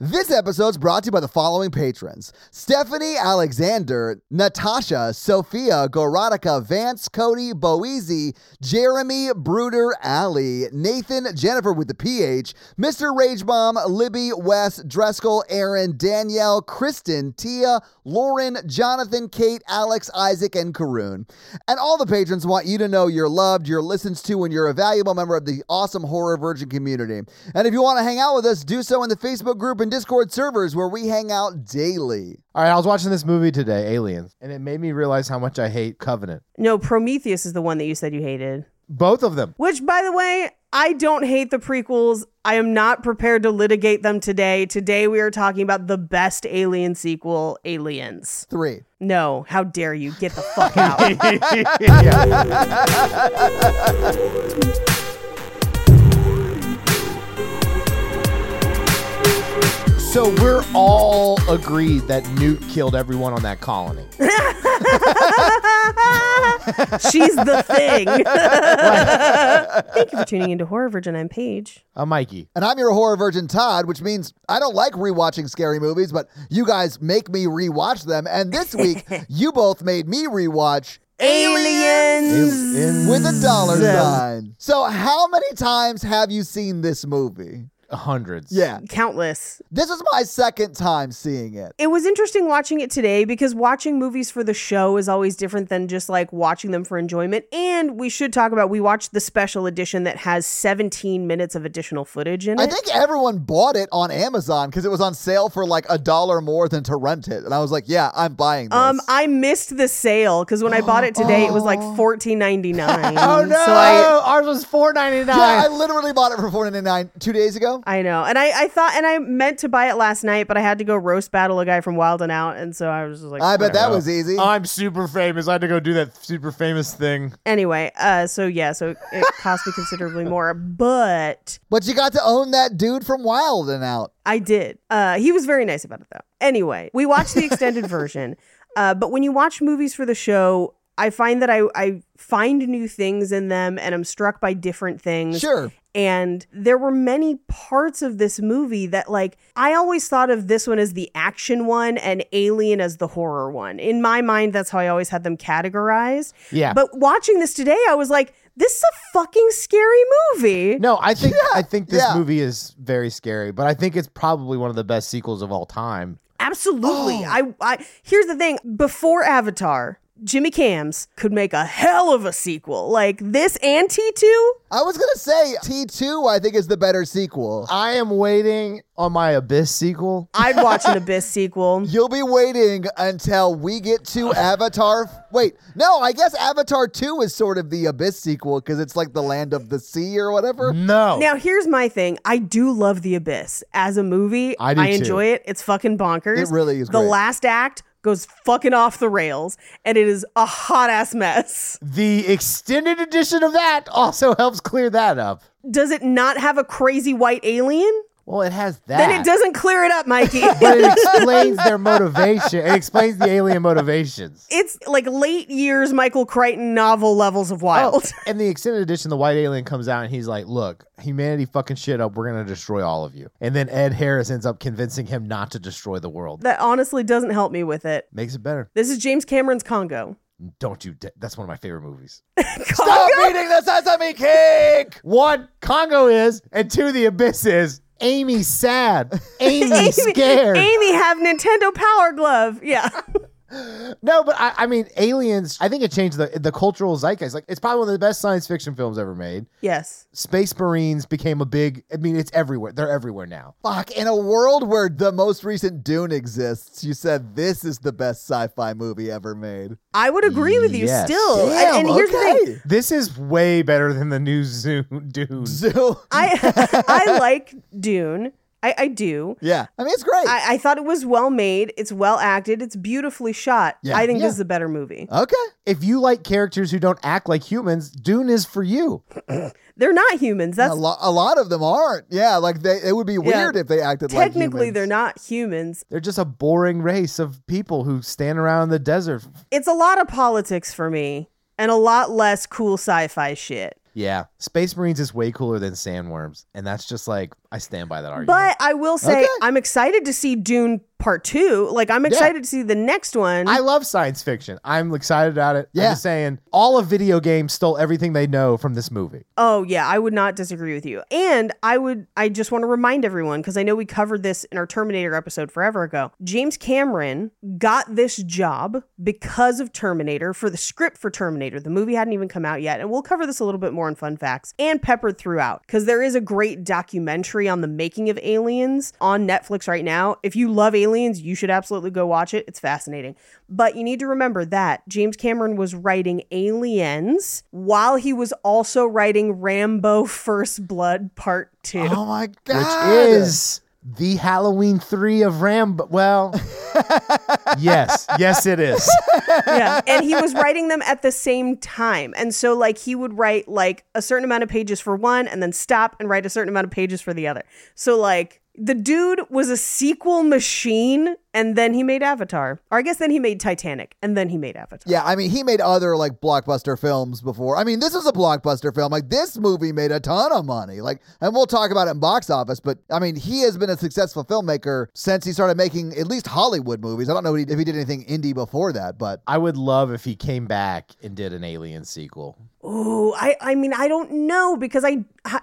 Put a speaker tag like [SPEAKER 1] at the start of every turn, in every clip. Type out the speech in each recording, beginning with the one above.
[SPEAKER 1] This episode's brought to you by the following patrons Stephanie Alexander, Natasha, Sophia, Gorotica, Vance, Cody, Boise, Jeremy, Bruder, Alley, Nathan, Jennifer with the PH, Mr. Rage Bomb, Libby, Wes, Dreskel, Aaron, Danielle, Kristen, Tia, Lauren, Jonathan, Kate, Alex, Isaac, and Karoon. And all the patrons want you to know you're loved, you're listened to, and you're a valuable member of the awesome Horror Virgin community. And if you want to hang out with us, do so in the Facebook group and Discord servers where we hang out daily.
[SPEAKER 2] All right, I was watching this movie today, Aliens, and it made me realize how much I hate Covenant.
[SPEAKER 3] No, Prometheus is the one that you said you hated.
[SPEAKER 2] Both of them.
[SPEAKER 3] Which, by the way, I don't hate the prequels. I am not prepared to litigate them today. Today we are talking about the best Alien sequel, Aliens.
[SPEAKER 1] Three.
[SPEAKER 3] No, how dare you? Get the fuck out.
[SPEAKER 2] So we're all agreed that Newt killed everyone on that colony.
[SPEAKER 3] She's the thing. Thank you for tuning into Horror Virgin. I'm Paige.
[SPEAKER 2] Uh, Mikey.
[SPEAKER 1] And I'm your horror virgin, Todd, which means I don't like rewatching scary movies, but you guys make me rewatch them. And this week, you both made me rewatch
[SPEAKER 3] Aliens.
[SPEAKER 1] with a dollar sign. So, how many times have you seen this movie?
[SPEAKER 2] Hundreds.
[SPEAKER 1] Yeah.
[SPEAKER 3] Countless.
[SPEAKER 1] This is my second time seeing it.
[SPEAKER 3] It was interesting watching it today because watching movies for the show is always different than just like watching them for enjoyment. And we should talk about we watched the special edition that has 17 minutes of additional footage in it.
[SPEAKER 1] I think everyone bought it on Amazon because it was on sale for like a dollar more than to rent it. And I was like, yeah, I'm buying this.
[SPEAKER 3] um, I missed the sale because when I bought it today, it was like
[SPEAKER 1] Oh.
[SPEAKER 3] fourteen ninety nine.
[SPEAKER 2] Oh no!
[SPEAKER 3] So I,
[SPEAKER 2] Ours was four ninety nine.
[SPEAKER 1] yeah, I literally bought it for four ninety nine two days ago.
[SPEAKER 3] I know, and I, I thought, and I meant to buy it last night, but I had to go roast battle a guy from Wild and Out, and so I was just like,
[SPEAKER 1] I bet that was easy.
[SPEAKER 2] I'm super famous. I had to go do that super famous thing.
[SPEAKER 3] anyway. Uh, so yeah, so it cost me considerably more, but
[SPEAKER 1] But you got to own that dude from Wild and Out.
[SPEAKER 3] I did. Uh, he was very nice about it, though. Anyway, we watched the extended version. Uh, but when you watch movies for the show, I find that I, I find new things in them and I'm struck by different things.
[SPEAKER 1] Sure.
[SPEAKER 3] And there were many parts of this movie that, like, I always thought of this one as the action one and Alien as the horror one. In my mind, that's how I always had them categorized.
[SPEAKER 2] Yeah.
[SPEAKER 3] But watching this today, I was like, this is a fucking scary movie.
[SPEAKER 2] No, I think I think this
[SPEAKER 1] yeah.
[SPEAKER 2] movie is very scary, but I think it's probably one of the best sequels of all time.
[SPEAKER 3] Absolutely. I, I here's the thing. Before Avatar, Jimmy Cams could make a hell of a sequel. Like this and T2?
[SPEAKER 1] I was gonna say T two. I think is the better sequel.
[SPEAKER 2] I am waiting on my Abyss sequel.
[SPEAKER 3] I'd watch an Abyss sequel.
[SPEAKER 1] You'll be waiting until we get to Avatar. Wait, no, I guess Avatar 2 is sort of the Abyss sequel because it's like the land of the sea or whatever.
[SPEAKER 2] No.
[SPEAKER 3] Now here's my thing. I do love The Abyss as a movie.
[SPEAKER 2] I do too.
[SPEAKER 3] enjoy it. It's fucking bonkers.
[SPEAKER 1] It really is
[SPEAKER 3] The
[SPEAKER 1] great.
[SPEAKER 3] last act goes fucking off the rails and it is a hot ass mess.
[SPEAKER 2] The extended edition of that also helps clear that up.
[SPEAKER 3] Does it not have a crazy white alien?
[SPEAKER 2] Well, it has that.
[SPEAKER 3] Then it doesn't clear it up, Mikey.
[SPEAKER 2] But it explains their motivation. It explains the alien motivations.
[SPEAKER 3] it's like late years Michael Crichton novel levels of wild.
[SPEAKER 2] And the extended edition, the white alien comes out and he's like, Look, humanity fucking shit up. We're going to destroy all of you. And then Ed Harris ends up convincing him not to destroy the world.
[SPEAKER 3] That honestly doesn't help me with it.
[SPEAKER 2] Makes it better.
[SPEAKER 3] This is James Cameron's Congo.
[SPEAKER 2] Don't you? De- that's one of my favorite movies.
[SPEAKER 1] Stop eating the sesame cake!
[SPEAKER 2] One, Congo is, and two, The Abyss is. Amy's sad. Amy's scared.
[SPEAKER 3] Amy have Nintendo Power Glove. Yeah.
[SPEAKER 2] No, but I, I mean, Aliens. I think it changed the the cultural zeitgeist. Like, it's probably one of the best science fiction films ever made.
[SPEAKER 3] Yes.
[SPEAKER 2] Space Marines became a big. I mean, it's everywhere. They're everywhere now.
[SPEAKER 1] Fuck, in a world where the most recent Dune exists, you said this is the best sci fi movie ever made.
[SPEAKER 3] I would agree with you
[SPEAKER 2] Yes.
[SPEAKER 3] still.
[SPEAKER 1] Damn,
[SPEAKER 3] and, and here's the thing.
[SPEAKER 1] okay.
[SPEAKER 2] This is way better than the new Zoom Dune.
[SPEAKER 1] Zoo.
[SPEAKER 3] I I like Dune. I, I do.
[SPEAKER 1] yeah. I mean, it's great.
[SPEAKER 3] I, I thought it was well made. It's well acted. It's beautifully shot.
[SPEAKER 1] Yeah.
[SPEAKER 3] I think
[SPEAKER 2] Yeah.
[SPEAKER 3] this is a better movie.
[SPEAKER 1] okay.
[SPEAKER 2] If you like characters who don't act like humans, Dune is for you.
[SPEAKER 3] They're not
[SPEAKER 1] A,
[SPEAKER 3] humans. That's
[SPEAKER 1] lo- a lot of them aren't. Yeah. Like, they, it would be weird if they acted like
[SPEAKER 3] technically
[SPEAKER 1] humans.
[SPEAKER 3] they're not humans.
[SPEAKER 2] They're just a boring race of people who stand around in the desert.
[SPEAKER 3] It's a lot of politics for me and a lot less cool sci-fi shit.
[SPEAKER 2] Yeah, Space Marines is way cooler than sandworms, and that's just like I stand by that argument.
[SPEAKER 3] But I will say
[SPEAKER 1] Okay.
[SPEAKER 3] I'm excited to see Dune Part 2. Like I'm excited to see the next one.
[SPEAKER 2] I love science fiction. I'm excited about it.
[SPEAKER 1] Yeah.
[SPEAKER 2] I'm just saying all of video games stole everything they know from this movie.
[SPEAKER 3] Oh yeah, I would not disagree with you. And I would I just want to remind everyone because I know we covered this in our Terminator episode forever ago. James Cameron got this job because of Terminator for the script for Terminator. The movie hadn't even come out yet, and we'll cover this a little bit more in fun facts and peppered throughout because there is a great documentary on the making of Aliens on Netflix right now. If you love Aliens, you should absolutely go watch it. It's fascinating. But you need to remember that James Cameron was writing Aliens while he was also writing Rambo First Blood Part 2.
[SPEAKER 1] Oh my
[SPEAKER 2] which
[SPEAKER 1] God.
[SPEAKER 2] is the Halloween three of Rambo. Well, yes, yes, it is.
[SPEAKER 3] yeah. And he was writing them at the same time. And so like he would write like a certain amount of pages for one and then stop and write a certain amount of pages for the other. So like the dude was a sequel machine and then he made Avatar. Or I guess then he made Titanic and then he made Avatar.
[SPEAKER 1] Yeah, I mean, he made other like blockbuster films before. I mean, this is a blockbuster film. Like this movie made a ton of money. Like, and we'll talk about it in box office. But I mean, he has been a successful filmmaker since he started making at least Hollywood movies. I don't know if he if he did anything indie before that, but
[SPEAKER 2] I would love if he came back and did an Alien sequel.
[SPEAKER 3] Ooh, I I mean I don't know because I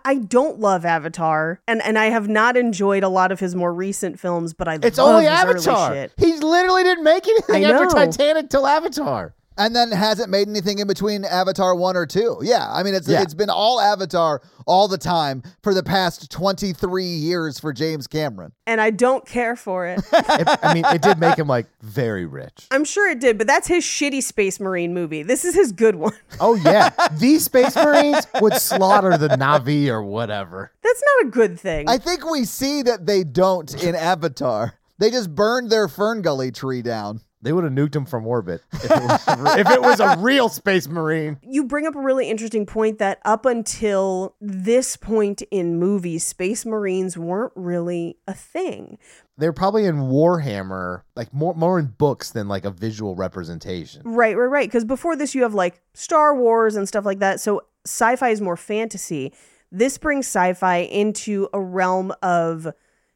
[SPEAKER 3] I don't love Avatar and and I have not enjoyed a lot of his more recent films, but I
[SPEAKER 2] It's
[SPEAKER 3] love
[SPEAKER 2] only
[SPEAKER 3] his early
[SPEAKER 2] Avatar.
[SPEAKER 3] shit.
[SPEAKER 2] He literally didn't make anything
[SPEAKER 3] I
[SPEAKER 2] after
[SPEAKER 3] know.
[SPEAKER 2] Titanic till Avatar.
[SPEAKER 1] and then hasn't made anything in between Avatar one or two. Yeah, I mean, it's
[SPEAKER 2] Yeah.
[SPEAKER 1] it's been all Avatar all the time for the past twenty three years for James Cameron.
[SPEAKER 3] And I don't care for it.
[SPEAKER 2] It- I mean, it did make him like very rich.
[SPEAKER 3] I'm sure it did, but that's his shitty space marine movie. This is his good one.
[SPEAKER 2] Oh yeah, these Space Marines would slaughter the Navi or whatever.
[SPEAKER 3] That's not a good thing.
[SPEAKER 1] I think we see that they don't in Avatar. They just burned their fern gully tree down.
[SPEAKER 2] They would have nuked him from orbit if it was, if it was a real Space Marine.
[SPEAKER 3] you bring up a really interesting point that up until this point in movies, space marines weren't really a thing.
[SPEAKER 2] they're probably in Warhammer, like more more in books than like a visual representation.
[SPEAKER 3] Right, right, right. Because before this, you have like Star Wars and stuff like that. So sci fi is more fantasy. This brings sci fi into a realm of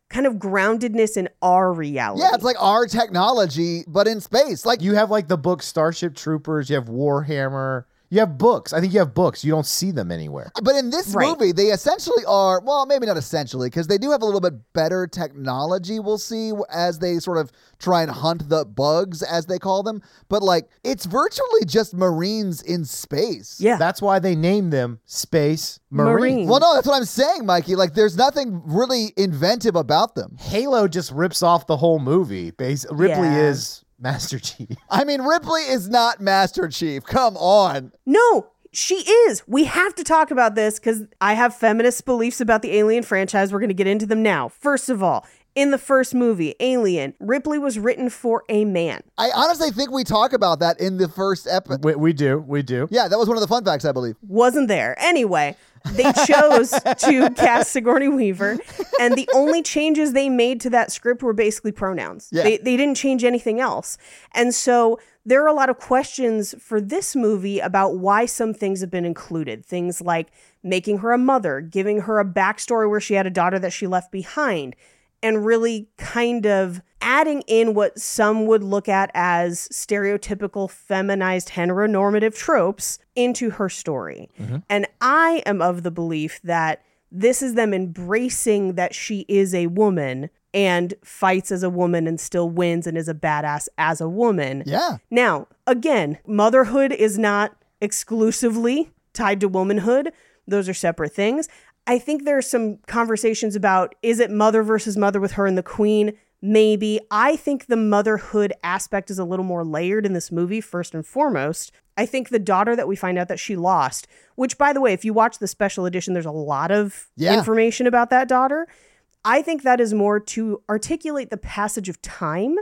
[SPEAKER 3] kind of groundedness in our reality.
[SPEAKER 1] Yeah, it's like our technology, but in space. Like,
[SPEAKER 2] You have like the book Starship Troopers, you have Warhammer, you have books. I think you have books. You don't see them anywhere.
[SPEAKER 1] but in this
[SPEAKER 3] Right.
[SPEAKER 1] movie, they essentially are well, maybe not essentially, because they do have a little bit better technology. We'll see as they sort of try and hunt the bugs, as they call them. But like, it's virtually just Marines in space.
[SPEAKER 3] Yeah.
[SPEAKER 2] That's why they named them Space Marine.
[SPEAKER 3] Marine.
[SPEAKER 1] Well, no, that's what I'm saying, Mikey. Like, there's nothing really inventive about them.
[SPEAKER 2] Halo just rips off the whole movie. Bas- Ripley
[SPEAKER 3] Yeah.
[SPEAKER 2] is Master Chief.
[SPEAKER 1] I mean, Ripley is not Master Chief. Come on.
[SPEAKER 3] No, she is. We have to talk about this because I have feminist beliefs about the Alien franchise. We're going to get into them now. First of all, in the first movie, Alien, Ripley was written for a man.
[SPEAKER 1] I honestly think we talk about that in the first episode.
[SPEAKER 2] We, we do, we do.
[SPEAKER 1] Yeah, that was one of the fun facts, I believe.
[SPEAKER 3] Wasn't there. Anyway, they chose to cast Sigourney Weaver, and the only changes they made to that script were basically pronouns.
[SPEAKER 1] Yeah.
[SPEAKER 3] They, they didn't change anything else. And so there are a lot of questions for this movie about why some things have been included. Things like making her a mother, giving her a backstory where she had a daughter that she left behind, and really kind of adding in what some would look at as stereotypical feminized heteronormative tropes into her story. And I am of the belief that this is them embracing that she is a woman and fights as a woman and still wins and is a badass as a woman.
[SPEAKER 1] Yeah.
[SPEAKER 3] Now, again, motherhood is not exclusively tied to womanhood, those are separate things. I think there are some conversations about is it mother versus mother with her and the queen? Maybe. I think the motherhood aspect is a little more layered in this movie, first and foremost. I think the daughter that we find out that she lost, which, by the way, if you watch the special edition, there's a lot of
[SPEAKER 1] Yeah.
[SPEAKER 3] information about that daughter. I think that is more to articulate the passage of time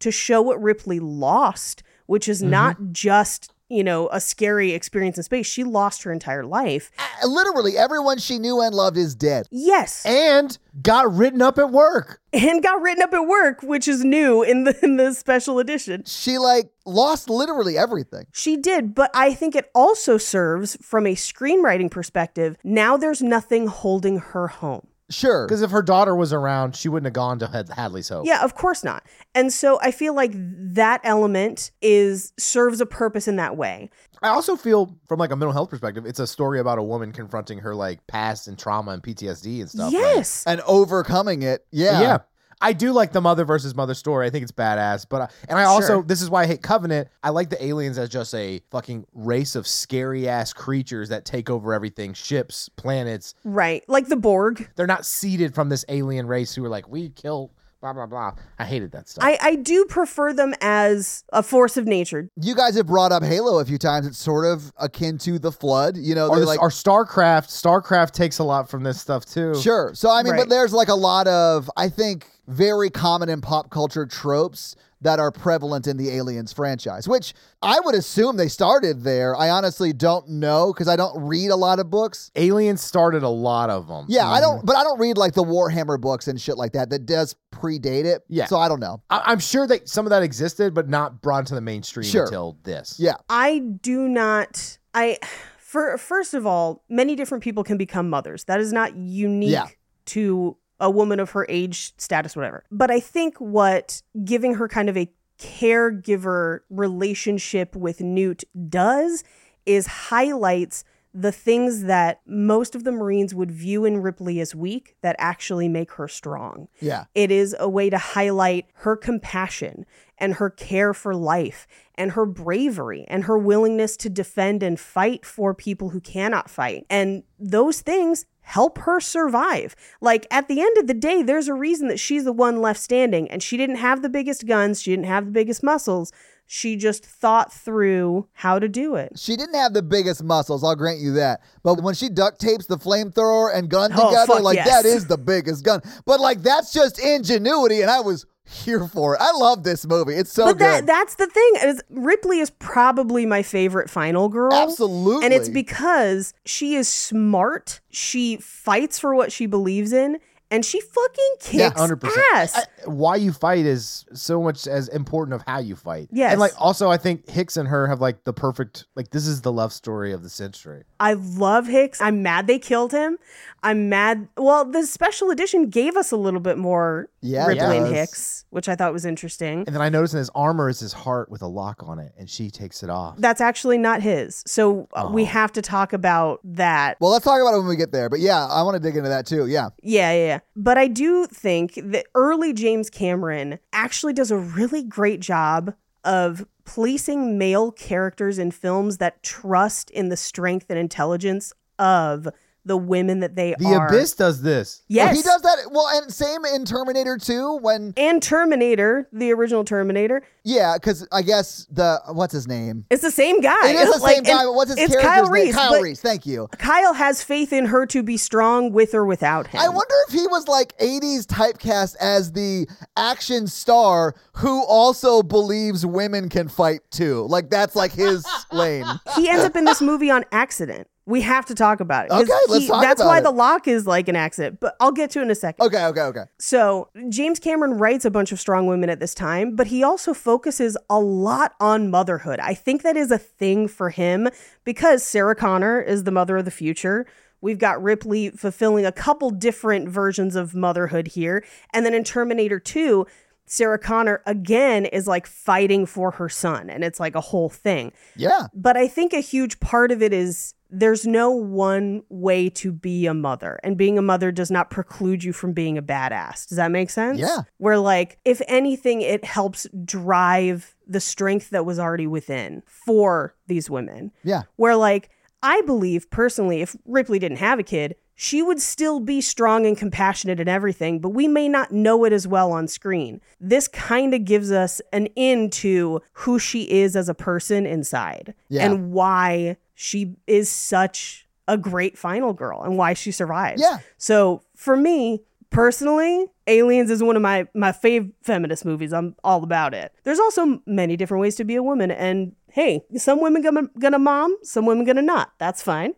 [SPEAKER 3] to show what Ripley lost, which
[SPEAKER 2] Mm-hmm.
[SPEAKER 3] is not just, you know, a scary experience in space. She lost her entire life.
[SPEAKER 1] Uh, Literally everyone she knew and loved is dead.
[SPEAKER 3] Yes.
[SPEAKER 2] and got written up at work.
[SPEAKER 3] And got written up at work, which is new in the, in the special edition.
[SPEAKER 1] She like lost literally everything.
[SPEAKER 3] She did, but I think it also serves from a screenwriting perspective. Now there's nothing holding her home.
[SPEAKER 1] Sure.
[SPEAKER 2] Because if her daughter was around, she wouldn't have gone to Had- Hadley's Hope.
[SPEAKER 3] Yeah, of course not. And so I feel like that element is serves a purpose in that way.
[SPEAKER 2] I also feel, from like a mental health perspective, it's a story about a woman confronting her like past and trauma and PTSD and stuff. right?
[SPEAKER 3] yes.
[SPEAKER 1] and overcoming it. Yeah.
[SPEAKER 2] yeah. I do like the mother versus mother story. I think it's badass, but I, and I also
[SPEAKER 3] Sure.
[SPEAKER 2] this is why I hate Covenant. I like the aliens as just a fucking race of scary ass creatures that take over everything, ships, planets.
[SPEAKER 3] right. Like the Borg.
[SPEAKER 2] They're not seeded from this alien race who are like we kill blah blah blah. I hated that stuff.
[SPEAKER 3] I, I do prefer them as a force of nature.
[SPEAKER 1] You guys have brought up Halo a few times. It's sort of akin to the flood. You know,
[SPEAKER 2] or,
[SPEAKER 1] they're
[SPEAKER 2] this,
[SPEAKER 1] like
[SPEAKER 2] or StarCraft. StarCraft takes a lot from this stuff too.
[SPEAKER 1] Sure. So I mean, but
[SPEAKER 3] Right.
[SPEAKER 1] there's like a lot of I think very common in pop culture tropes that are prevalent in the Aliens franchise, which I would assume they started there. I honestly don't know because I don't read a lot of books.
[SPEAKER 2] Aliens started a lot of them.
[SPEAKER 1] Yeah, I
[SPEAKER 3] Mm-hmm.
[SPEAKER 1] don't, but I don't read like the Warhammer books and shit like that. That does predate it.
[SPEAKER 2] Yeah.
[SPEAKER 1] So I don't know.
[SPEAKER 2] I, I'm sure that some of that existed, but not brought to the mainstream
[SPEAKER 1] Sure.
[SPEAKER 2] until this.
[SPEAKER 1] Yeah.
[SPEAKER 3] I do not I for first of all, many different people can become mothers. That is not unique
[SPEAKER 1] Yeah.
[SPEAKER 3] to a woman of her age, status, whatever. But I think what giving her kind of a caregiver relationship with Newt does is highlights the things that most of the Marines would view in Ripley as weak that actually make her strong.
[SPEAKER 1] Yeah.
[SPEAKER 3] It is a way to highlight her compassion and her care for life and her bravery and her willingness to defend and fight for people who cannot fight. And those things help her survive. Like at the end of the day, there's a reason that she's the one left standing and she didn't have the biggest guns, she didn't have the biggest muscles. She just thought through how to do it.
[SPEAKER 1] She didn't have the biggest muscles, I'll grant you that. But when she duct tapes the flamethrower and gun
[SPEAKER 3] Oh,
[SPEAKER 1] together,
[SPEAKER 3] fuck
[SPEAKER 1] like
[SPEAKER 3] yes.
[SPEAKER 1] that is the biggest gun. But like that's just ingenuity, and I was here for it. I love this movie. It's so
[SPEAKER 3] But that
[SPEAKER 1] good.
[SPEAKER 3] that's the thing is Ripley is probably my favorite final girl.
[SPEAKER 1] Absolutely.
[SPEAKER 3] And it's because she is smart. She fights for what she believes in, and she fucking
[SPEAKER 1] Yeah,
[SPEAKER 3] kicks
[SPEAKER 2] 100%.
[SPEAKER 3] ass.
[SPEAKER 2] I- why you fight is so much as important of how you fight.
[SPEAKER 3] Yes.
[SPEAKER 2] And like also I think Hicks and her have like the perfect like this is the love story of the century.
[SPEAKER 3] I love Hicks. I'm mad they killed him. I'm mad. Well, the special edition gave us a little bit more
[SPEAKER 1] Yeah, it
[SPEAKER 3] Ripley and
[SPEAKER 1] does.
[SPEAKER 3] Hicks, which I thought was interesting.
[SPEAKER 2] And then I noticed in his armor is his heart with a lock on it and she takes it off.
[SPEAKER 3] That's actually not his. So uh,
[SPEAKER 1] Oh.
[SPEAKER 3] we have to talk about that.
[SPEAKER 1] well, let's talk about it when we get there. But yeah, I want to dig into that too. Yeah.
[SPEAKER 3] Yeah, yeah, yeah. But I do think that early James Cameron actually does a really great job of placing male characters in films that trust in the strength and intelligence of the women that they
[SPEAKER 2] the
[SPEAKER 3] are.
[SPEAKER 2] abyss does this.
[SPEAKER 3] Yes.
[SPEAKER 1] Well, he does that. Well, and same in Terminator 2 when,
[SPEAKER 3] And Terminator, the original Terminator,
[SPEAKER 1] yeah, because I guess the, what's his name?
[SPEAKER 3] it's the same guy.
[SPEAKER 1] It is the
[SPEAKER 3] Like,
[SPEAKER 1] same guy,
[SPEAKER 3] and
[SPEAKER 1] but what's his
[SPEAKER 3] it's
[SPEAKER 1] character's
[SPEAKER 3] Kyle
[SPEAKER 1] name?
[SPEAKER 3] Reese,
[SPEAKER 1] Kyle
[SPEAKER 3] but
[SPEAKER 1] Reese. Thank you.
[SPEAKER 3] Kyle has faith in her to be strong with or without him.
[SPEAKER 1] I wonder if he was like 80s typecast as the action star who also believes women can fight too. Like that's like his lane.
[SPEAKER 3] he ends up in this movie on accident. We have to talk about it. 'cause
[SPEAKER 1] Okay, let's
[SPEAKER 3] he-
[SPEAKER 1] talk
[SPEAKER 3] That's
[SPEAKER 1] about
[SPEAKER 3] why
[SPEAKER 1] it. Oh.
[SPEAKER 3] the lock is like an accident, but I'll get to it in a second.
[SPEAKER 1] Okay, okay, okay.
[SPEAKER 3] So James Cameron writes a bunch of strong women at this time, but he also focuses a lot on motherhood. I think that is a thing for him because Sarah Connor is the mother of the future. We've got Ripley fulfilling a couple different versions of motherhood here. And then in Terminator 2, Sarah Connor again is like fighting for her son, and it's like a whole thing.
[SPEAKER 1] Yeah.
[SPEAKER 3] But I think a huge part of it is there's no one way to be a mother, and being a mother does not preclude you from being a badass. Does that make sense?
[SPEAKER 1] Yeah.
[SPEAKER 3] Where, like, if anything, it helps drive the strength that was already within for these women.
[SPEAKER 1] Yeah.
[SPEAKER 3] Where, like, I believe personally, if Ripley didn't have a kid, she would still be strong and compassionate and everything, but we may not know it as well on screen. This kind of gives us an in to who she is as a person inside
[SPEAKER 1] Yeah.
[SPEAKER 3] and why she is such a great final girl and why she survives.
[SPEAKER 1] Yeah.
[SPEAKER 3] So for me personally, Aliens is one of my my fave feminist movies. I'm all about it. There's also many different ways to be a woman, and hey, some women gonna gonna mom, some women gonna not. That's fine.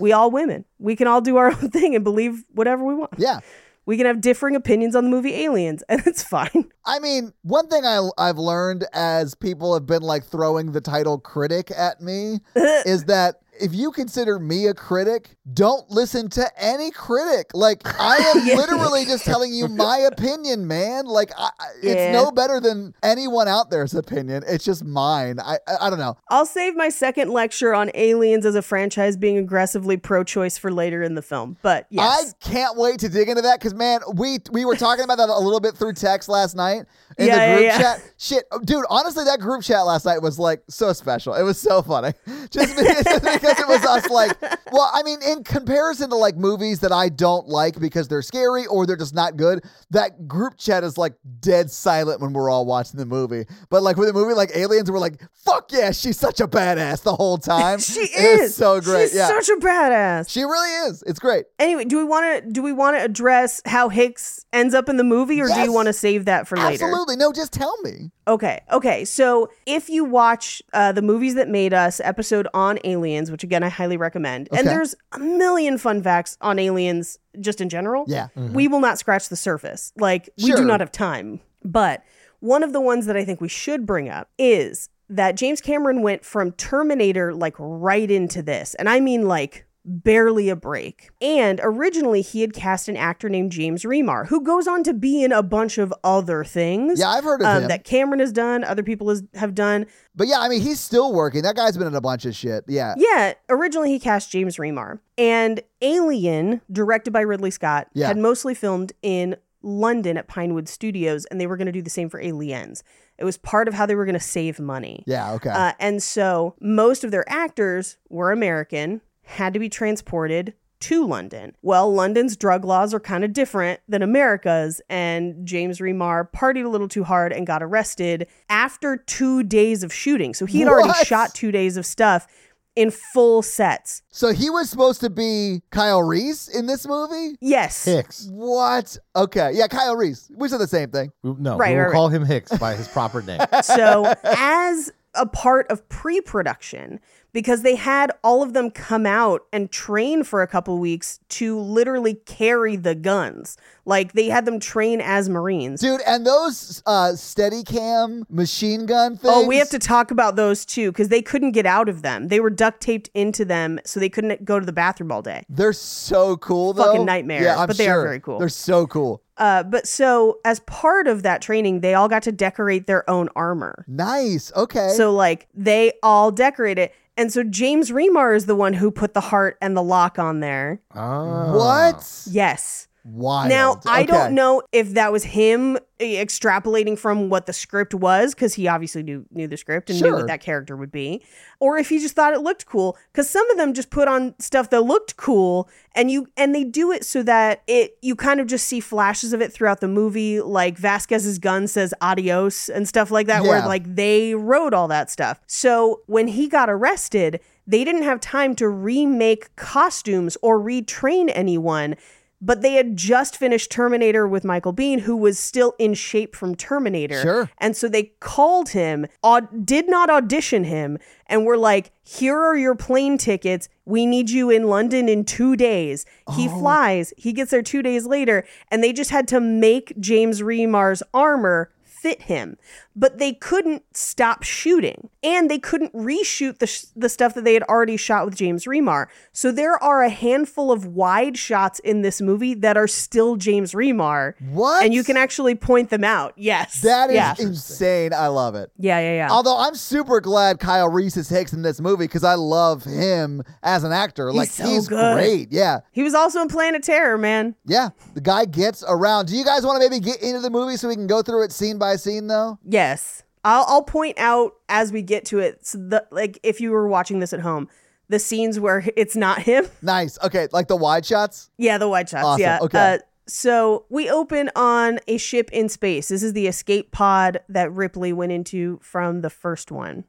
[SPEAKER 3] We all women. We can all do our own thing and believe whatever we want.
[SPEAKER 1] Yeah.
[SPEAKER 3] We can have differing opinions on the movie Aliens, and it's fine.
[SPEAKER 1] I mean, one thing I, I've learned as people have been like throwing the title critic at me is that if you consider me a critic, don't listen to any critic. Like, I am literally just telling you my opinion, man. Like, I, I- it's
[SPEAKER 3] Yeah.
[SPEAKER 1] no better than anyone out there's opinion. It's just mine. I, I, I don't know.
[SPEAKER 3] I'll save my second lecture on Aliens as a franchise being aggressively pro-choice for later in the film. But yes,
[SPEAKER 1] I can't wait to dig into that because man, we we were talking about that a little bit through text last night in
[SPEAKER 3] Yeah,
[SPEAKER 1] the
[SPEAKER 3] yeah,
[SPEAKER 1] group
[SPEAKER 3] yeah.
[SPEAKER 1] chat. Shit, dude, honestly, that group chat last night was like so special. It was so funny, just because, just because it was us. Like, well, I mean, in comparison to like movies that I don't like because they're scary or they're just not good, that group chat is like dead silent when we're all watching the movie. But like with a movie like Aliens, we're like, fuck yeah, she's such a badass the whole time.
[SPEAKER 3] she
[SPEAKER 1] It was
[SPEAKER 3] is
[SPEAKER 1] so great.
[SPEAKER 3] She's
[SPEAKER 1] yeah.
[SPEAKER 3] such a badass.
[SPEAKER 1] she really is. It's great.
[SPEAKER 3] anyway, do we want to do we want to address how Hicks ends up in the movie, or do
[SPEAKER 1] Yes.
[SPEAKER 3] you want to save that for later?
[SPEAKER 1] Absolutely. No, just tell me.
[SPEAKER 3] Okay, okay. So if you watch uh, the movies that made us episode on aliens, which again I highly recommend, and
[SPEAKER 1] Okay.
[SPEAKER 3] there's a million fun facts on aliens just in general.
[SPEAKER 1] Yeah.
[SPEAKER 2] Mm-hmm.
[SPEAKER 3] we will not scratch the surface. Like we
[SPEAKER 1] Sure.
[SPEAKER 3] do not have time. But one of the ones that I think we should bring up is that James Cameron went from Terminator like right into this. And I mean like barely a break. And originally he had cast an actor named James Remar who goes on to be in a bunch of other things.
[SPEAKER 1] Yeah, I've heard of
[SPEAKER 3] um,
[SPEAKER 1] him.
[SPEAKER 3] that Cameron has done, other people has, have done.
[SPEAKER 1] But yeah, I mean, he's still working. That guy's been in a bunch of shit. Yeah.
[SPEAKER 3] Yeah, originally he cast James Remar. And Alien, directed by Ridley Scott,
[SPEAKER 1] Yeah.
[SPEAKER 3] had mostly filmed in London at Pinewood Studios, and they were going to do the same for Aliens. It was part of how they were going to save money.
[SPEAKER 1] Yeah. Okay.
[SPEAKER 3] Uh, and so most of their actors were American, had to be transported to London. Well, London's drug laws are kind of different than America's, and James Remar partied a little too hard and got arrested after two days of shooting. So he had already
[SPEAKER 1] What?
[SPEAKER 3] shot two days of stuff in full sets.
[SPEAKER 1] so he was supposed to be Kyle Reese in this movie?
[SPEAKER 3] Yes.
[SPEAKER 2] Hicks.
[SPEAKER 1] What? Okay. Yeah, Kyle Reese. We said the same thing.
[SPEAKER 2] We- No,
[SPEAKER 3] Right,
[SPEAKER 2] we will
[SPEAKER 3] right, right.
[SPEAKER 2] call him Hicks by his proper name.
[SPEAKER 3] So, as a part of pre production, because they had all of them come out and train for a couple weeks to literally carry the guns. Like, they had them train as Marines.
[SPEAKER 1] Dude, and those uh steady cam machine gun things.
[SPEAKER 3] Oh, we have to talk about those too because they couldn't get out of them. They were duct taped into them, so they couldn't go to the bathroom all day.
[SPEAKER 1] They're so cool though.
[SPEAKER 3] Fucking nightmare,
[SPEAKER 1] Yeah, I'm
[SPEAKER 3] but they are
[SPEAKER 1] sure.
[SPEAKER 3] very cool.
[SPEAKER 1] They're so cool.
[SPEAKER 3] Uh, but so, as part of that training, they all got to decorate their own armor.
[SPEAKER 1] Nice. Okay.
[SPEAKER 3] So like they all decorate it. And so James Remar is the one who put the heart and the lock on there.
[SPEAKER 2] Ah.
[SPEAKER 1] what?
[SPEAKER 3] Yes.
[SPEAKER 1] Wild.
[SPEAKER 3] now I
[SPEAKER 1] Okay.
[SPEAKER 3] don't know if that was him eh, extrapolating from what the script was because he obviously knew knew the script and knew
[SPEAKER 1] Sure.
[SPEAKER 3] what that character would be, or if he just thought it looked cool. Because some of them just put on stuff that looked cool, and you and they do it so that it you kind of just see flashes of it throughout the movie, like Vasquez's gun says "adios" and stuff like that, where
[SPEAKER 1] Yeah.
[SPEAKER 3] like they wrote all that stuff. So when he got arrested. They didn't have time to remake costumes or retrain anyone but they had just finished Terminator with Michael Bean, who was still in shape from Terminator.
[SPEAKER 1] Sure.
[SPEAKER 3] And so they called him, aud- did not audition him, and were like, here are your plane tickets. We need you in London in two days. He
[SPEAKER 1] Oh.
[SPEAKER 3] flies, he gets there two days later, and they just had to make James Remar's armor fit him, but they couldn't stop shooting and they couldn't reshoot the, sh- the stuff that they had already shot with James Remar. So there are a handful of wide shots in this movie that are still James Remar.
[SPEAKER 1] What?
[SPEAKER 3] And you can actually point them out. Yes.
[SPEAKER 1] That is
[SPEAKER 3] yeah.
[SPEAKER 1] insane. I love it.
[SPEAKER 3] Yeah, yeah, yeah.
[SPEAKER 1] Although I'm super glad Kyle Reese is Hicks in this movie because I love him as an actor. like
[SPEAKER 3] so
[SPEAKER 1] he's
[SPEAKER 3] good.
[SPEAKER 1] great. Yeah.
[SPEAKER 3] he was also in Planet Terror, man.
[SPEAKER 1] Yeah. The guy gets around. Do you guys want to maybe get into the movie so we can go through it scene by scene though?
[SPEAKER 3] Yes. I'll, I'll point out as we get to it, so the, like if you were watching this at home, the scenes where it's not him.
[SPEAKER 1] Nice. Okay, like the wide shots?
[SPEAKER 3] Yeah, the white shots.
[SPEAKER 1] Awesome.
[SPEAKER 3] Yeah.
[SPEAKER 1] Okay.
[SPEAKER 3] Uh, so we open on a ship in space. This is the escape pod that Ripley went into from the first one.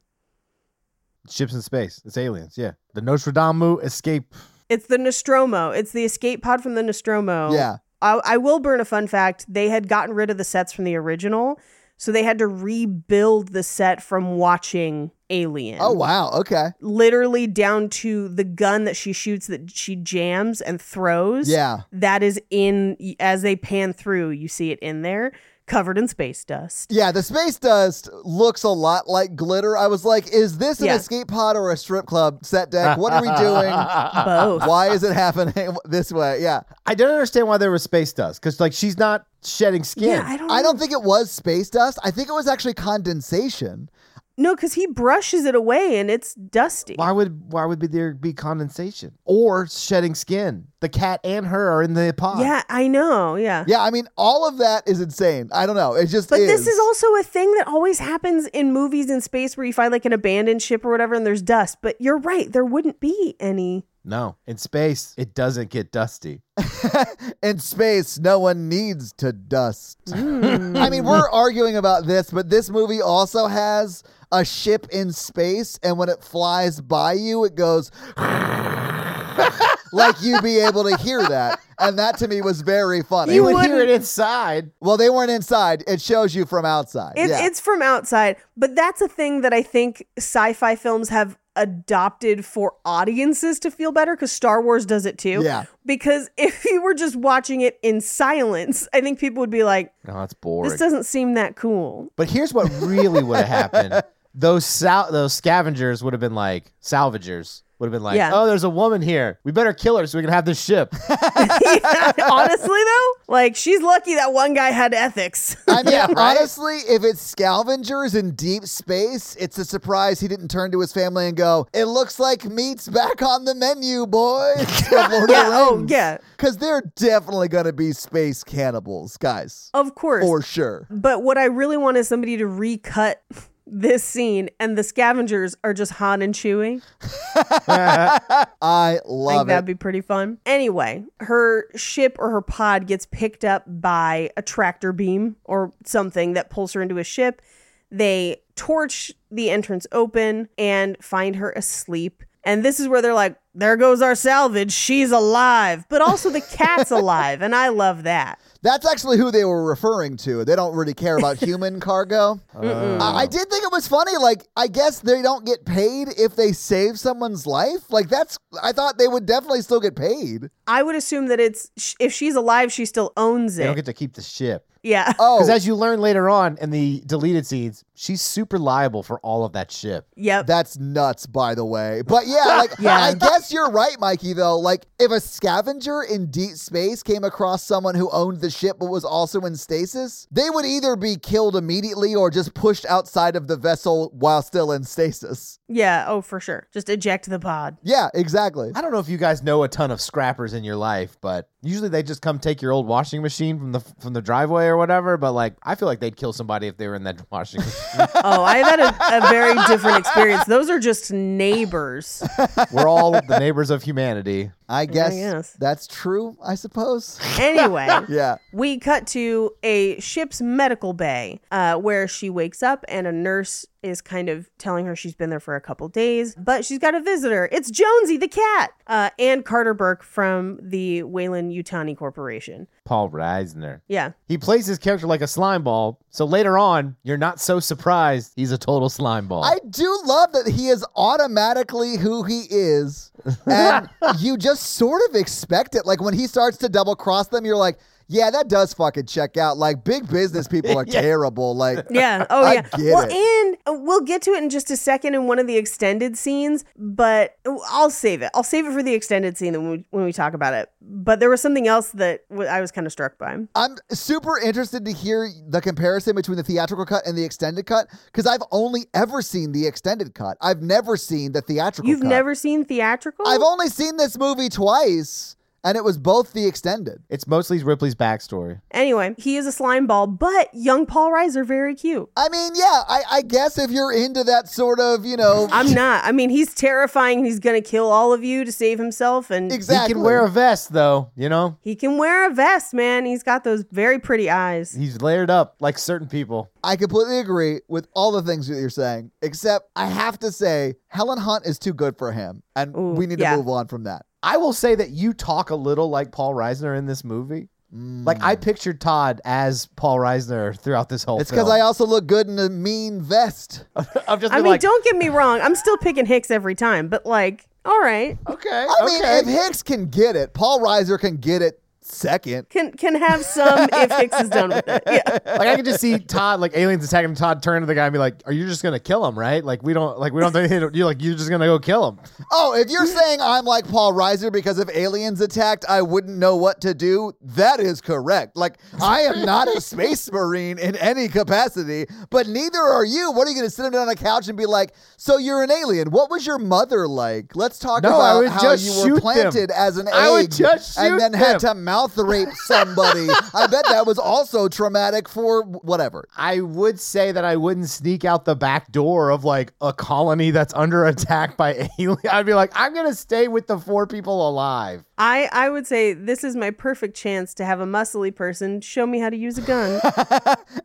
[SPEAKER 2] Ships in space. It's aliens. Yeah. The Nostradamus escape.
[SPEAKER 3] It's the Nostromo. It's the escape pod from the Nostromo.
[SPEAKER 1] Yeah.
[SPEAKER 3] I, I will burn a fun fact. They had gotten rid of the sets from the original, so they had to rebuild the set from watching Alien.
[SPEAKER 1] Oh wow. Okay.
[SPEAKER 3] Literally down to the gun that she shoots that she jams and throws.
[SPEAKER 1] Yeah.
[SPEAKER 3] That is in as they pan through, you see it in there, covered in space dust.
[SPEAKER 1] Yeah, the space dust looks a lot like glitter. I was like, is this an
[SPEAKER 3] Yeah.
[SPEAKER 1] escape pod or a strip club set deck? What are we doing?
[SPEAKER 3] Both.
[SPEAKER 1] Ah, Why is it happening this way? Yeah.
[SPEAKER 2] I don't understand why there was space dust because like she's not shedding skin.
[SPEAKER 3] Yeah, I don't.
[SPEAKER 1] I don't think it was space dust. I think it was actually condensation.
[SPEAKER 3] No, because he brushes it away and it's dusty.
[SPEAKER 2] why would why would be there be condensation or shedding skin? The cat and her are in the pod.
[SPEAKER 3] Yeah, I know. Yeah.
[SPEAKER 1] Yeah, I mean, all of that is insane. I don't know. It just
[SPEAKER 3] But
[SPEAKER 1] is.
[SPEAKER 3] this is also a thing that always happens in movies in space where you find like an abandoned ship or whatever and there's dust. But you're right, there wouldn't be any.
[SPEAKER 2] No, in space it doesn't get dusty.
[SPEAKER 1] in space, no one needs to dust.
[SPEAKER 3] Mm.
[SPEAKER 1] I mean, we're arguing about this, but this movie also has a ship in space, and when it flies by you, it goes like you be able to hear that. And that to me was very funny.
[SPEAKER 2] You would hear it inside.
[SPEAKER 1] well, they weren't inside. It shows you from outside.
[SPEAKER 3] It's,
[SPEAKER 1] yeah.
[SPEAKER 3] it's from outside. But that's a thing that I think sci fi films have adopted for audiences to feel better because Star Wars does it too.
[SPEAKER 1] Yeah.
[SPEAKER 3] Because if you were just watching it in silence, I think people would be like,
[SPEAKER 2] No, that's boring.
[SPEAKER 3] this doesn't seem that cool.
[SPEAKER 2] But here's what really would have happened. Those sal- those scavengers would have been like salvagers would have been like,
[SPEAKER 3] Yeah.
[SPEAKER 2] "Oh, there's a woman here. We better kill her so we can have this ship."
[SPEAKER 3] Honestly, though, like she's lucky that one guy had ethics.
[SPEAKER 1] I mean, honestly, if it's scavengers in deep space, it's a surprise he didn't turn to his family and go, "It looks like meat's back on the menu, boys." from Lord of the
[SPEAKER 3] yeah. Oh,
[SPEAKER 1] Rings.
[SPEAKER 3] yeah.
[SPEAKER 1] Because they're definitely going to be space cannibals, guys.
[SPEAKER 3] Of course.
[SPEAKER 1] For sure.
[SPEAKER 3] But what I really want is somebody to recut this scene, and the scavengers are just Han and Chewie.
[SPEAKER 1] I
[SPEAKER 3] I think
[SPEAKER 1] love
[SPEAKER 3] that'd
[SPEAKER 1] it.
[SPEAKER 3] be pretty fun. Anyway, her ship or her pod gets picked up by a tractor beam or something that pulls her into a ship. They torch the entrance open and find her asleep. And this is where they're like, there goes our salvage. She's alive. But also the cat's alive. And I love that.
[SPEAKER 1] That's actually who they were referring to. They don't really care about human cargo. I-, I did think it was funny. Like, I guess they don't get paid if they save someone's life. Like, that's, I thought they would definitely still get paid.
[SPEAKER 3] I would assume that it's, sh- if she's alive, she still owns
[SPEAKER 2] they don't get
[SPEAKER 3] it.
[SPEAKER 2] to keep the ship.
[SPEAKER 3] yeah.
[SPEAKER 1] Oh,
[SPEAKER 2] Because as you learn later on in the deleted scenes, she's super liable for all of that ship.
[SPEAKER 3] yep.
[SPEAKER 1] That's nuts, by the way. But yeah, like
[SPEAKER 3] Yeah.
[SPEAKER 1] I guess you're right, Mikey. Though, like if a scavenger in deep space came across someone who owned the ship but was also in stasis, they would either be killed immediately or just pushed outside of the vessel while still in stasis.
[SPEAKER 3] yeah. Oh, for sure. Just eject the pod.
[SPEAKER 1] Yeah, exactly.
[SPEAKER 2] I don't know if you guys know a ton of scrappers in your life, but usually they just come take your old washing machine from the from the driveway or whatever. But like, I feel like they'd kill somebody if they were in that washing machine.
[SPEAKER 3] Oh, I've had a, a very different experience. Those are just neighbors.
[SPEAKER 2] we're all the neighbors of humanity.
[SPEAKER 1] I guess
[SPEAKER 3] yes.
[SPEAKER 1] that's true. I suppose.
[SPEAKER 3] Anyway,
[SPEAKER 1] yeah.
[SPEAKER 3] we cut to a ship's medical bay uh, where she wakes up and a nurse is kind of telling her she's been there for a couple days, but she's got a visitor. It's Jonesy the cat uh, and Carter Burke from the Whalen Utani Corporation.
[SPEAKER 2] Paul Reisner.
[SPEAKER 3] Yeah.
[SPEAKER 2] He plays his character like a slime ball, so later on, you're not so surprised he's a total slime ball.
[SPEAKER 1] I do love that he is automatically who he is. And you just sort of expect it. Like when he starts to double cross them, you're like, yeah, that does fucking check out. Like big business people are
[SPEAKER 2] Yeah.
[SPEAKER 1] terrible. Like
[SPEAKER 3] Yeah. Oh,
[SPEAKER 1] I
[SPEAKER 3] yeah.
[SPEAKER 1] get
[SPEAKER 3] well,
[SPEAKER 1] it.
[SPEAKER 3] and uh, we'll get to it in just a second in one of the extended scenes, but I'll save it. I'll save it for the extended scene when we, when we talk about it. But there was something else that w- I was kind of struck by.
[SPEAKER 1] I'm super interested to hear the comparison between the theatrical cut and the extended cut because I've only ever seen the extended cut. I've never seen the theatrical
[SPEAKER 3] You've
[SPEAKER 1] cut.
[SPEAKER 3] never seen theatrical?
[SPEAKER 1] I've only seen this movie twice, and it was both the extended.
[SPEAKER 2] It's mostly Ripley's backstory.
[SPEAKER 3] anyway, he is a slime ball, but young Paul Reiser very cute.
[SPEAKER 1] I mean, yeah, I, I guess if you're into that sort of, you know,
[SPEAKER 3] I'm not. I mean, he's terrifying. and He's gonna kill all of you to save himself, and
[SPEAKER 1] exactly.
[SPEAKER 2] He can wear a vest though, you know?
[SPEAKER 3] he can wear a vest, man. He's got those very pretty eyes.
[SPEAKER 2] He's layered up like certain people.
[SPEAKER 1] I completely agree with all the things that you're saying, except I have to say Helen Hunt is too good for him, and
[SPEAKER 3] Ooh,
[SPEAKER 1] we need
[SPEAKER 3] yeah.
[SPEAKER 1] to move on from that.
[SPEAKER 2] I will say that you talk a little like Paul Reisner in this movie. Like I pictured Todd as Paul Reisner throughout this whole
[SPEAKER 1] It's
[SPEAKER 2] film.
[SPEAKER 1] because I also look good in a mean vest.
[SPEAKER 2] I'm just
[SPEAKER 3] I
[SPEAKER 2] been
[SPEAKER 3] mean,
[SPEAKER 2] like,
[SPEAKER 3] don't get me wrong. I'm still picking Hicks every time, but like, all right.
[SPEAKER 2] okay,
[SPEAKER 1] I mean,
[SPEAKER 2] okay.
[SPEAKER 1] if Hicks can get it, Paul Reiser can get it second.
[SPEAKER 3] can can have some if Hicks is done with it. Yeah.
[SPEAKER 2] like I could just see Todd, like aliens attacking him. Todd turn to the guy and be like, "Are you just gonna kill him? Right? Like we don't, like we don't. think You like you're just gonna go kill him."
[SPEAKER 1] Oh, if you're saying I'm like Paul Reiser because if aliens attacked, I wouldn't know what to do, that is correct. Like, I am not a space marine in any capacity, but neither are you. What are you going to sit him down on a couch and be like, So you're an alien. What was your mother like? Let's talk
[SPEAKER 2] No, I
[SPEAKER 1] about
[SPEAKER 2] would
[SPEAKER 1] how
[SPEAKER 2] just
[SPEAKER 1] you were
[SPEAKER 2] shoot
[SPEAKER 1] planted
[SPEAKER 2] them.
[SPEAKER 1] as an egg
[SPEAKER 2] I would just
[SPEAKER 1] and
[SPEAKER 2] shoot
[SPEAKER 1] then had
[SPEAKER 2] them.
[SPEAKER 1] to mouth rape somebody. I bet that was also traumatic for whatever.
[SPEAKER 2] I would say that I wouldn't sneak out the back door of like a colony that's under attack by alien. I'd be like, I'm gonna stay with the four people alive.
[SPEAKER 3] I, I would say this is my perfect chance to have a muscly person show me how to use a gun.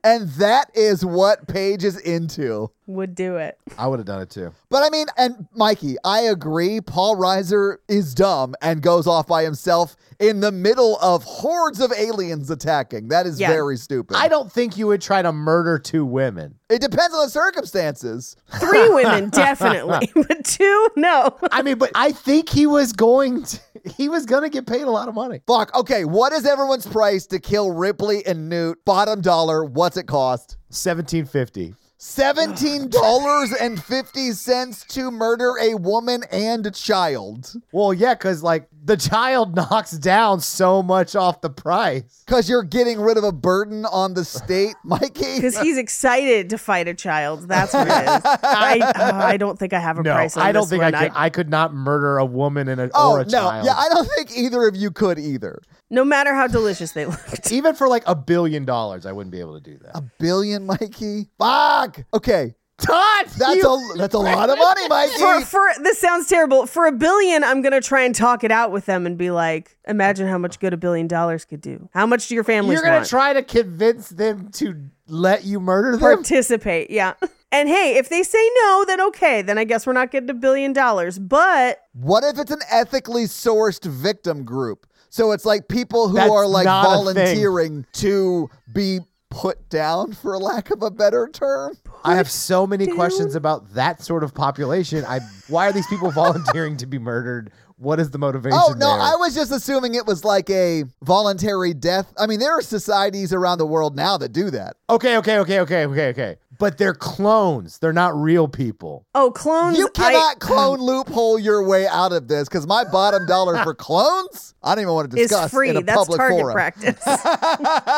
[SPEAKER 1] And that is what Paige is into.
[SPEAKER 3] Would do it.
[SPEAKER 2] I would have done it too.
[SPEAKER 1] But I mean, and Mikey, I agree. Paul Reiser is dumb and goes off by himself in the middle of hordes of aliens attacking. That is
[SPEAKER 3] Yeah.
[SPEAKER 1] very stupid.
[SPEAKER 2] I don't think you would try to murder two women.
[SPEAKER 1] It depends on the circumstances.
[SPEAKER 3] Three women definitely, but two no.
[SPEAKER 2] I mean, but I think he was going. To, he was gonna get paid a lot of money.
[SPEAKER 1] Fuck. Okay, what is everyone's price to kill Ripley and Newt? Bottom dollar. What's it cost?
[SPEAKER 2] Seventeen fifty.
[SPEAKER 1] Seventeen dollars and fifty cents to murder a woman and a child.
[SPEAKER 2] Well, yeah, because like the child knocks down so much off the price.
[SPEAKER 1] Cause you're getting rid of a burden on the state, Mikey.
[SPEAKER 3] Because he's excited to fight a child. That's what it is. I, oh, I don't think I have a
[SPEAKER 2] No,
[SPEAKER 3] price on
[SPEAKER 2] I don't
[SPEAKER 3] this
[SPEAKER 2] think I
[SPEAKER 3] one.
[SPEAKER 2] could. I could not murder a woman and a,
[SPEAKER 1] Oh
[SPEAKER 2] or a
[SPEAKER 1] no!
[SPEAKER 2] child.
[SPEAKER 1] Yeah, I don't think either of you could either.
[SPEAKER 3] no matter how delicious they looked.
[SPEAKER 2] Even for like a billion dollars, I wouldn't be able to do that.
[SPEAKER 1] A billion, Mikey. Fuck. Okay,
[SPEAKER 2] Todd,
[SPEAKER 1] that's
[SPEAKER 2] you-
[SPEAKER 1] a that's a lot of money, Mikey.
[SPEAKER 3] For, for this sounds terrible. For a billion, I'm gonna try and talk it out with them and be like, imagine how much good a billion dollars could do. How much do your families
[SPEAKER 2] you're gonna
[SPEAKER 3] want?
[SPEAKER 2] try to convince them to let you murder them.
[SPEAKER 3] participate. Yeah. And hey, if they say no, then okay. Then I guess we're not getting a billion dollars. But
[SPEAKER 1] what if it's an ethically sourced victim group? So it's like people who
[SPEAKER 2] That's
[SPEAKER 1] are like
[SPEAKER 2] not a
[SPEAKER 1] volunteering to be put down, for lack of a better term.
[SPEAKER 2] I have so many questions about that sort of population. I why are these people volunteering to be murdered? What is the motivation?
[SPEAKER 1] Oh no,
[SPEAKER 2] there?
[SPEAKER 1] I was just assuming it was like a voluntary death. I mean, there are societies around the world now that do that.
[SPEAKER 2] okay, okay, okay, okay, okay, okay. But they're clones. They're not real people.
[SPEAKER 3] oh, clones!
[SPEAKER 1] You
[SPEAKER 3] I-
[SPEAKER 1] cannot clone loophole your way out of this because my bottom dollar for clones, I don't even want to
[SPEAKER 3] is
[SPEAKER 1] discuss
[SPEAKER 3] free.
[SPEAKER 1] in a
[SPEAKER 3] That's
[SPEAKER 1] public
[SPEAKER 3] target
[SPEAKER 1] forum.
[SPEAKER 3] practice.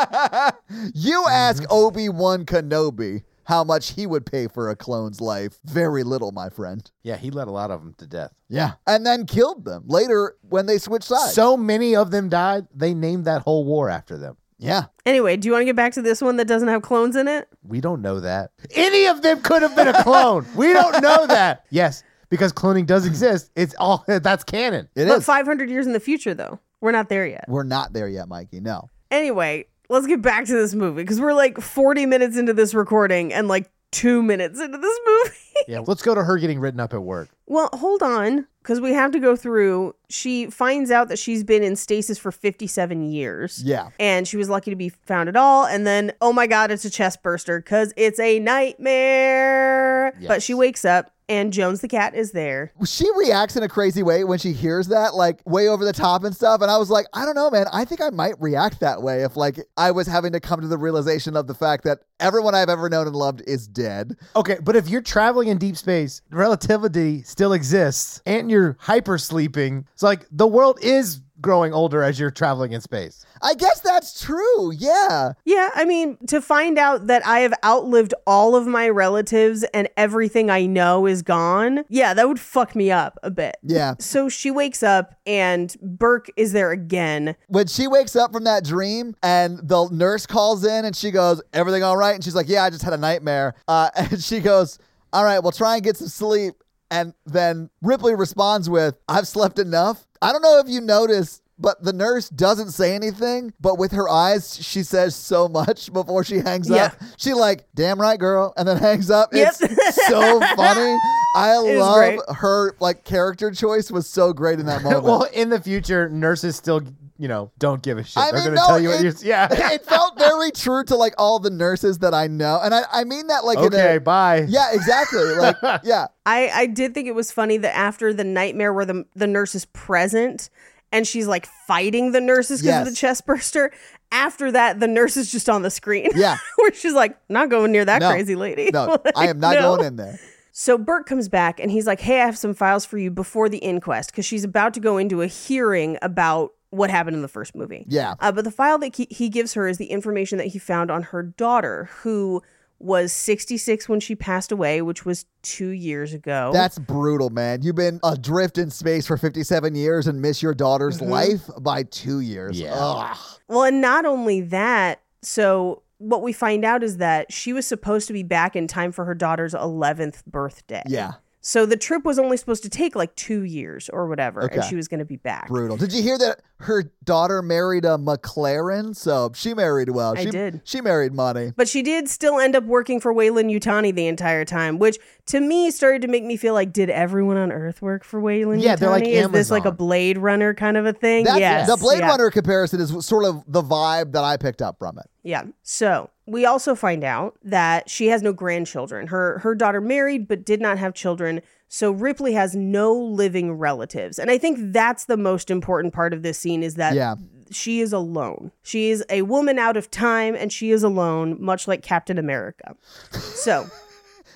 [SPEAKER 1] you ask Obi Wan Kenobi how much he would pay for a clone's life. Very little, my friend.
[SPEAKER 2] Yeah, he let a lot of them to death.
[SPEAKER 1] Yeah, and then killed them later when they switched sides.
[SPEAKER 2] So many of them died. They named that whole war after them.
[SPEAKER 1] yeah,
[SPEAKER 3] anyway, do you want to get back to this one that doesn't have clones in it?
[SPEAKER 2] We don't know that. Any of them could have been a clone. we don't know that. Yes, because cloning does exist. It's all that's canon.
[SPEAKER 1] it
[SPEAKER 3] but
[SPEAKER 1] is.
[SPEAKER 3] 500 years in the future, though, we're not there yet.
[SPEAKER 1] We're not there yet, Mikey. No.
[SPEAKER 3] Anyway, let's get back to this movie because we're like 40 minutes into this recording and like two minutes into this movie.
[SPEAKER 2] Yeah, let's go to her getting written up at work.
[SPEAKER 3] Well, hold on, because we have to go through. She finds out that she's been in stasis for 57 years.
[SPEAKER 1] Yeah.
[SPEAKER 3] And she was lucky to be found at all. And then, oh my God, it's a chest burster because it's a nightmare. But she wakes up and Jones the cat is there.
[SPEAKER 1] She reacts in a crazy way when she hears that, like way over the top and stuff. And I was like, I don't know, man. I think I might react that way if, like, I was having to come to the realization of the fact that everyone I've ever known and loved is dead.
[SPEAKER 2] Okay, but if you're traveling in deep space, relativity still exists, and you're hyper sleeping. It's like the world is growing older as you're traveling in space.
[SPEAKER 1] I guess that's true. Yeah.
[SPEAKER 3] Yeah, I mean, to find out that I have outlived all of my relatives and everything I know is gone, yeah, that would fuck me up a bit.
[SPEAKER 1] Yeah.
[SPEAKER 3] So she wakes up and Burke is there again.
[SPEAKER 1] When she wakes up from that dream and the nurse calls in and she goes, Everything all right? And she's like, Yeah, I just had a nightmare. Uh, and she goes, All right, well, try and get some sleep. And then Ripley responds with, I've slept enough. I don't know if you noticed, but the nurse doesn't say anything, but with her eyes, she says so much before she hangs
[SPEAKER 3] Yeah.
[SPEAKER 1] up. She like, damn right, girl, and then hangs up.
[SPEAKER 3] Yep.
[SPEAKER 1] It's so funny. I
[SPEAKER 3] was
[SPEAKER 1] love
[SPEAKER 3] great.
[SPEAKER 1] her like character choice was so great in that moment.
[SPEAKER 2] well, in the future, nurses still, you know, don't give a shit. They're going to
[SPEAKER 1] no,
[SPEAKER 2] tell you what
[SPEAKER 1] it-
[SPEAKER 2] you're. Yeah.
[SPEAKER 1] it felt very true to like all the nurses that I know, and I, I mean that like
[SPEAKER 2] okay.
[SPEAKER 1] in a,
[SPEAKER 2] Bye.
[SPEAKER 1] yeah, exactly, like yeah,
[SPEAKER 3] I, I did think it was funny that after the nightmare where the, the nurse is present and she's like fighting the nurses because of the
[SPEAKER 1] Yes.
[SPEAKER 3] chest burster, after that, the nurse is just on the screen.
[SPEAKER 1] Yeah.
[SPEAKER 3] where she's like, not going near that
[SPEAKER 1] No.
[SPEAKER 3] crazy lady.
[SPEAKER 1] no, I am not going in there.
[SPEAKER 3] So Bert comes back and he's like, "Hey, I have some files for you before the inquest because she's about to go into a hearing about what happened in the first movie."
[SPEAKER 1] Yeah.
[SPEAKER 3] Uh, but the file that he, he gives her is the information that he found on her daughter, who was 66 when she passed away, which was two years ago.
[SPEAKER 1] That's brutal, man. You've been adrift in space for 57 years and miss your daughter's life by two years.
[SPEAKER 2] Mm-hmm. Yeah.
[SPEAKER 1] Ugh.
[SPEAKER 3] Well, and not only that, so what we find out is that she was supposed to be back in time for her daughter's 11th birthday.
[SPEAKER 1] Yeah.
[SPEAKER 3] So the trip was only supposed to take like two years or whatever, and
[SPEAKER 1] Okay.
[SPEAKER 3] she was going to be back.
[SPEAKER 1] Brutal. Did you hear that her daughter married a McLaren? So she married well.
[SPEAKER 3] I
[SPEAKER 1] She,
[SPEAKER 3] did.
[SPEAKER 1] She married money.
[SPEAKER 3] But she did still end up working for Waylon Utani the entire time, which to me started to make me feel like, did everyone on Earth work for Waylon
[SPEAKER 2] Yeah,
[SPEAKER 3] Yutani?
[SPEAKER 2] they're like
[SPEAKER 3] Is this like a
[SPEAKER 2] Amazon.
[SPEAKER 3] Blade Runner kind of a thing?
[SPEAKER 1] That's
[SPEAKER 3] yes.
[SPEAKER 1] the Blade
[SPEAKER 3] yeah.
[SPEAKER 1] Runner comparison is sort of the vibe that I picked up from it.
[SPEAKER 3] Yeah. So we also find out that she has no grandchildren. Her her daughter married but did not have children. So Ripley has no living relatives. And I think that's the most important part of this scene is that
[SPEAKER 1] Yeah.
[SPEAKER 3] she is alone. She is a woman out of time and she is alone, much like Captain America. So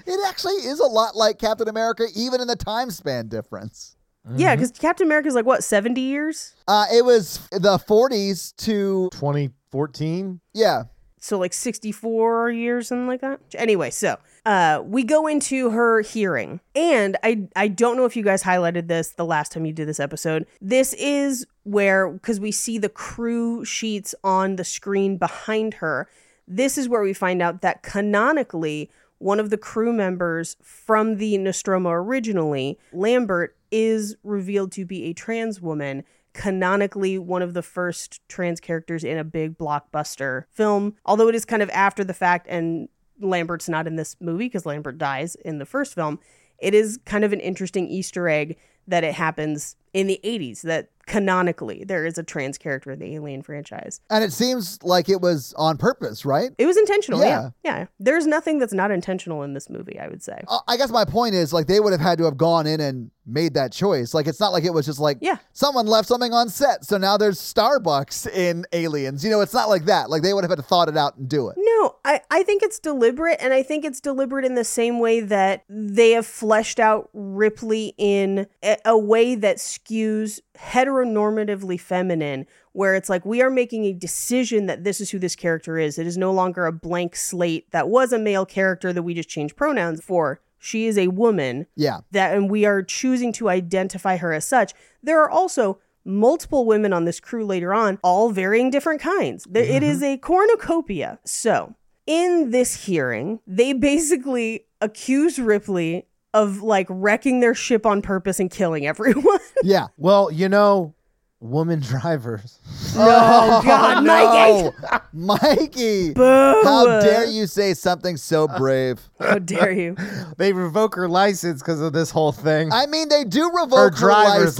[SPEAKER 1] It actually is a lot like Captain America, even in the time span difference.
[SPEAKER 2] Mm-hmm.
[SPEAKER 3] Yeah, because Captain America's like what seventy years,
[SPEAKER 1] Uh, it was the 40s to,
[SPEAKER 2] 2014.
[SPEAKER 1] yeah,
[SPEAKER 3] so like sixty four years, something like that. Anyway, so uh, we go into her hearing, and I I don't know if you guys highlighted this the last time you did this episode. This is where because we see the crew sheets on the screen behind her. This is where we find out that canonically one of the crew members from the Nostromo originally, Lambert, is revealed to be a trans woman, canonically one of the first trans characters in a big blockbuster film, although it is kind of after the fact and Lambert's not in this movie because Lambert dies in the first film. It is kind of an interesting Easter egg that it happens in the 80s that canonically there is a trans character in the Alien franchise.
[SPEAKER 1] and it seems like it was on purpose, right?
[SPEAKER 3] It was intentional.
[SPEAKER 1] Yeah.
[SPEAKER 3] Yeah. yeah. There's nothing that's not intentional in this movie, I would say.
[SPEAKER 1] Uh, I guess my point is like they would have had to have gone in and made that choice. Like it's not like it was just like
[SPEAKER 3] Yeah.
[SPEAKER 1] someone left something on set, so now there's Starbucks in Aliens. You know, it's not like that. Like they would have had to thought it out and do it.
[SPEAKER 3] No, I, I think it's deliberate, and I think it's deliberate in the same way that they have fleshed out Ripley in a, a way that skews heteronormatively feminine, where it's like we are making a decision that this is who this character is. It is no longer a blank slate that was a male character that we just changed pronouns for. She is a woman
[SPEAKER 1] Yeah.
[SPEAKER 3] that and we are choosing to identify her as such. There are also multiple women on this crew later on, all varying different kinds. There, it is a cornucopia. So, in this hearing, they basically accuse Ripley of like wrecking their ship on purpose and killing everyone.
[SPEAKER 1] Yeah.
[SPEAKER 2] Well, you know, woman drivers.
[SPEAKER 3] Oh, God, Mikey!
[SPEAKER 1] Mikey! Oh, Mikey!
[SPEAKER 3] Boo!
[SPEAKER 1] How dare you say something so brave?
[SPEAKER 3] How dare you?
[SPEAKER 2] They revoke her license because of this whole thing.
[SPEAKER 1] I mean, they do revoke
[SPEAKER 2] Her driver's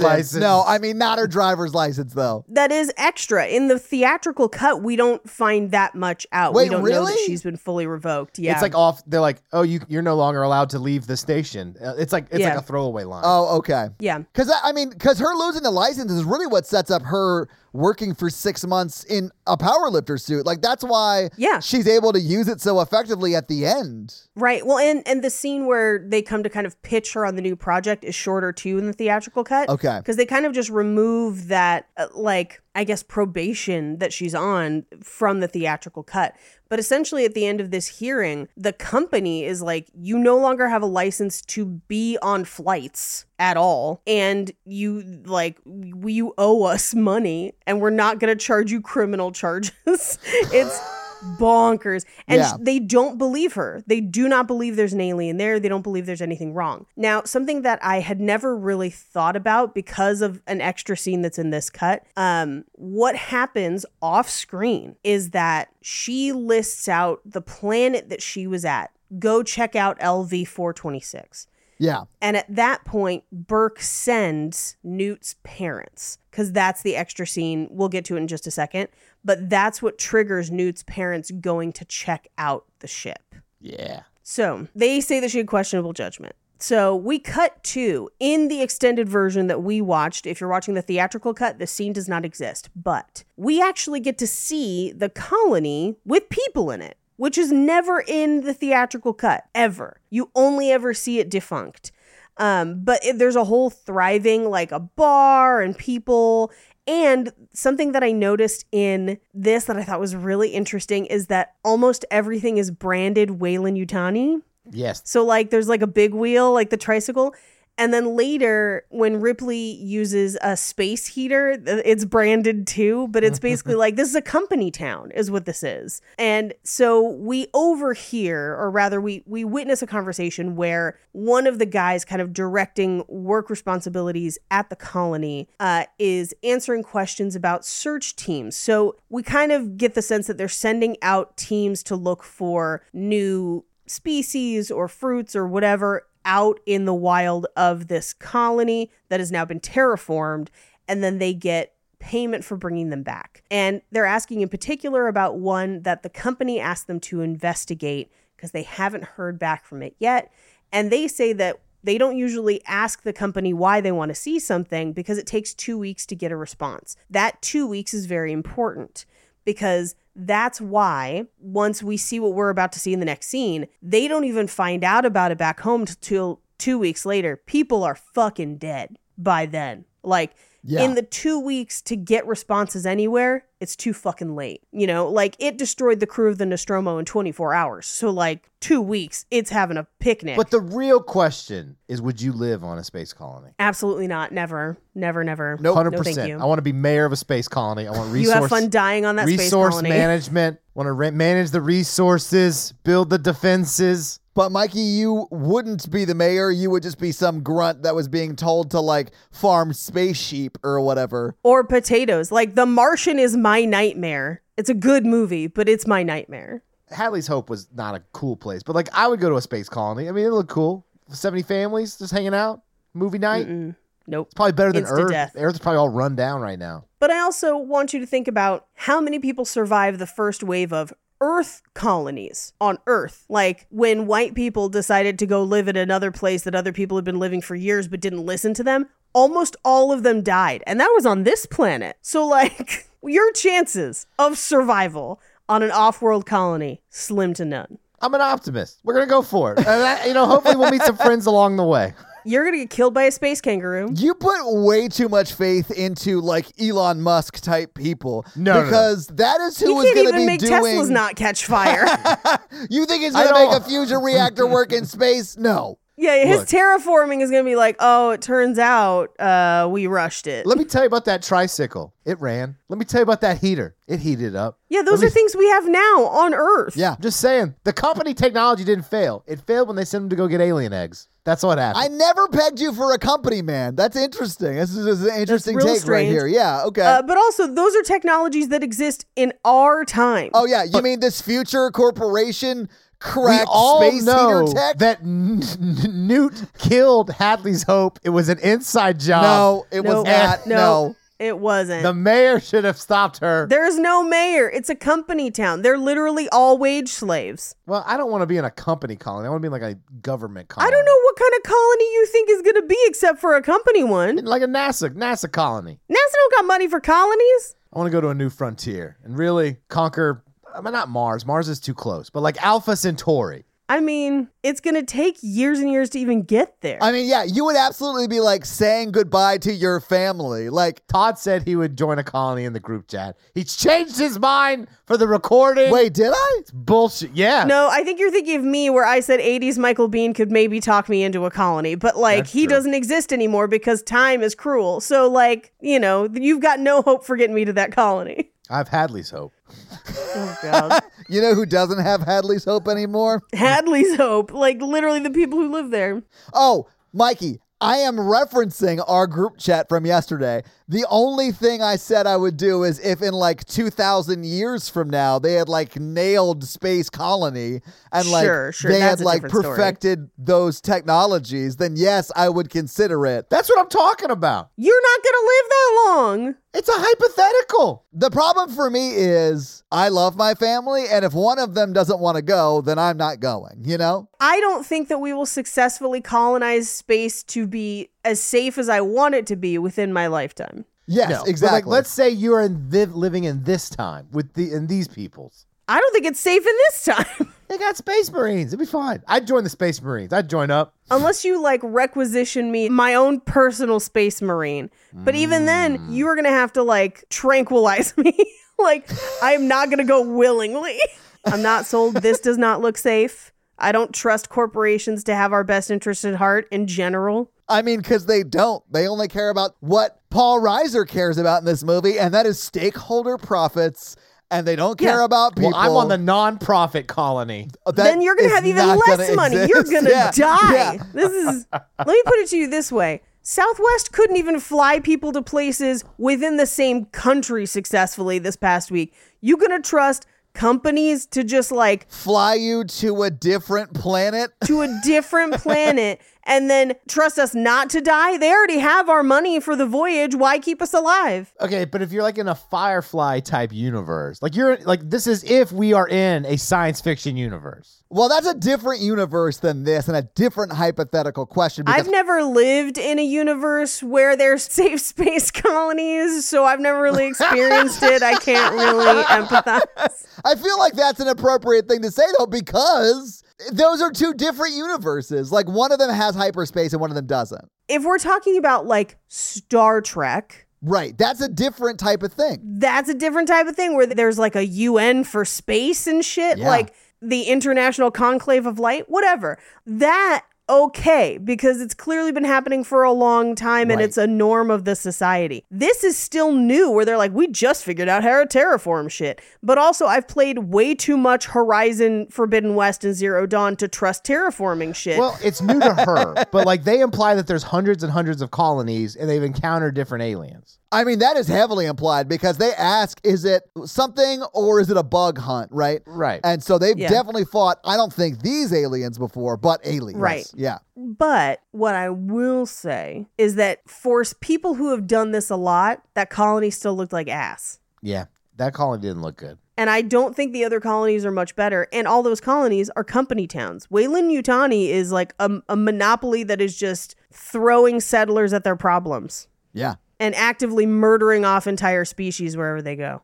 [SPEAKER 1] license.
[SPEAKER 2] license.
[SPEAKER 1] No, I mean not her driver's license though.
[SPEAKER 3] That is extra. In the theatrical cut, we don't find that much out.
[SPEAKER 1] Wait,
[SPEAKER 3] we don't know that
[SPEAKER 1] really?
[SPEAKER 3] she's been fully revoked. Yeah.
[SPEAKER 2] It's like off. They're like, oh, you you're no longer allowed to leave the station. Uh, It's like it's
[SPEAKER 3] Yeah.
[SPEAKER 2] like a throwaway line.
[SPEAKER 1] Oh, okay.
[SPEAKER 3] yeah.
[SPEAKER 1] Because I mean, because her losing the license is really what sets up her working for six months in a powerlifter suit. Like that's why
[SPEAKER 3] Yeah.
[SPEAKER 1] she's able to use it so effectively at the end.
[SPEAKER 3] Right. Well, and and the scene where they come to kind of pitch her on the new project is shorter too in the theatrical cut.
[SPEAKER 1] Okay.
[SPEAKER 3] Because they kind of just remove that, uh, like I guess probation that she's on from the theatrical cut. But essentially, at the end of this hearing, the company is like, you no longer have a license to be on flights at all, and you like w- you owe us money, and we're not going to charge you criminal charges. it's bonkers, and
[SPEAKER 1] Yeah.
[SPEAKER 3] sh- they don't believe her. They do not believe there's an alien there. They don't believe there's anything wrong. Now, something that I had never really thought about because of an extra scene that's in this cut, um, what happens off screen is that she lists out the planet that she was at. Go check out LV 426.
[SPEAKER 1] Yeah.
[SPEAKER 3] And at that point, Burke sends Newt's parents because that's the extra scene. We'll get to it in just a second. But that's what triggers Newt's parents going to check out the ship.
[SPEAKER 2] yeah.
[SPEAKER 3] So they say that she had questionable judgment. So we cut to in the extended version that we watched. If you're watching the theatrical cut, the scene does not exist, but we actually get to see the colony with people in it, which is never in the theatrical cut ever. You only ever see it defunct. Um, but it, there's a whole thriving, like a bar and people. And something that I noticed in this that I thought was really interesting is that almost everything is branded Wayland Utani.
[SPEAKER 2] Yes.
[SPEAKER 3] So, like, there's like a big wheel, like the tricycle. And then later, when Ripley uses a space heater, th- it's branded too, but it's basically like this is a company town, is what this is. And so we overhear, or rather, we we witness a conversation where one of the guys kind of directing work responsibilities at the colony uh, is answering questions about search teams. So we kind of get the sense that they're sending out teams to look for new species or fruits or whatever out in the wild of this colony that has now been terraformed and then they get payment for bringing them back and they're asking in particular about one that the company asked them to investigate because they haven't heard back from it yet and they say that they don't usually ask the company why they want to see something because it takes two weeks to get a response. That two weeks is very important because that's why once we see what we're about to see in the next scene, they don't even find out about it back home till two weeks later. People are fucking dead by then. Like
[SPEAKER 1] Yeah.
[SPEAKER 3] in the two weeks to get responses anywhere, it's too fucking late. You know, like it destroyed the crew of the Nostromo in 24 hours. So like two weeks, it's having a picnic.
[SPEAKER 2] But the real question is, would you live on a space colony?
[SPEAKER 3] Absolutely not. Never. Never, never.
[SPEAKER 1] Nope.
[SPEAKER 2] Hundred
[SPEAKER 3] No, thank
[SPEAKER 2] percent.
[SPEAKER 3] you.
[SPEAKER 2] I want to be mayor of a space colony. I want resource.
[SPEAKER 3] you have fun dying on that space
[SPEAKER 2] resource
[SPEAKER 3] colony.
[SPEAKER 2] management. Want to re- manage the resources, build the defenses.
[SPEAKER 1] But Mikey, you wouldn't be the mayor. You would just be some grunt that was being told to like farm space sheep or whatever.
[SPEAKER 3] Or potatoes. Like The Martian is my nightmare. It's a good movie, but it's my nightmare.
[SPEAKER 2] Hadley's Hope was not a cool place, but like I would go to a space colony. I mean, it looked cool. Seventy families just hanging out, movie night.
[SPEAKER 3] Mm-mm. Nope.
[SPEAKER 2] It's probably better than
[SPEAKER 3] Insta
[SPEAKER 2] Earth.
[SPEAKER 3] death.
[SPEAKER 2] Earth's probably all run down right now.
[SPEAKER 3] But I also want you to think about how many people survive the first wave of Earth colonies on Earth. Like when white people decided to go live in another place that other people had been living for years but didn't listen to them, almost all of them died. And that was on this planet. So, like, your chances of survival on an off world colony, slim to none.
[SPEAKER 2] I'm an optimist. We're gonna go for it. And I- you know, hopefully we'll meet some friends along the way.
[SPEAKER 3] You're going to get killed by a space kangaroo.
[SPEAKER 1] You put way too much faith into like Elon Musk type people.
[SPEAKER 2] No, no, no.
[SPEAKER 1] because that is who
[SPEAKER 3] You
[SPEAKER 1] is
[SPEAKER 3] can't
[SPEAKER 1] going to
[SPEAKER 3] even
[SPEAKER 1] be
[SPEAKER 3] make
[SPEAKER 1] doing.
[SPEAKER 3] Teslas not catch fire.
[SPEAKER 1] You think it's
[SPEAKER 2] I
[SPEAKER 1] going to
[SPEAKER 2] don't-
[SPEAKER 1] make a fusion reactor work in space? No.
[SPEAKER 3] yeah, his
[SPEAKER 2] Look.
[SPEAKER 3] terraforming is going to be like, oh, it turns out uh, we rushed it.
[SPEAKER 2] Let me tell you about that tricycle. It ran. Let me tell you about that heater. It heated up.
[SPEAKER 3] Yeah, those
[SPEAKER 2] me-
[SPEAKER 3] are things we have now on Earth.
[SPEAKER 1] Yeah.
[SPEAKER 2] I'm just saying, the company technology didn't fail. It failed when they sent them to go get alien eggs. That's what happened.
[SPEAKER 1] I never pegged you for a company man. That's interesting. This is, this is an interesting
[SPEAKER 3] real
[SPEAKER 1] take right
[SPEAKER 3] strange.
[SPEAKER 1] here. Yeah. Okay.
[SPEAKER 3] Uh, but also, those are technologies that exist in our time.
[SPEAKER 1] oh yeah. You mean this future corporation
[SPEAKER 2] we
[SPEAKER 1] cracked
[SPEAKER 2] all
[SPEAKER 1] space
[SPEAKER 2] know
[SPEAKER 1] heater tech?
[SPEAKER 2] that N- N- Newt killed Hadley's hope. It was an inside job.
[SPEAKER 1] no, it
[SPEAKER 3] No,
[SPEAKER 1] was not. No.
[SPEAKER 3] it wasn't.
[SPEAKER 2] the mayor should have stopped her.
[SPEAKER 3] There's no mayor. It's a company town. They're literally all wage slaves.
[SPEAKER 2] well, I don't want to be in a company colony. I want to be in like a government colony.
[SPEAKER 3] I don't know what kind of colony you think is going to be except for a company one. NASA
[SPEAKER 2] Like a NASA NASA colony.
[SPEAKER 3] don't got money for colonies.
[SPEAKER 2] I want to go to a new frontier and really conquer. I mean, not Mars. Mars is too close, but like Alpha Centauri.
[SPEAKER 3] I mean, it's going to take years and years to even get there.
[SPEAKER 1] I mean, yeah, you would absolutely be like saying goodbye to your family. Like,
[SPEAKER 2] Todd said he would join a colony in the group chat. He's changed his mind for the recording.
[SPEAKER 1] wait, did I?
[SPEAKER 2] bullshit. Yeah.
[SPEAKER 3] no, I think you're thinking of me where I said 80s Michael Bean could maybe talk me into a colony, but like
[SPEAKER 2] That's
[SPEAKER 3] he
[SPEAKER 2] true.
[SPEAKER 3] doesn't exist anymore because time is cruel. So, like, you know, you've got no hope for getting me to that colony.
[SPEAKER 2] I have Hadley's hope.
[SPEAKER 3] Oh, God.
[SPEAKER 1] You know who doesn't have Hadley's hope anymore?
[SPEAKER 3] Hadley's Hope, like literally the people who live there.
[SPEAKER 1] Oh, Mikey, I am referencing our group chat from yesterday. The only thing I said I would do is if in like 2,000 years from now they had like nailed space colony and like
[SPEAKER 3] Sure, sure,
[SPEAKER 1] they
[SPEAKER 3] that's
[SPEAKER 1] had
[SPEAKER 3] a
[SPEAKER 1] like
[SPEAKER 3] different story.
[SPEAKER 1] perfected those technologies, then yes, I would consider it.
[SPEAKER 2] That's what I'm talking about.
[SPEAKER 3] You're not going to live that long.
[SPEAKER 2] It's a hypothetical.
[SPEAKER 1] The problem for me is I love my family, and if one of them doesn't want to go, then I'm not going, you know?
[SPEAKER 3] I don't think that we will successfully colonize space to be as safe as I want it to be within my lifetime.
[SPEAKER 1] Yes,
[SPEAKER 2] No, but, like,
[SPEAKER 1] exactly.
[SPEAKER 2] let's say you're in thi- living in this time with the in these peoples.
[SPEAKER 3] I don't think it's safe in this time.
[SPEAKER 2] They got space marines. It'd be fine. I'd join the space marines. I'd join up.
[SPEAKER 3] Unless you like requisition me my own personal space marine. But even then, you are going to have to like tranquilize me. like, I am not going to go willingly. I'm not sold. This does not look safe. I don't trust corporations to have our best interest at heart in general.
[SPEAKER 1] I mean, because they don't. They only care about what Paul Reiser cares about in this movie, and that is stakeholder profits, and they don't care
[SPEAKER 3] Yeah.
[SPEAKER 1] about people.
[SPEAKER 2] Well, I'm on the non-profit colony.
[SPEAKER 1] That
[SPEAKER 3] then you're going
[SPEAKER 1] is
[SPEAKER 3] to have even
[SPEAKER 1] not
[SPEAKER 3] less
[SPEAKER 1] gonna
[SPEAKER 3] money. You're
[SPEAKER 1] exist.
[SPEAKER 3] going to
[SPEAKER 1] Yeah.
[SPEAKER 3] die.
[SPEAKER 1] Yeah.
[SPEAKER 3] This is, let me put it to you this way Southwest couldn't even fly people to places within the same country successfully this past week. You going to trust companies to just like
[SPEAKER 1] Fly you to a different planet.
[SPEAKER 3] to a different planet and then trust us not to die? They already have our money for the voyage. Why keep us alive?
[SPEAKER 2] Okay, but if you're like in a Firefly type universe, like you're like this is if we are in a science fiction universe.
[SPEAKER 1] Well, that's a different universe than this, and a different hypothetical question. Because
[SPEAKER 3] I've never lived in a universe where there's safe space colonies, so I've never really experienced it. I can't really empathize.
[SPEAKER 1] I feel like that's an appropriate thing to say though, because those are two different universes. Like one of them has hyperspace and one of them doesn't.
[SPEAKER 3] if we're talking about like Star Trek,
[SPEAKER 1] Right. That's a different type of thing.
[SPEAKER 3] that's a different type of thing where there's like a UN for space and shit,
[SPEAKER 2] Yeah.
[SPEAKER 3] like the International Conclave of Light, whatever. That okay because it's clearly been happening for a long time and
[SPEAKER 2] Right.
[SPEAKER 3] it's a norm of the society. This is still new where they're like we just figured out how to terraform shit. But also I've played way too much Horizon Forbidden West and Zero Dawn to trust terraforming shit.
[SPEAKER 2] Well, it's new to her, but like they imply that there's hundreds and hundreds of colonies and they've encountered different aliens.
[SPEAKER 1] I mean, that is heavily implied because they ask, is it something or is it a bug hunt? Right.
[SPEAKER 2] Right.
[SPEAKER 1] And so they've
[SPEAKER 3] Yeah.
[SPEAKER 1] definitely fought, I don't think these aliens before, but aliens.
[SPEAKER 3] Right.
[SPEAKER 1] Yeah.
[SPEAKER 3] But what I will say is that for s- people who have done this a lot, that colony still looked like ass.
[SPEAKER 2] Yeah, that colony didn't look good.
[SPEAKER 3] And I don't think the other colonies are much better. And all those colonies are company towns. Wayland Yutani is like a, a monopoly that is just throwing settlers at their problems
[SPEAKER 1] Yeah.
[SPEAKER 3] and actively murdering off entire species wherever they go.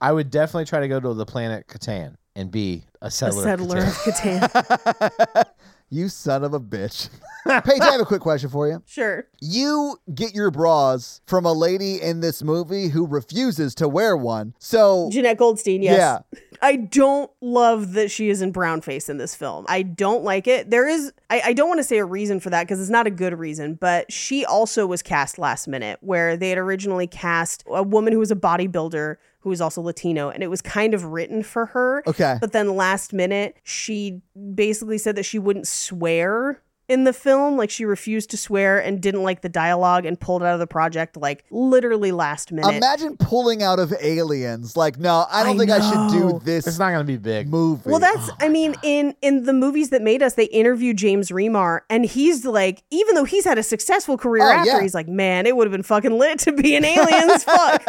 [SPEAKER 2] I would definitely try to go to the planet Catan and be a
[SPEAKER 3] A
[SPEAKER 2] settler. of
[SPEAKER 3] settler of
[SPEAKER 2] Catan.
[SPEAKER 3] Catan.
[SPEAKER 1] You son of a bitch. Paige, I have a quick question for you.
[SPEAKER 3] sure.
[SPEAKER 1] You get your bras from a lady in this movie who refuses to wear one. So
[SPEAKER 3] Jeanette Goldstein, yes.
[SPEAKER 1] Yeah.
[SPEAKER 3] I don't love that she is in brown face in this film. I don't like it. There is, I, I don't want to say a reason for that because it's not a good reason, but she also was cast last minute where they had originally cast a woman who was a bodybuilder who was also Latino and it was kind of written for her.
[SPEAKER 1] Okay.
[SPEAKER 3] But then last minute, she basically said that she wouldn't swear in the film. Like she refused to swear and didn't like the dialogue and pulled out of the project like literally last minute.
[SPEAKER 1] Imagine pulling out of aliens. Like, no, I don't
[SPEAKER 3] I
[SPEAKER 1] think I should do
[SPEAKER 3] know.
[SPEAKER 1] this
[SPEAKER 2] It's not going to be big.
[SPEAKER 1] movie.
[SPEAKER 3] Well, that's I mean, in in the movies that made us, they interview James Remar, and he's like, even though he's had a successful career
[SPEAKER 1] Oh,
[SPEAKER 3] after,
[SPEAKER 1] yeah.
[SPEAKER 3] he's like, man, it would have been fucking lit to be an alien's fuck.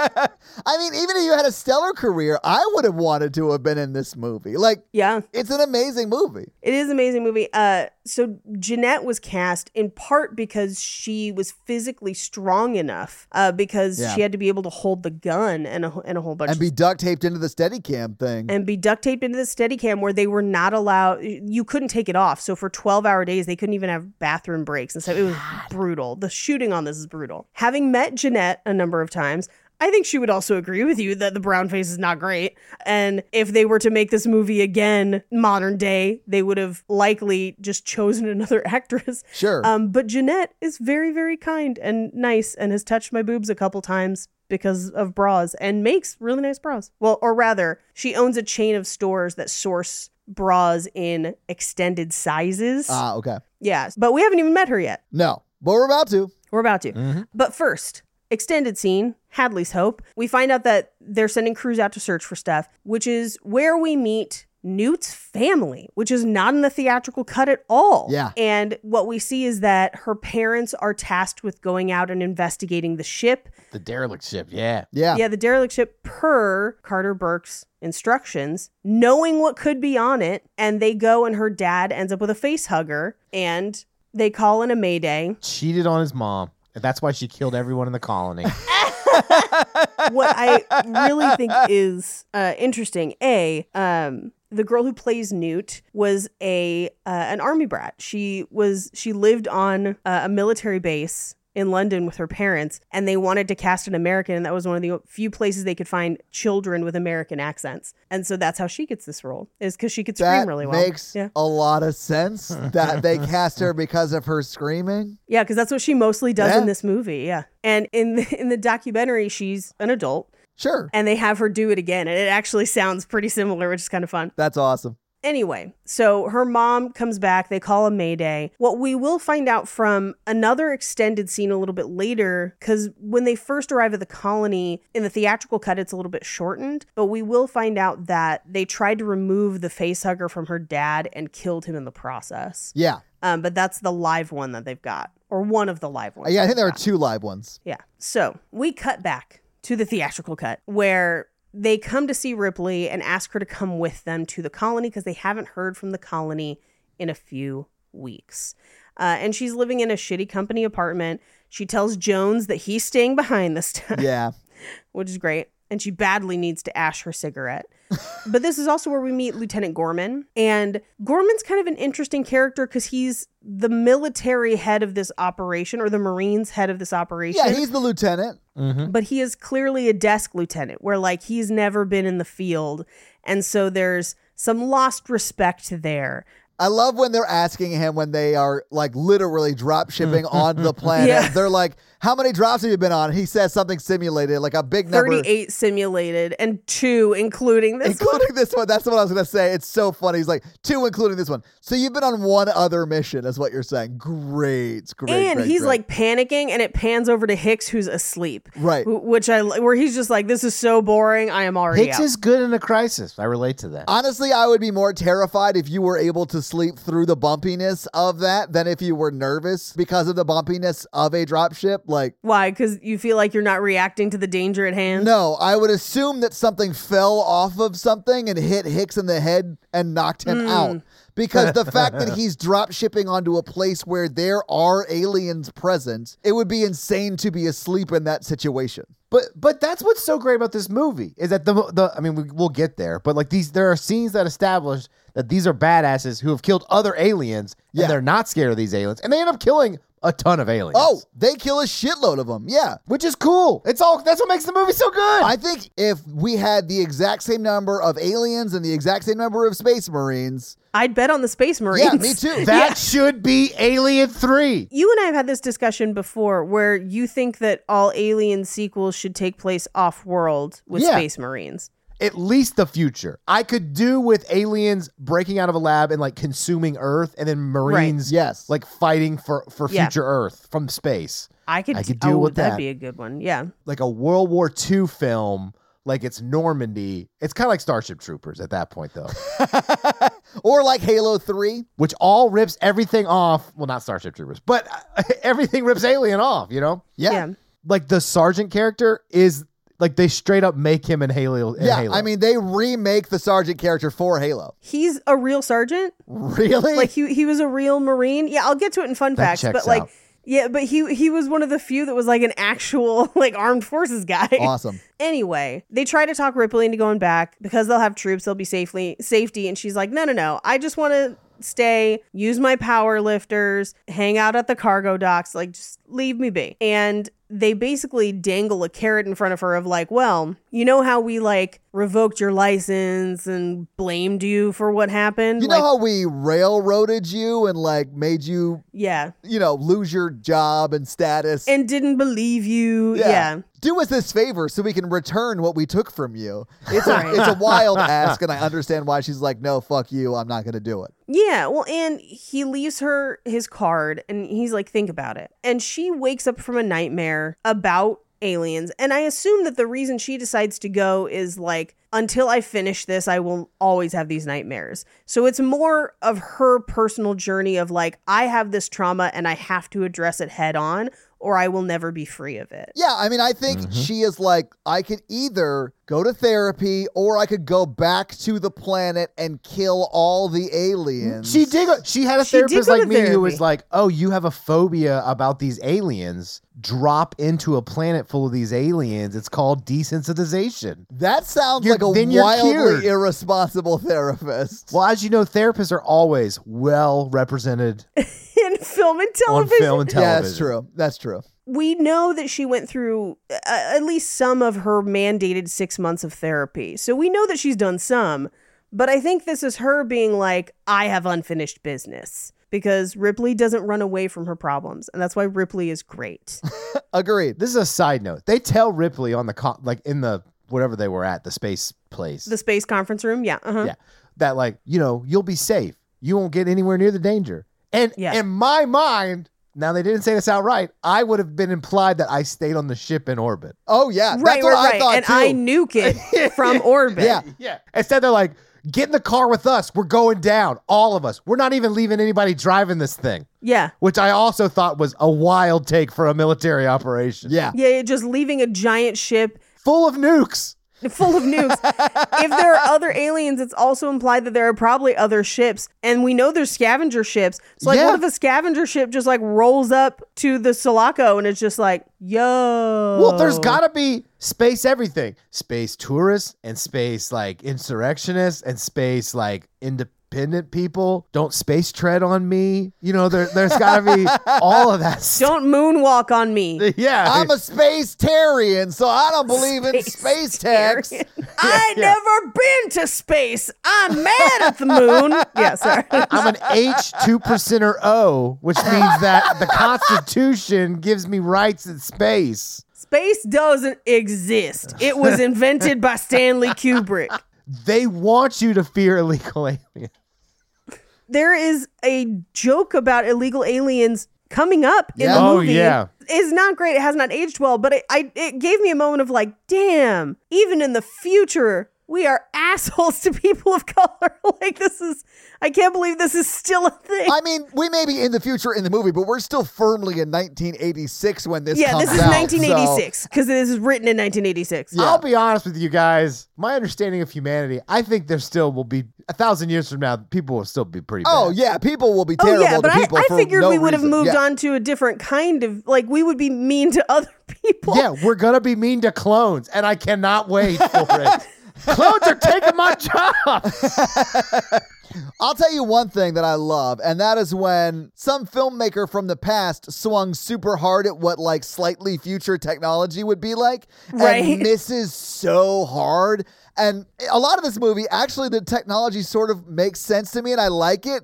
[SPEAKER 1] I mean, even if you had a stellar career, I would have wanted to have been in this movie. Like,
[SPEAKER 3] Yeah,
[SPEAKER 1] it's an amazing movie.
[SPEAKER 3] it is an amazing movie. Uh, so Jeanette was cast in part because she was physically strong enough, uh, because
[SPEAKER 1] Yeah.
[SPEAKER 3] she had to be able to hold the gun and a, and a whole bunch
[SPEAKER 1] And
[SPEAKER 3] of
[SPEAKER 1] be duct taped into the steady cam thing.
[SPEAKER 3] and be duct taped into the steady cam where they were not allowed you couldn't take it off so for 12 hour days they couldn't even have bathroom breaks and so it was brutal the shooting on this is brutal having met jeanette a number of times I think she would also agree with you that the brown face is not great. And if they were to make this movie again, modern day, they would have likely just chosen another actress.
[SPEAKER 1] sure.
[SPEAKER 3] Um, but Jeanette is very, very kind and nice and has touched my boobs a couple times because of bras and makes really nice bras. Well, or rather, she owns a chain of stores that source bras in extended sizes.
[SPEAKER 1] ah, okay.
[SPEAKER 3] yes, but we haven't even met her yet.
[SPEAKER 1] No, but we're about to.
[SPEAKER 3] We're about to.
[SPEAKER 2] Mm-hmm.
[SPEAKER 3] But first, extended scene, Hadley's Hope. We find out that they're sending crews out to search for stuff, which is where we meet Newt's family, which is not in the theatrical cut at all.
[SPEAKER 1] Yeah.
[SPEAKER 3] And what we see is that her parents are tasked with going out and investigating the ship.
[SPEAKER 2] The derelict ship, yeah.
[SPEAKER 1] Yeah.
[SPEAKER 3] Yeah, the derelict ship per Carter Burke's instructions, knowing what could be on it, and they go and her dad ends up with a face hugger and they call in a mayday.
[SPEAKER 2] Cheated on his mom. And that's why she killed everyone in the colony.
[SPEAKER 3] what I really think is uh, interesting. A, um, the girl who plays Newt was a uh, an army brat. She was she lived on uh, a military base in London with her parents, and they wanted to cast an American, and that was one of the few places they could find children with American accents. And so that's how she gets this role is because she could
[SPEAKER 1] That
[SPEAKER 3] scream really well.
[SPEAKER 1] makes
[SPEAKER 3] yeah,
[SPEAKER 1] a lot of sense that they cast her because of her screaming.
[SPEAKER 3] yeah, because that's what she mostly does
[SPEAKER 1] Yeah.
[SPEAKER 3] in this movie. Yeah, and in the, in the documentary, she's an adult.
[SPEAKER 1] Sure.
[SPEAKER 3] and they have her do it again and it actually sounds pretty similar which is kind of fun
[SPEAKER 1] That's awesome.
[SPEAKER 3] anyway so her mom comes back they call a mayday what we will find out from another extended scene a little bit later because when they first arrive at the colony in the theatrical cut it's a little bit shortened but we will find out that they tried to remove the facehugger from her dad and killed him in the process
[SPEAKER 1] Yeah.
[SPEAKER 3] um, but that's the live one that they've got or one of the live ones
[SPEAKER 1] Yeah, I think
[SPEAKER 3] they've
[SPEAKER 1] there are
[SPEAKER 3] got.
[SPEAKER 1] two live ones.
[SPEAKER 3] Yeah. So we cut back to the theatrical cut where they come to see Ripley and ask her to come with them to the colony because they haven't heard from the colony in a few weeks. Uh, and she's living in a shitty company apartment. She tells Jones that he's staying behind this time
[SPEAKER 1] Yeah.
[SPEAKER 3] which is great. And she badly needs to ash her cigarette. but this is also where we meet Lieutenant Gorman. And Gorman's kind of an interesting character because he's the military head of this operation or the Marines head of this operation.
[SPEAKER 1] Yeah, he's the lieutenant.
[SPEAKER 2] Mm-hmm.
[SPEAKER 3] but he is clearly a desk lieutenant where like he's never been in the field. And so there's some lost respect there.
[SPEAKER 1] I love when they're asking him when they are like literally drop shipping on the planet.
[SPEAKER 3] Yeah.
[SPEAKER 1] They're like, How many drops have you been on? He says something simulated, like a big number.
[SPEAKER 3] 38 simulated and two, including this one.
[SPEAKER 1] Including this one. That's what I was going to say. It's so funny. He's like, Two, including this one. So you've been on one other mission, is what you're saying. Great. Great.
[SPEAKER 3] and
[SPEAKER 1] great,
[SPEAKER 3] he's
[SPEAKER 1] great.
[SPEAKER 3] like panicking and it pans over to hicks who's asleep
[SPEAKER 1] Right.
[SPEAKER 3] Wh- which i li- where he's just like this is so boring i am already
[SPEAKER 2] Hicks
[SPEAKER 3] out.
[SPEAKER 2] is good in a crisis. I relate to that.
[SPEAKER 1] Honestly, I would be more terrified if you were able to sleep through the bumpiness of that than if you were nervous because of the bumpiness of a dropship. Like,
[SPEAKER 3] why because you feel like you're not reacting to the danger at hand
[SPEAKER 1] no, I would assume that something fell off of something and hit Hicks in the head and knocked him out. Because the fact that he's drop shipping onto a place where there are aliens present, it would be insane to be asleep in that situation.
[SPEAKER 2] But but that's what's so great about this movie is that the the I mean we, we'll get there, but like these there are scenes that establish that these are badasses who have killed other aliens and
[SPEAKER 1] Yeah.
[SPEAKER 2] they're not scared of these aliens and they end up killing a ton of aliens.
[SPEAKER 1] Oh, they kill a shitload of them. Yeah.
[SPEAKER 2] which is cool. It's all that's what makes the movie so good.
[SPEAKER 1] I think if we had the exact same number of aliens and the exact same number of space marines,
[SPEAKER 3] i'd bet on the space marines
[SPEAKER 1] Yeah, me too.
[SPEAKER 2] that should be Alien 3.
[SPEAKER 3] you and i have had this discussion before where you think that all alien sequels should take place off world with
[SPEAKER 2] Yeah.
[SPEAKER 3] space marines
[SPEAKER 2] at least the future. I could do with aliens breaking out of a lab and like consuming Earth, and then Marines,
[SPEAKER 1] Yes.
[SPEAKER 2] like fighting for for
[SPEAKER 3] Yeah.
[SPEAKER 2] future Earth from space,
[SPEAKER 3] I could,
[SPEAKER 2] I could deal
[SPEAKER 3] oh,
[SPEAKER 2] with
[SPEAKER 3] that'd
[SPEAKER 2] that.
[SPEAKER 3] be a good one. Yeah.
[SPEAKER 2] like a World War II film. Like it's Normandy. It's kind of like Starship Troopers at that point, though,
[SPEAKER 1] or like Halo 3.
[SPEAKER 2] which all rips everything off. Well, not Starship Troopers, but uh, everything rips Alien off. You know,
[SPEAKER 1] Yeah.
[SPEAKER 3] Yeah.
[SPEAKER 2] like the sergeant character is like they straight up make him in Halo. in
[SPEAKER 1] Yeah,
[SPEAKER 2] Halo.
[SPEAKER 1] I mean, they remake the Sergeant character for Halo.
[SPEAKER 3] He's a real sergeant.
[SPEAKER 1] Really?
[SPEAKER 3] Like he he was a real Marine. Yeah, I'll get to it in fun
[SPEAKER 2] That
[SPEAKER 3] facts, but
[SPEAKER 2] checks
[SPEAKER 3] like
[SPEAKER 2] out.
[SPEAKER 3] yeah, but he he was one of the few that was like an actual like armed forces guy.
[SPEAKER 1] awesome.
[SPEAKER 3] Anyway, they try to talk Ripley into going back because they'll have troops, they'll be safely safety, and she's like, "No, no, no. I just want to stay, use my power lifters, hang out at the cargo docks, like just leave me be." And they basically dangle a carrot in front of her of like, "Well, you know how we like revoked your license and blamed you for what happened?"
[SPEAKER 1] You know
[SPEAKER 3] like,
[SPEAKER 1] how we railroaded you and like made you,
[SPEAKER 3] yeah.
[SPEAKER 1] you know, lose your job and status?
[SPEAKER 3] And didn't believe you. yeah.
[SPEAKER 1] Do us this favor so we can return what we took from you. It's a,
[SPEAKER 3] Right.
[SPEAKER 1] it's a wild ask, and I understand why she's like, no, fuck you. I'm not going to do it.
[SPEAKER 3] Yeah, well, and he leaves her his card and he's like, think about it. And she wakes up from a nightmare about aliens. And I assume that the reason she decides to go is like, until I finish this, I will always have these nightmares. So it's more of her personal journey of like, I have this trauma and I have to address it head on or I will never be free of it.
[SPEAKER 1] Yeah, I mean, I think
[SPEAKER 2] Mm-hmm.
[SPEAKER 1] she is like, I could either go to therapy or I could go back to the planet and kill all the aliens.
[SPEAKER 2] She did. Go, she had a
[SPEAKER 3] She did
[SPEAKER 2] therapist
[SPEAKER 3] go
[SPEAKER 2] like
[SPEAKER 3] to
[SPEAKER 2] me who was
[SPEAKER 3] therapy.
[SPEAKER 2] like, "Oh, you have a phobia about these aliens. Drop into a planet full of these aliens. It's called desensitization."
[SPEAKER 1] That sounds
[SPEAKER 2] You're-
[SPEAKER 1] like a
[SPEAKER 2] then you're cured.
[SPEAKER 1] wildly irresponsible therapist.
[SPEAKER 2] Well, as you know, therapists are always well represented
[SPEAKER 3] In film and
[SPEAKER 2] on
[SPEAKER 3] television.
[SPEAKER 2] film and television.
[SPEAKER 1] Yeah, that's true. That's true.
[SPEAKER 3] we know that she went through uh, at least some of her mandated six months of therapy. So we know that she's done some, but I think this is her being like, I have unfinished business because Ripley doesn't run away from her problems. And that's why Ripley is great.
[SPEAKER 1] Agreed.
[SPEAKER 2] This is a side note. They tell Ripley on the co- like in the whatever they were at the space place.
[SPEAKER 3] the space conference room. Yeah. Uh-huh.
[SPEAKER 2] yeah, that like you know you'll be safe. You won't get anywhere near the danger. And
[SPEAKER 3] Yeah.
[SPEAKER 2] in my mind, now they didn't say this outright. I would have been implied that I stayed on the ship in orbit.
[SPEAKER 1] Oh yeah,
[SPEAKER 3] Right,
[SPEAKER 1] that's what
[SPEAKER 3] right,
[SPEAKER 1] I
[SPEAKER 3] right.
[SPEAKER 1] thought
[SPEAKER 3] and
[SPEAKER 1] too.
[SPEAKER 3] I nuke it from orbit.
[SPEAKER 1] yeah,
[SPEAKER 2] Yeah. Instead, they're like, get in the car with us. We're going down. All of us. We're not even leaving anybody driving this thing,
[SPEAKER 3] Yeah.
[SPEAKER 2] which I also thought was a wild take for a military operation.
[SPEAKER 1] yeah.
[SPEAKER 3] Yeah. yeah, Just leaving a giant ship
[SPEAKER 2] Full of nukes.
[SPEAKER 3] full of nukes. if there are other aliens, it's also implied that there are probably other ships, and we know there's scavenger ships. So like,
[SPEAKER 2] Yeah.
[SPEAKER 3] what if a scavenger ship just like rolls up to the Sulaco and it's just like, yo?
[SPEAKER 2] Well,
[SPEAKER 1] Oh.
[SPEAKER 2] there's got to be space everything space tourists and space like insurrectionists and space like independent people. Don't space tread on me. You know, there, there's got to be all of that stuff.
[SPEAKER 3] don't moonwalk on me.
[SPEAKER 2] Yeah.
[SPEAKER 1] I'm a space Terrian, so I don't believe in space techs.
[SPEAKER 3] I never been to space. I'm mad at the moon. yeah, sorry.
[SPEAKER 2] I'm an H two percenter O, which means that the Constitution gives me rights in space.
[SPEAKER 3] Space doesn't exist. It was invented by Stanley Kubrick.
[SPEAKER 2] They want you to fear illegal aliens.
[SPEAKER 3] there is a joke about illegal aliens coming up in
[SPEAKER 1] Yeah.
[SPEAKER 3] the
[SPEAKER 2] Oh,
[SPEAKER 3] movie.
[SPEAKER 2] yeah.
[SPEAKER 3] It's not great. It has not aged well, but it, I, it gave me a moment of like, damn, even in the future, we are assholes to people of color. like, this is, I can't believe this is still a thing.
[SPEAKER 1] I mean, we may be in the future in the movie, but we're still firmly in 1986 when this
[SPEAKER 3] yeah,
[SPEAKER 1] comes
[SPEAKER 3] this is
[SPEAKER 1] out,
[SPEAKER 3] 1986 because it is written in Oh, 1986.
[SPEAKER 2] I'll be honest with you guys. My understanding of humanity, I think there still will be a thousand years from now, people will still be pretty.
[SPEAKER 1] so- oh
[SPEAKER 2] bad.
[SPEAKER 1] yeah, people will be
[SPEAKER 3] Oh
[SPEAKER 1] terrible
[SPEAKER 3] yeah, but
[SPEAKER 1] to
[SPEAKER 3] I,
[SPEAKER 1] people
[SPEAKER 3] I
[SPEAKER 1] for
[SPEAKER 3] figured
[SPEAKER 1] no
[SPEAKER 3] we would have
[SPEAKER 1] reason.
[SPEAKER 3] moved
[SPEAKER 1] Yeah.
[SPEAKER 3] on to a different kind of like we would be mean to other people.
[SPEAKER 2] yeah, we're gonna be mean to clones, and I cannot wait for it. clones are taking my job.
[SPEAKER 1] I'll tell you one thing that I love, and that is when some filmmaker from the past swung super hard at what like slightly future technology would be like,
[SPEAKER 3] Right.
[SPEAKER 1] and misses so hard. And a lot of this movie, actually, the technology sort of makes sense to me, and I like it.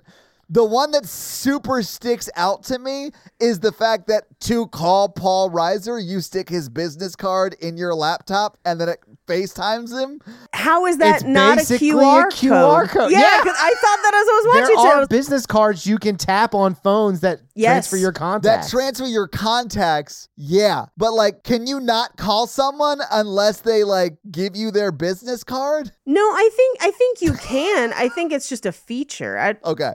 [SPEAKER 1] The one that super sticks out to me is the fact that to call Paul Reiser, you stick his business card in your laptop and then it FaceTimes him.
[SPEAKER 3] How is that
[SPEAKER 2] It's
[SPEAKER 3] not a
[SPEAKER 2] basically a
[SPEAKER 3] QR,
[SPEAKER 2] QR code.
[SPEAKER 3] Yeah,
[SPEAKER 2] Yeah.
[SPEAKER 3] 'cause I thought that as I was watching
[SPEAKER 2] There
[SPEAKER 3] it. I
[SPEAKER 2] are
[SPEAKER 3] was-
[SPEAKER 2] business cards you can tap on phones that
[SPEAKER 3] Yes.
[SPEAKER 2] transfer your
[SPEAKER 1] That
[SPEAKER 2] contacts.
[SPEAKER 1] transfer your contacts, yeah. But like, can you not call someone unless they like give you their business card?
[SPEAKER 3] no, I think I think you can. I think it's just a feature. I,
[SPEAKER 1] Okay.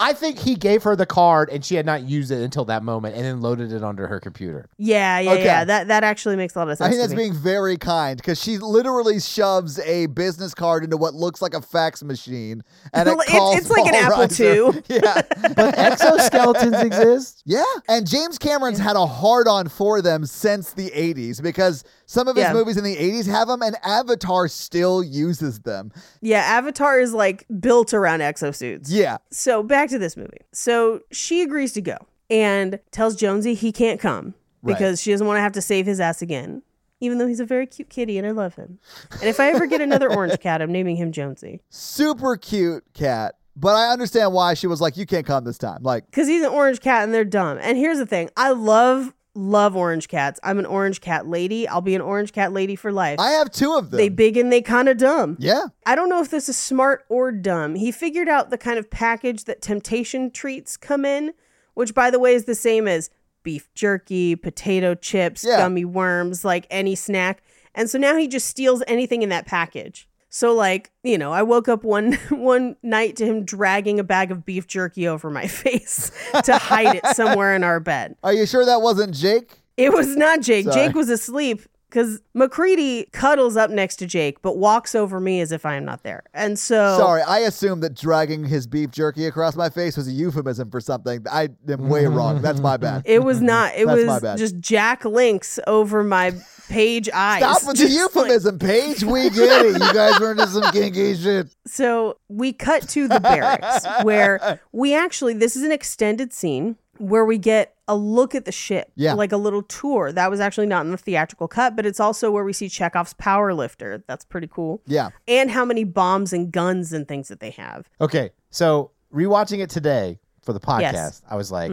[SPEAKER 2] I think he gave her the card and she had not used it until that moment and then loaded it onto her computer.
[SPEAKER 3] yeah, yeah,
[SPEAKER 1] Okay.
[SPEAKER 3] yeah. That that actually makes a lot of sense.
[SPEAKER 1] I think
[SPEAKER 3] to
[SPEAKER 1] that's
[SPEAKER 3] me.
[SPEAKER 1] being very kind because she literally shoves a business card into what looks like a fax machine, and it
[SPEAKER 3] It's-
[SPEAKER 1] calls
[SPEAKER 3] it's like an
[SPEAKER 1] Paul
[SPEAKER 3] Apple
[SPEAKER 1] Reiser.
[SPEAKER 3] II.
[SPEAKER 1] Yeah,
[SPEAKER 2] But exoskeletons exist.
[SPEAKER 1] yeah. And James Cameron's had a hard on for them since the '80s because some of his
[SPEAKER 3] Yeah.
[SPEAKER 1] movies in the '80s have them, and Avatar still uses them.
[SPEAKER 3] yeah, Avatar is like built around exosuits.
[SPEAKER 1] Yeah,
[SPEAKER 3] So back to this movie. So she agrees to go and tells Jonesy he can't come
[SPEAKER 1] Right.
[SPEAKER 3] because she doesn't want to have to save his ass again. Even though he's a very cute kitty and I love him. And if I ever get another orange cat, I'm naming him Jonesy.
[SPEAKER 1] super cute cat. But I understand why she was like, "You can't come this time." Like,
[SPEAKER 3] Because he's an orange cat and they're dumb. And here's the thing I love, love orange cats. I'm an orange cat lady. I'll be an orange cat lady for life.
[SPEAKER 1] I have two of them.
[SPEAKER 3] they big and they kind of dumb.
[SPEAKER 1] yeah,
[SPEAKER 3] I don't know if this is smart or dumb. He figured out the kind of package that temptation treats come in, which, by the way, is the same as beef jerky, potato chips,
[SPEAKER 1] Yeah.
[SPEAKER 3] gummy worms, like any snack. And so now he just steals anything in that package. So, like, you know, I woke up one one night to him dragging a bag of beef jerky over my face to hide it somewhere in our bed.
[SPEAKER 1] are you sure that wasn't Jake?
[SPEAKER 3] It was not Jake.
[SPEAKER 1] Sorry.
[SPEAKER 3] Jake was asleep because McCready cuddles up next to Jake, but walks over me as if I am not there. And so,
[SPEAKER 1] Sorry, I assumed that dragging his beef jerky across my face was a euphemism for something. I am way wrong. That's my bad.
[SPEAKER 3] it was not.
[SPEAKER 1] Mm-hmm.
[SPEAKER 3] It
[SPEAKER 1] That's my
[SPEAKER 3] was
[SPEAKER 1] bad.
[SPEAKER 3] just Jack Links over my page eyes.
[SPEAKER 1] Stop with the
[SPEAKER 3] Just like-
[SPEAKER 1] euphemism, Paige. We get it. You guys were into some kinky shit.
[SPEAKER 3] so we cut to the barracks where we actually this is an extended scene where we get a look at the ship
[SPEAKER 1] Yeah.
[SPEAKER 3] like a little tour that was actually not in the theatrical cut but it's also where we see chekhov's power lifter that's pretty cool
[SPEAKER 1] Yeah.
[SPEAKER 3] and how many bombs and guns and things that they have
[SPEAKER 2] Okay, so rewatching it today for the podcast,
[SPEAKER 3] Yes. Mm-hmm.
[SPEAKER 2] I was like,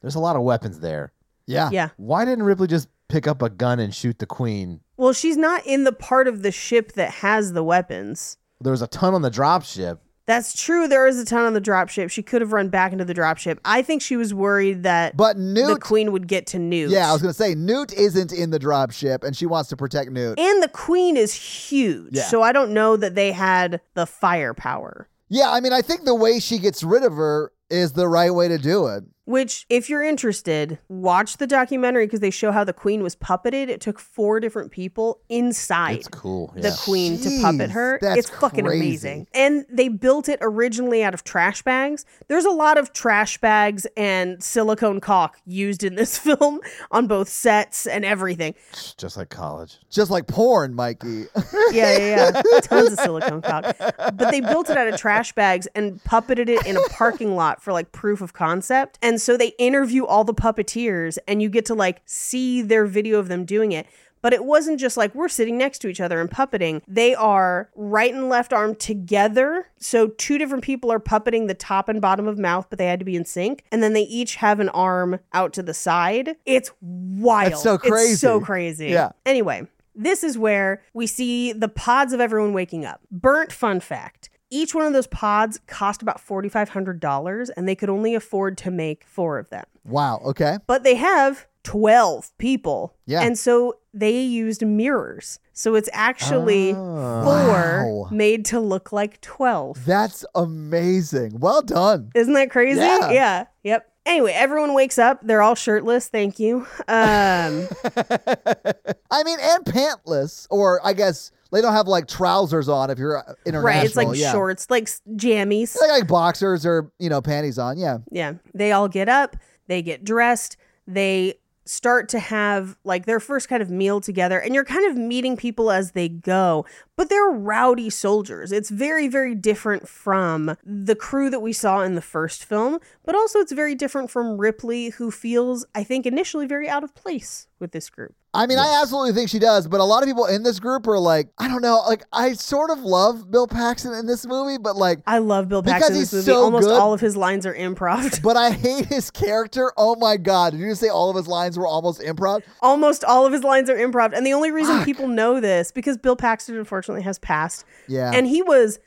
[SPEAKER 2] there's a lot of weapons there.
[SPEAKER 1] Yeah.
[SPEAKER 3] yeah
[SPEAKER 2] Why didn't Ripley just pick up a gun and shoot the queen?
[SPEAKER 3] Well, she's not in the part of the ship that has the weapons.
[SPEAKER 2] There was a ton on the dropship.
[SPEAKER 3] That's true. There is a ton on the dropship. She could have run back into the dropship. I think she was worried that
[SPEAKER 1] But
[SPEAKER 3] the
[SPEAKER 1] Newt.
[SPEAKER 3] queen would get to Newt.
[SPEAKER 1] yeah, I was going to say, Newt isn't in the drop ship and she wants to protect Newt.
[SPEAKER 3] and the queen is huge.
[SPEAKER 1] Yeah.
[SPEAKER 3] So I don't know that they had the firepower.
[SPEAKER 1] yeah, I mean, I think the way she gets rid of her is the right way to do it.
[SPEAKER 3] Which, if you're interested, watch the documentary because they show how the queen was puppeted. It took four different people inside.
[SPEAKER 2] It's cool.
[SPEAKER 3] the
[SPEAKER 2] yeah.
[SPEAKER 3] queen to
[SPEAKER 1] Jeez,
[SPEAKER 3] puppet her.
[SPEAKER 1] that's
[SPEAKER 3] it's fucking
[SPEAKER 1] crazy.
[SPEAKER 3] amazing. And they built it originally out of trash bags. There's a lot of trash bags and silicone caulk used in this film on both sets and everything.
[SPEAKER 2] Just like college.
[SPEAKER 1] Just like porn, Mikey.
[SPEAKER 3] Yeah, yeah, yeah. Tons of silicone caulk. But they built it out of trash bags and puppeted it in a parking lot for like proof of concept. And so they interview all the puppeteers and you get to like see their video of them doing it. But it wasn't just like we're sitting next to each other and puppeting. They are right and left arm together. So two different people are puppeting the top and bottom of mouth, but they had to be in sync. And then they each have an arm out to the side. It's wild.
[SPEAKER 1] That's so
[SPEAKER 3] It's so
[SPEAKER 1] crazy.
[SPEAKER 3] crazy.
[SPEAKER 1] Yeah.
[SPEAKER 3] Anyway, this is where we see the pods of everyone waking up. Burnt fun fact. Each one of those pods cost about $4,500 and they could only afford to make four of them.
[SPEAKER 1] wow. Okay.
[SPEAKER 3] But they have 12 people.
[SPEAKER 1] Yeah.
[SPEAKER 3] And so they used mirrors. So it's actually
[SPEAKER 2] Ah.
[SPEAKER 3] four
[SPEAKER 1] Oh. Wow.
[SPEAKER 3] made to look like 12.
[SPEAKER 1] That's amazing. Well done.
[SPEAKER 3] Isn't that crazy?
[SPEAKER 1] Yeah.
[SPEAKER 3] Yep. Anyway, everyone wakes up. They're all shirtless. Thank you. Um,
[SPEAKER 1] I mean, and pantless, or I guess they don't have like trousers on if you're uh, international.
[SPEAKER 3] right. It's like
[SPEAKER 1] yeah.
[SPEAKER 3] shorts, like s- jammies.
[SPEAKER 1] It's like, like boxers or you know panties on. Yeah,
[SPEAKER 3] Yeah. They all get up, they get dressed, they start to have like their first kind of meal together, and you're kind of meeting people as they go, but they're rowdy soldiers. It's very, very different from the crew that we saw in the first film, but also it's very different from Ripley, who feels, I think, initially very out of place with this group.
[SPEAKER 1] I mean, I absolutely think she does, but a lot of people in this group are like, I don't know, like I sort of love Bill Paxton in this movie, but like
[SPEAKER 3] I love Bill
[SPEAKER 1] Because
[SPEAKER 3] Paxton in
[SPEAKER 1] he's
[SPEAKER 3] this movie.
[SPEAKER 1] so
[SPEAKER 3] Almost
[SPEAKER 1] good.
[SPEAKER 3] all of his lines are improv.
[SPEAKER 1] but I hate his character. Oh my god. Did you just say all of his lines were almost improv?
[SPEAKER 3] Almost all of his lines are improv. And the only reason people know this because Bill Paxton unfortunately has passed.
[SPEAKER 1] Yeah.
[SPEAKER 3] And he was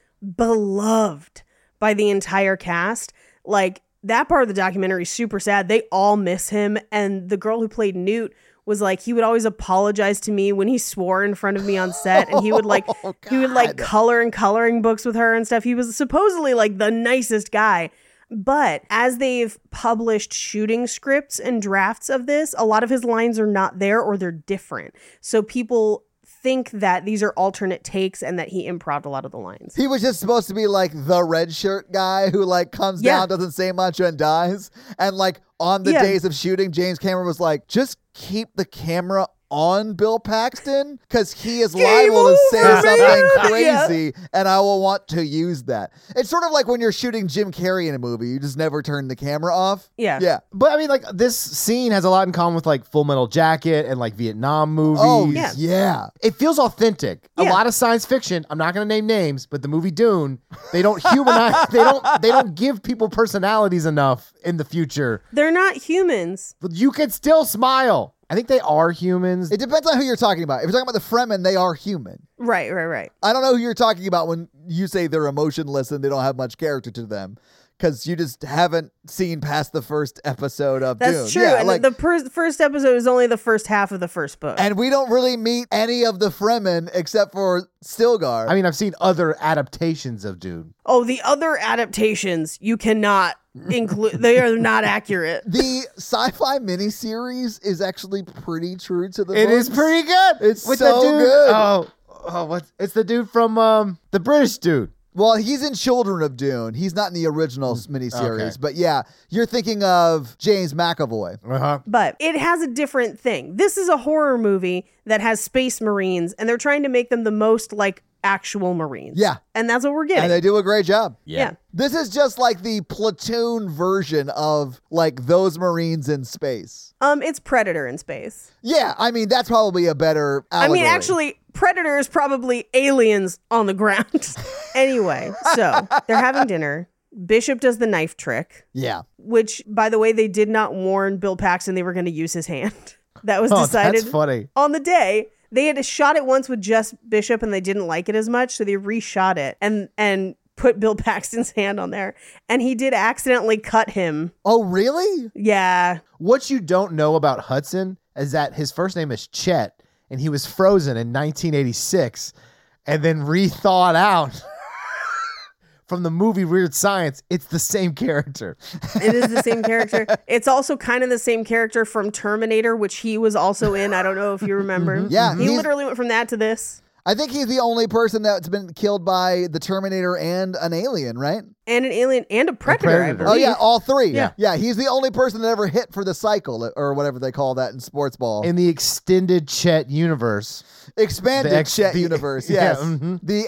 [SPEAKER 3] beloved by the entire cast. Like that part of the documentary is super sad. They all miss him and the girl who played Newt was like he would always apologize to me when he swore in front of me on set and he would like he would like color in coloring books with her and stuff. He was supposedly like the nicest guy. But as they've published shooting scripts and drafts of this, a lot of his lines are not there or they're different. So people think that these are alternate takes and that he improved a lot of the lines.
[SPEAKER 1] He was just supposed to be like the red shirt guy who like comes
[SPEAKER 3] Yeah.
[SPEAKER 1] down, doesn't say much, and dies. And like on the
[SPEAKER 3] Yeah.
[SPEAKER 1] days of shooting, James Cameron was like, just keep the camera on Bill Paxton because he is liable to say
[SPEAKER 3] over,
[SPEAKER 1] something
[SPEAKER 3] man. Yeah.
[SPEAKER 1] crazy, and I will want to use that. It's sort of like when you're shooting Jim Carrey in a movie, you just never turn the camera off.
[SPEAKER 3] Yeah.
[SPEAKER 1] Yeah.
[SPEAKER 2] But I mean, like this scene has a lot in common with like Full Metal Jacket and like Vietnam movies.
[SPEAKER 1] Oh,
[SPEAKER 3] Yeah.
[SPEAKER 1] yeah.
[SPEAKER 2] It feels authentic. A
[SPEAKER 3] Yeah.
[SPEAKER 2] lot of science fiction. I'm not going to name names, but the movie Dune, they don't humanize. they don't. They don't give people personalities enough in the future.
[SPEAKER 3] They're not humans.
[SPEAKER 2] But you can still smile. I think they are humans.
[SPEAKER 1] It depends on who you're talking about. If you're talking about the Fremen, they are human.
[SPEAKER 3] Right, right, right.
[SPEAKER 1] I don't know who you're talking about when you say they're emotionless and they don't have much character to them because you just haven't seen past the first episode of
[SPEAKER 3] That's
[SPEAKER 1] Dune.
[SPEAKER 3] true.
[SPEAKER 1] Yeah,
[SPEAKER 3] and
[SPEAKER 1] like-
[SPEAKER 3] the per- first episode is only the first half of the first book.
[SPEAKER 1] and we don't really meet any of the Fremen except for Stilgar.
[SPEAKER 2] I mean, I've seen other adaptations of Dune.
[SPEAKER 3] oh, the other adaptations you cannot include. they are not accurate.
[SPEAKER 1] the sci-fi miniseries is actually pretty true to the
[SPEAKER 2] It is
[SPEAKER 1] books.
[SPEAKER 2] pretty good.
[SPEAKER 1] It's so good.
[SPEAKER 2] Oh, oh, what? It's the dude from um the British dude.
[SPEAKER 1] Well, he's in Children of Dune. He's not in the original miniseries,
[SPEAKER 2] Mm, okay.
[SPEAKER 1] but yeah, you're thinking of James McAvoy.
[SPEAKER 2] Uh huh.
[SPEAKER 3] But it has a different thing. This is a horror movie that has space marines, and they're trying to make them the most like actual marines.
[SPEAKER 1] Yeah.
[SPEAKER 3] And that's what we're
[SPEAKER 1] And
[SPEAKER 3] getting.
[SPEAKER 1] they do a great job.
[SPEAKER 3] yeah.
[SPEAKER 1] This is just like the platoon version of like those Marines in space.
[SPEAKER 3] Um, it's Predator in space.
[SPEAKER 1] Yeah, I mean that's probably a better. Allegory.
[SPEAKER 3] I mean, actually, Predator is probably aliens on the ground. anyway, so they're having dinner. Bishop does the knife trick,
[SPEAKER 1] yeah,
[SPEAKER 3] which, by the way, they did not warn Bill Paxton they were going to use his hand. That was
[SPEAKER 2] Oh,
[SPEAKER 3] decided
[SPEAKER 2] that's funny.
[SPEAKER 3] on the day. They had shot it once with just Bishop and they didn't like it as much, so they reshot it and and put Bill Paxton's hand on there. And he did accidentally cut him.
[SPEAKER 1] Oh, really?
[SPEAKER 3] Yeah.
[SPEAKER 2] What you don't know about Hudson is that his first name is Chet, and he was frozen in 1986, and then rethawed out. From the movie Weird Science, it's the same character.
[SPEAKER 3] It is the same character. It's also kind of the same character from Terminator, which he was also in. I don't know if you remember.
[SPEAKER 1] Mm-hmm. Yeah,
[SPEAKER 3] He
[SPEAKER 1] he's-
[SPEAKER 3] literally went from that to this.
[SPEAKER 1] I think he's the only person that's been killed by the Terminator and an alien, right?
[SPEAKER 3] And an alien and a predator, I
[SPEAKER 2] Predator.
[SPEAKER 3] believe.
[SPEAKER 1] Oh yeah, all three.
[SPEAKER 2] Yeah.
[SPEAKER 1] yeah. He's the only person that ever hit for the cycle or whatever they call that in sports ball.
[SPEAKER 2] In the extended Chet universe,
[SPEAKER 1] Expanded
[SPEAKER 2] the X-
[SPEAKER 1] Chet
[SPEAKER 2] the-
[SPEAKER 1] universe.
[SPEAKER 2] yeah, Mm-hmm.
[SPEAKER 1] Yes,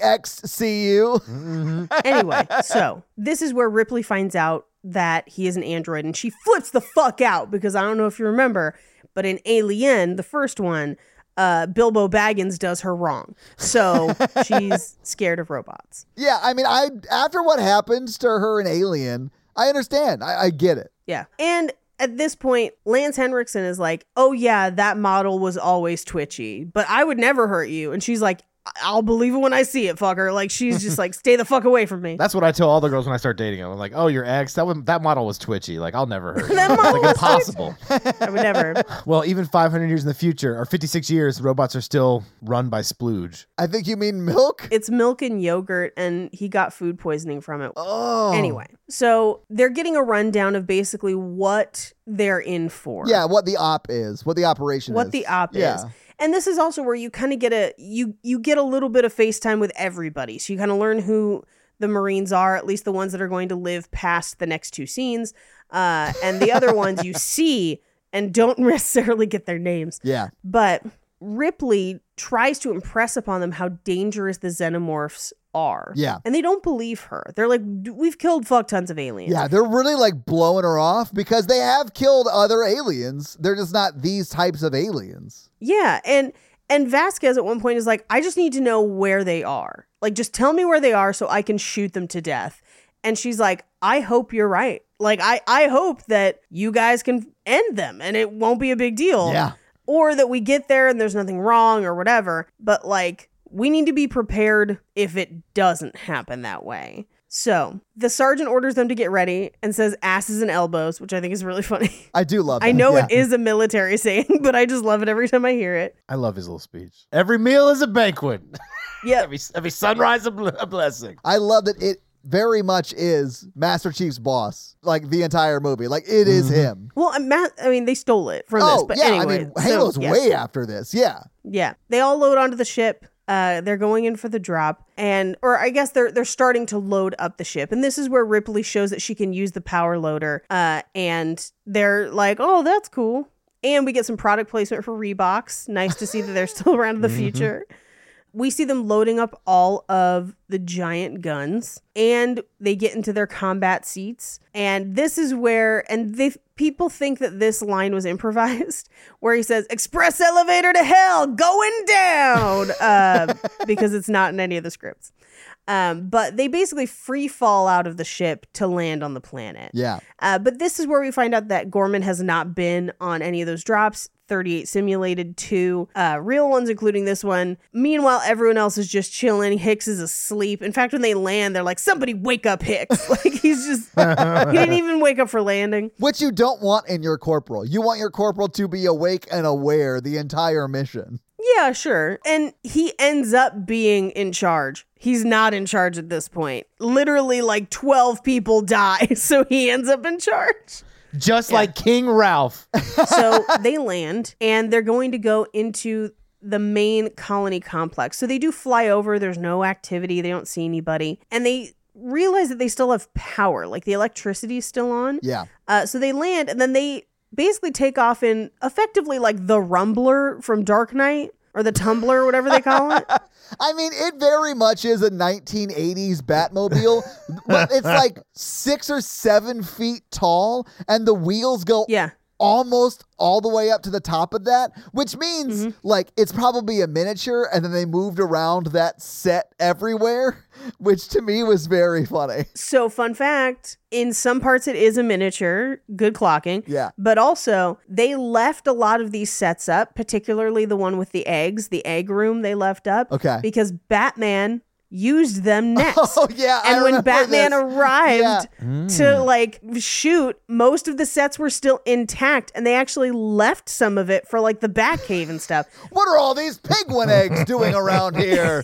[SPEAKER 1] the
[SPEAKER 2] mhm.
[SPEAKER 1] XCU.
[SPEAKER 3] anyway, so this is where Ripley finds out that he is an android and she flips the fuck out because I don't know if you remember, but in Alien, the first one, uh, Bilbo Baggins does her wrong. So she's scared of robots.
[SPEAKER 1] yeah, I mean, I after what happens to her and Alien, I understand. I, I get it.
[SPEAKER 3] Yeah. And at this point, Lance Henriksen is like, oh, yeah, that model was always twitchy, but I would never hurt you. And she's like, "I- I'll believe it when I see it, fucker. Like, she's just like, stay the fuck away from me.
[SPEAKER 2] That's what I tell all the girls when I start dating them. I'm like, oh, your ex, that one, that model was twitchy. Like, I'll never hurt. you.
[SPEAKER 3] That
[SPEAKER 2] It's,
[SPEAKER 3] model
[SPEAKER 2] like
[SPEAKER 3] was
[SPEAKER 2] impossible.
[SPEAKER 3] I would never.
[SPEAKER 2] well, even 500 years in the future, or 56 years, robots are still run by splooge.
[SPEAKER 1] I think you mean milk.
[SPEAKER 3] It's milk and yogurt, and he got food poisoning from it.
[SPEAKER 1] Oh.
[SPEAKER 3] Anyway, so they're getting a rundown of basically what they're in for.
[SPEAKER 1] Yeah, what the op is, what the operation is.
[SPEAKER 3] what the op
[SPEAKER 1] yeah.
[SPEAKER 3] is and this is also where you kind of get a you you get a little bit of facetime with everybody so you kind of learn who the marines are at least the ones that are going to live past the next two scenes uh, and the other ones you see and don't necessarily get their names
[SPEAKER 1] Yeah.
[SPEAKER 3] but ripley tries to impress upon them how dangerous the xenomorphs are.
[SPEAKER 1] Yeah.
[SPEAKER 3] And they don't believe her. They're like, "D- we've killed fuck tons of aliens.
[SPEAKER 1] Yeah, they're really like blowing her off because they have killed other aliens. They're just not these types of aliens.
[SPEAKER 3] Yeah, and and Vasquez at one point is like, I just need to know where they are. Like, just tell me where they are so I can shoot them to death. And she's like, I hope you're right. Like, I I hope that you guys can end them and it won't be a big deal.
[SPEAKER 1] Yeah.
[SPEAKER 3] Or that we get there and there's nothing wrong or whatever. But like, we need to be prepared if it doesn't happen that way. So the sergeant orders them to get ready and says asses and elbows, which I think is really funny.
[SPEAKER 1] I do love.
[SPEAKER 3] I
[SPEAKER 1] that.
[SPEAKER 3] know
[SPEAKER 1] Yeah.
[SPEAKER 3] it is a military saying, but I just love it every time I hear it.
[SPEAKER 2] I love his little speech. Every meal is a banquet.
[SPEAKER 3] Yeah.
[SPEAKER 2] every every sunrise a, bl- a blessing.
[SPEAKER 1] I love that it very much is Master Chief's boss. Like the entire movie, like it is him.
[SPEAKER 3] Well, I'm ma- I mean, they stole it from this,
[SPEAKER 1] Oh
[SPEAKER 3] but
[SPEAKER 1] yeah,
[SPEAKER 3] anyway.
[SPEAKER 1] I mean
[SPEAKER 3] so,
[SPEAKER 1] Halo's
[SPEAKER 3] yeah.
[SPEAKER 1] way after this. Yeah,
[SPEAKER 3] Yeah, they all load onto the ship. Uh, they're going in for the drop, and or I guess they're they're starting to load up the ship, and this is where Ripley shows that she can use the power loader. Uh, and they're like, "Oh, that's cool." And we get some product placement for Reeboks. Nice to see that they're still around in the future. We see them loading up all of the giant guns and they get into their combat seats. And this is where, and they, people think that this line was improvised, where he says, Express elevator to hell, going down, uh, because it's not in any of the scripts. Um, but they basically free fall out of the ship to land on the planet.
[SPEAKER 1] yeah.
[SPEAKER 3] Uh, but this is where we find out that Gorman has not been on any of those drops. 38 simulated, two uh, real ones, including this one. Meanwhile, everyone else is just chilling. Hicks is asleep. In fact, when they land, they're like, somebody wake up Hicks. like, he's just, he didn't even wake up for landing.
[SPEAKER 1] Which you don't want in your corporal. You want your corporal to be awake and aware the entire mission.
[SPEAKER 3] Yeah, sure. And he ends up being in charge. He's not in charge at this point. Literally, like 12 people die. So he ends up in charge.
[SPEAKER 2] Just like King Ralph.
[SPEAKER 3] so they land and they're going to go into the main colony complex. So they do fly over, there's no activity, they don't see anybody, and they realize that they still have power, like the electricity is still on.
[SPEAKER 1] Yeah,
[SPEAKER 3] Uh, so they land and then they basically take off in effectively like the Rumbler from Dark Knight or the Tumbler, whatever they call it.
[SPEAKER 1] I mean it very much is a 1980s Batmobile, but it's like six or seven feet tall, and the wheels go
[SPEAKER 3] Yeah.
[SPEAKER 1] almost all the way up to the top of that, which means
[SPEAKER 3] Mm-hmm.
[SPEAKER 1] like it's probably a miniature and then they moved around that set everywhere, which to me was very funny.
[SPEAKER 3] So, fun fact in some parts, it is a miniature, good clocking.
[SPEAKER 1] Yeah.
[SPEAKER 3] But also, they left a lot of these sets up, particularly the one with the eggs, the egg room they left up.
[SPEAKER 1] Okay.
[SPEAKER 3] Because Batman used them next.
[SPEAKER 1] Oh yeah. I
[SPEAKER 3] and when
[SPEAKER 1] remember
[SPEAKER 3] Batman
[SPEAKER 1] this.
[SPEAKER 3] arrived
[SPEAKER 2] Mm.
[SPEAKER 3] to like shoot, most of the sets were still intact and they actually left some of it for like the Batcave and stuff.
[SPEAKER 1] What are all these penguin eggs doing around here?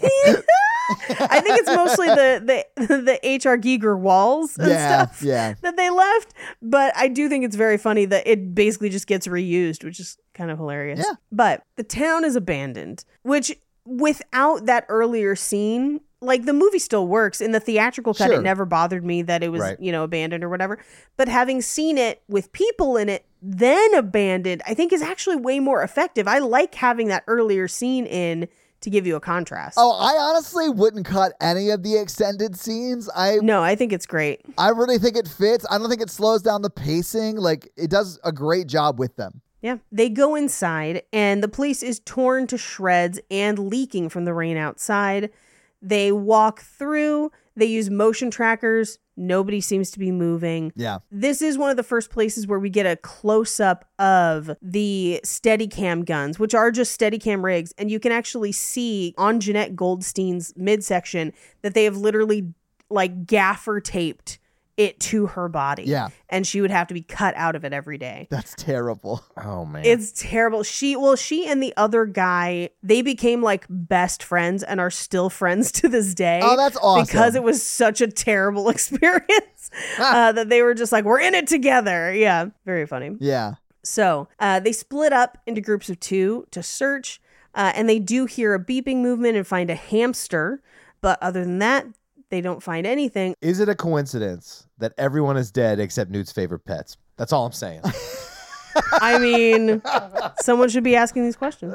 [SPEAKER 3] I think it's mostly the the the H.R. Giger walls and
[SPEAKER 1] Yeah,
[SPEAKER 3] stuff
[SPEAKER 1] yeah.
[SPEAKER 3] that they left. But I do think it's very funny that it basically just gets reused, which is kind of hilarious.
[SPEAKER 1] Yeah.
[SPEAKER 3] But the town is abandoned, which without that earlier scene, like the movie still works. In the theatrical cut,
[SPEAKER 1] Sure.
[SPEAKER 3] it never bothered me that it was,
[SPEAKER 2] Right.
[SPEAKER 3] you know, abandoned or whatever. But having seen it with people in it, then abandoned, I think is actually way more effective. I like having that earlier scene in to give you a contrast.
[SPEAKER 1] Oh, I honestly wouldn't cut any of the extended scenes. I
[SPEAKER 3] No, I think it's great.
[SPEAKER 1] I really think it fits. I don't think it slows down the pacing. Like it does a great job with them.
[SPEAKER 3] Yeah. They go inside, and the place is torn to shreds and leaking from the rain outside. They walk through, they use motion trackers. Nobody seems to be moving.
[SPEAKER 1] Yeah.
[SPEAKER 3] This is one of the first places where we get a close up of the Steadicam guns, which are just Steadicam rigs. And you can actually see on Jeanette Goldstein's midsection that they have literally like gaffer taped it to her body.
[SPEAKER 1] Yeah.
[SPEAKER 3] And she would have to be cut out of it every day.
[SPEAKER 1] That's terrible.
[SPEAKER 2] Oh man.
[SPEAKER 3] It's terrible. She well, she and the other guy, they became like best friends and are still friends to this day.
[SPEAKER 1] Oh, that's awesome.
[SPEAKER 3] Because it was such a terrible experience uh, that they were just like, we're in it together. Yeah, very funny.
[SPEAKER 1] Yeah.
[SPEAKER 3] So uh, they split up into groups of two to search, uh, and they do hear a beeping movement and find a hamster. But other than that, they don't find anything.
[SPEAKER 2] Is it a coincidence that everyone is dead except Newt's favorite pets? That's all I'm saying.
[SPEAKER 3] I mean, someone should be asking these questions.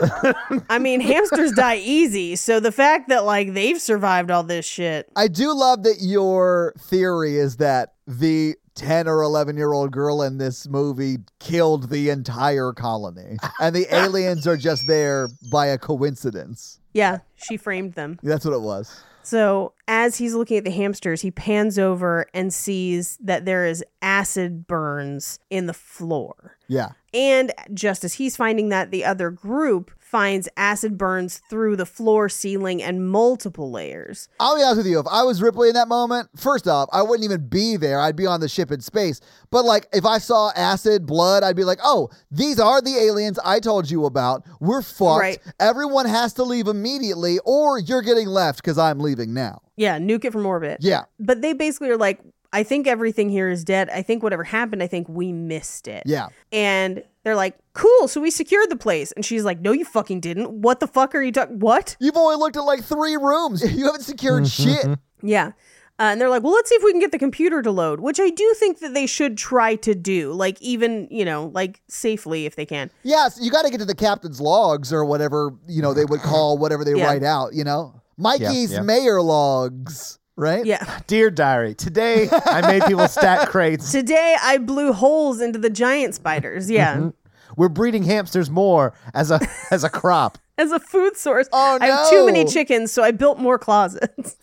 [SPEAKER 3] I mean, hamsters die easy, so the fact that like they've survived all this shit.
[SPEAKER 1] I do love that your theory is that the 10 or 11 year old girl in this movie killed the entire colony, and the aliens are just there by a coincidence.
[SPEAKER 3] Yeah, she framed them.
[SPEAKER 1] That's what it was.
[SPEAKER 3] So, as he's looking at the hamsters, he pans over and sees that there is acid burns in the floor.
[SPEAKER 1] Yeah.
[SPEAKER 3] And just as he's finding that, the other group finds acid burns through the floor, ceiling, and multiple layers.
[SPEAKER 1] I'll be honest with you. If I was Ripley in that moment, first off, I wouldn't even be there. I'd be on the ship in space. But like, if I saw acid, blood, I'd be like, "Oh, these are the aliens I told you about. We're fucked.
[SPEAKER 3] Right.
[SPEAKER 1] Everyone has to leave immediately, or you're getting left because I'm leaving now."
[SPEAKER 3] Yeah, nuke it from orbit.
[SPEAKER 1] Yeah,
[SPEAKER 3] But they basically are like, I think everything here is dead. I think whatever happened, I think we missed it.
[SPEAKER 1] yeah.
[SPEAKER 3] And they're like, cool, so we secured the place. And she's like, no, you fucking didn't. What the fuck are you talking? What?
[SPEAKER 1] You've only looked at like three rooms. You haven't secured shit.
[SPEAKER 3] Yeah. Uh, and they're like, well, let's see if we can get the computer to load, which I do think that they should try to do, like, even, you know, like safely if they can.
[SPEAKER 1] Yes, you got to get to the captain's logs or whatever you know they would call whatever they
[SPEAKER 3] Yeah.
[SPEAKER 1] write out. You know, Mikey's
[SPEAKER 2] yeah.
[SPEAKER 1] mayor logs, right?
[SPEAKER 3] Yeah.
[SPEAKER 2] Dear diary, today I made people stack crates.
[SPEAKER 3] Today I blew holes into the giant spiders. Yeah.
[SPEAKER 1] Mm-hmm.
[SPEAKER 2] We're breeding hamsters more as a as a crop.
[SPEAKER 3] As a food source.
[SPEAKER 1] Oh,
[SPEAKER 3] I have too many
[SPEAKER 1] no.
[SPEAKER 3] chickens, so I built more closets.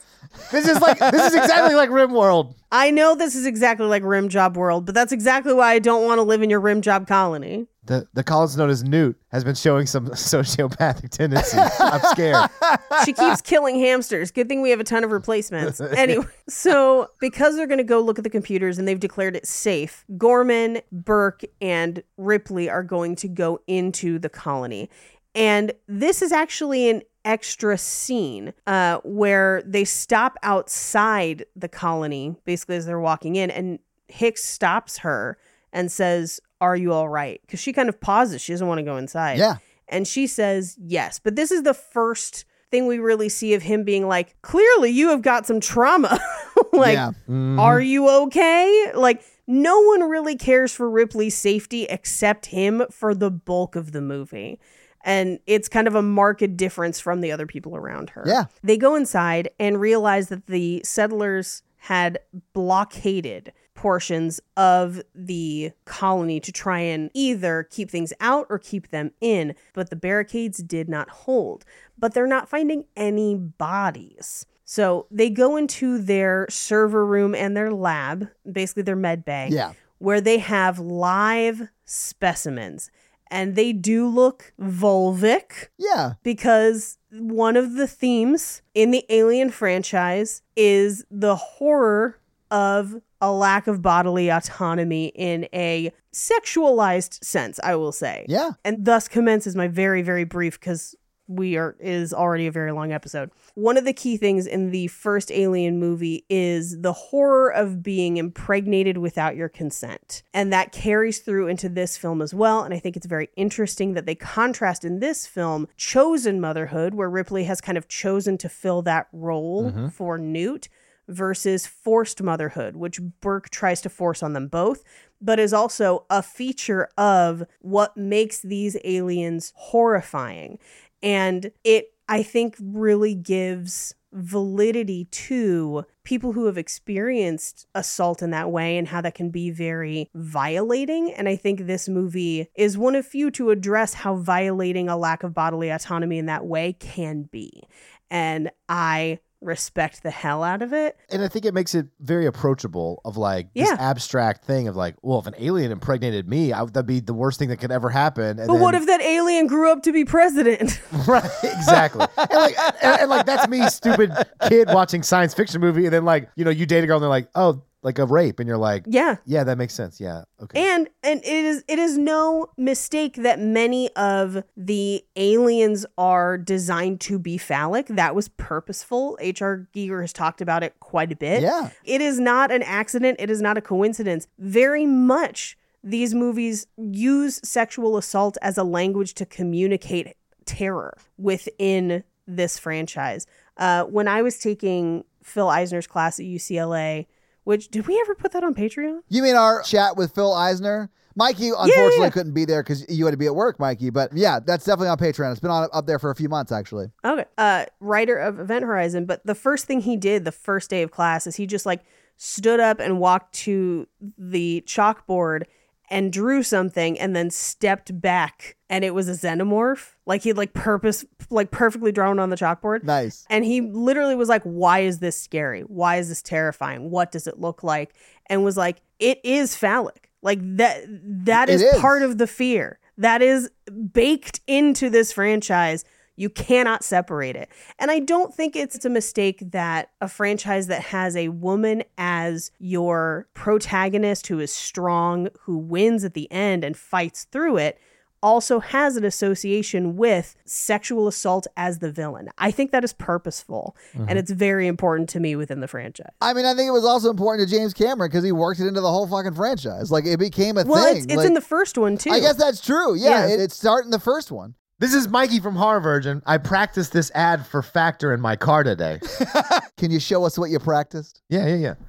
[SPEAKER 2] This is like this is exactly like RimWorld.
[SPEAKER 3] I know this is exactly like Rim Job World, but that's exactly why I don't want to live in your Rim Job colony.
[SPEAKER 2] The the Collins known as Newt has been showing some sociopathic tendencies. I'm scared.
[SPEAKER 3] she keeps killing hamsters. Good thing we have a ton of replacements. Anyway, so because they're going to go look at the computers and they've declared it safe, Gorman, Burke, and Ripley are going to go into the colony. And this is actually an extra scene uh, where they stop outside the colony, basically, as they're walking in, and Hicks stops her and says, Are you all right? Because she kind of pauses. She doesn't want to go inside.
[SPEAKER 1] Yeah.
[SPEAKER 3] And she says yes. But this is the first thing we really see of him being like, clearly you have got some trauma. like,
[SPEAKER 1] Yeah. Mm-hmm.
[SPEAKER 3] are you okay? Like, no one really cares for Ripley's safety except him for the bulk of the movie. And it's kind of a marked difference from the other people around her.
[SPEAKER 1] Yeah.
[SPEAKER 3] They go inside and realize that the settlers had blockaded portions of the colony to try and either keep things out or keep them in, but the barricades did not hold. But they're not finding any bodies. So they go into their server room and their lab, basically their med bay
[SPEAKER 1] Yeah.
[SPEAKER 3] where they have live specimens and they do look vulvic
[SPEAKER 1] Yeah.
[SPEAKER 3] because one of the themes in the alien franchise is the horror of a lack of bodily autonomy in a sexualized sense i will say
[SPEAKER 1] Yeah.
[SPEAKER 3] and thus commences my very very brief because we are it is already a very long episode one of the key things in the first alien movie is the horror of being impregnated without your consent and that carries through into this film as well and i think it's very interesting that they contrast in this film chosen motherhood where ripley has kind of chosen to fill that role for newt versus forced motherhood, which Burke tries to force on them both, but is also a feature of what makes these aliens horrifying. And it, I think, really gives validity to people who have experienced assault in that way and how that can be very violating and i think this movie is one of few to address how violating a lack of bodily autonomy in that way can be and i respect the hell out of it.
[SPEAKER 2] And I think it makes it very approachable of like
[SPEAKER 3] Yeah.
[SPEAKER 2] this abstract thing of like, well, if an alien impregnated me, I, that'd be the worst thing that could ever happen. And
[SPEAKER 3] But what
[SPEAKER 2] then-
[SPEAKER 3] if that alien grew up to be president?
[SPEAKER 2] right? Exactly. and like, and, and, like that's me, stupid kid watching science fiction movie, and then like, you know, you date a girl, and they're like, oh, like a rape, and you're like,
[SPEAKER 3] yeah.
[SPEAKER 2] yeah, that makes sense. Yeah, okay.
[SPEAKER 3] And and it is it is no mistake that many of the aliens are designed to be phallic. That was purposeful. H.R. Giger has talked about it quite a bit.
[SPEAKER 1] Yeah.
[SPEAKER 3] It is not an accident. It is not a coincidence. Very much these movies use sexual assault as a language to communicate terror within this franchise. Uh, when I was taking Phil Eisner's class at UCLA, which did we ever put that on Patreon?
[SPEAKER 1] You mean our chat with Phil Eisner? Mikey unfortunately
[SPEAKER 3] yeah.
[SPEAKER 1] couldn't be there because you had to be at work, Mikey. But yeah, that's definitely on Patreon. It's been on up there for a few months actually.
[SPEAKER 3] Okay. Uh, writer of Event Horizon. But the first thing he did the first day of class is he just like stood up and walked to the chalkboard and drew something and then stepped back and it was a xenomorph. Like he'd like purpose like perfectly drawn on the chalkboard.
[SPEAKER 1] Nice.
[SPEAKER 3] And he literally was like, Why is this scary? Why is this terrifying? What does it look like? And was like, It is phallic. Like that that
[SPEAKER 1] It
[SPEAKER 3] is,
[SPEAKER 1] is.
[SPEAKER 3] part of the fear. That is baked into this franchise. You cannot separate it. And I don't think it's a mistake that a franchise that has a woman as your protagonist who is strong, who wins at the end and fights through it, also has an association with sexual assault as the villain. I think that is purposeful and it's very important to me within the franchise.
[SPEAKER 1] I mean, I think it was also important to James Cameron because he worked it into the whole fucking franchise. Like it became a
[SPEAKER 3] Well,
[SPEAKER 1] thing.
[SPEAKER 3] it's, it's
[SPEAKER 1] Like,
[SPEAKER 3] in the first one too.
[SPEAKER 1] I guess that's true. Yeah,
[SPEAKER 3] Yeah.
[SPEAKER 1] It, it's starting the first one.
[SPEAKER 2] This is Mikey from Horror Virgin. I practiced this ad for Factor in my car today.
[SPEAKER 1] Can you show us what you practiced?
[SPEAKER 2] Yeah, yeah, yeah.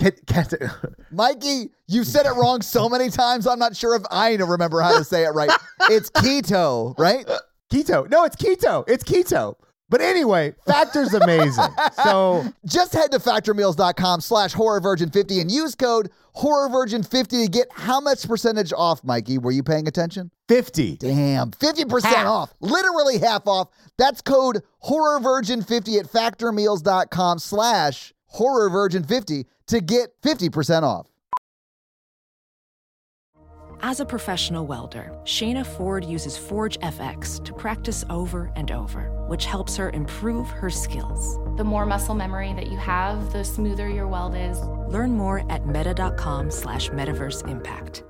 [SPEAKER 2] Ket- keto.
[SPEAKER 1] Mikey, you said it wrong so many times, I'm not sure if I remember how to say it right. It's keto, right?
[SPEAKER 2] keto. No, it's keto. It's keto. But anyway, Factor's amazing. so
[SPEAKER 1] Just head to factormeals.com slash horrorvirgin50 and use code horrorvirgin50 to get how much percentage off, Mikey? Were you paying attention?
[SPEAKER 2] 50.
[SPEAKER 1] Damn, 50%
[SPEAKER 2] Half.
[SPEAKER 1] off. Literally half off. That's code HorrorVirgin50 at factormeals.com slash HorrorVirgin50 to get 50% off.
[SPEAKER 4] As a professional welder, Shayna Ford uses Forge FX to practice over and over, which helps her improve her skills.
[SPEAKER 5] The more muscle memory that you have, the smoother your weld is.
[SPEAKER 4] Learn more at meta.com slash metaverse impact.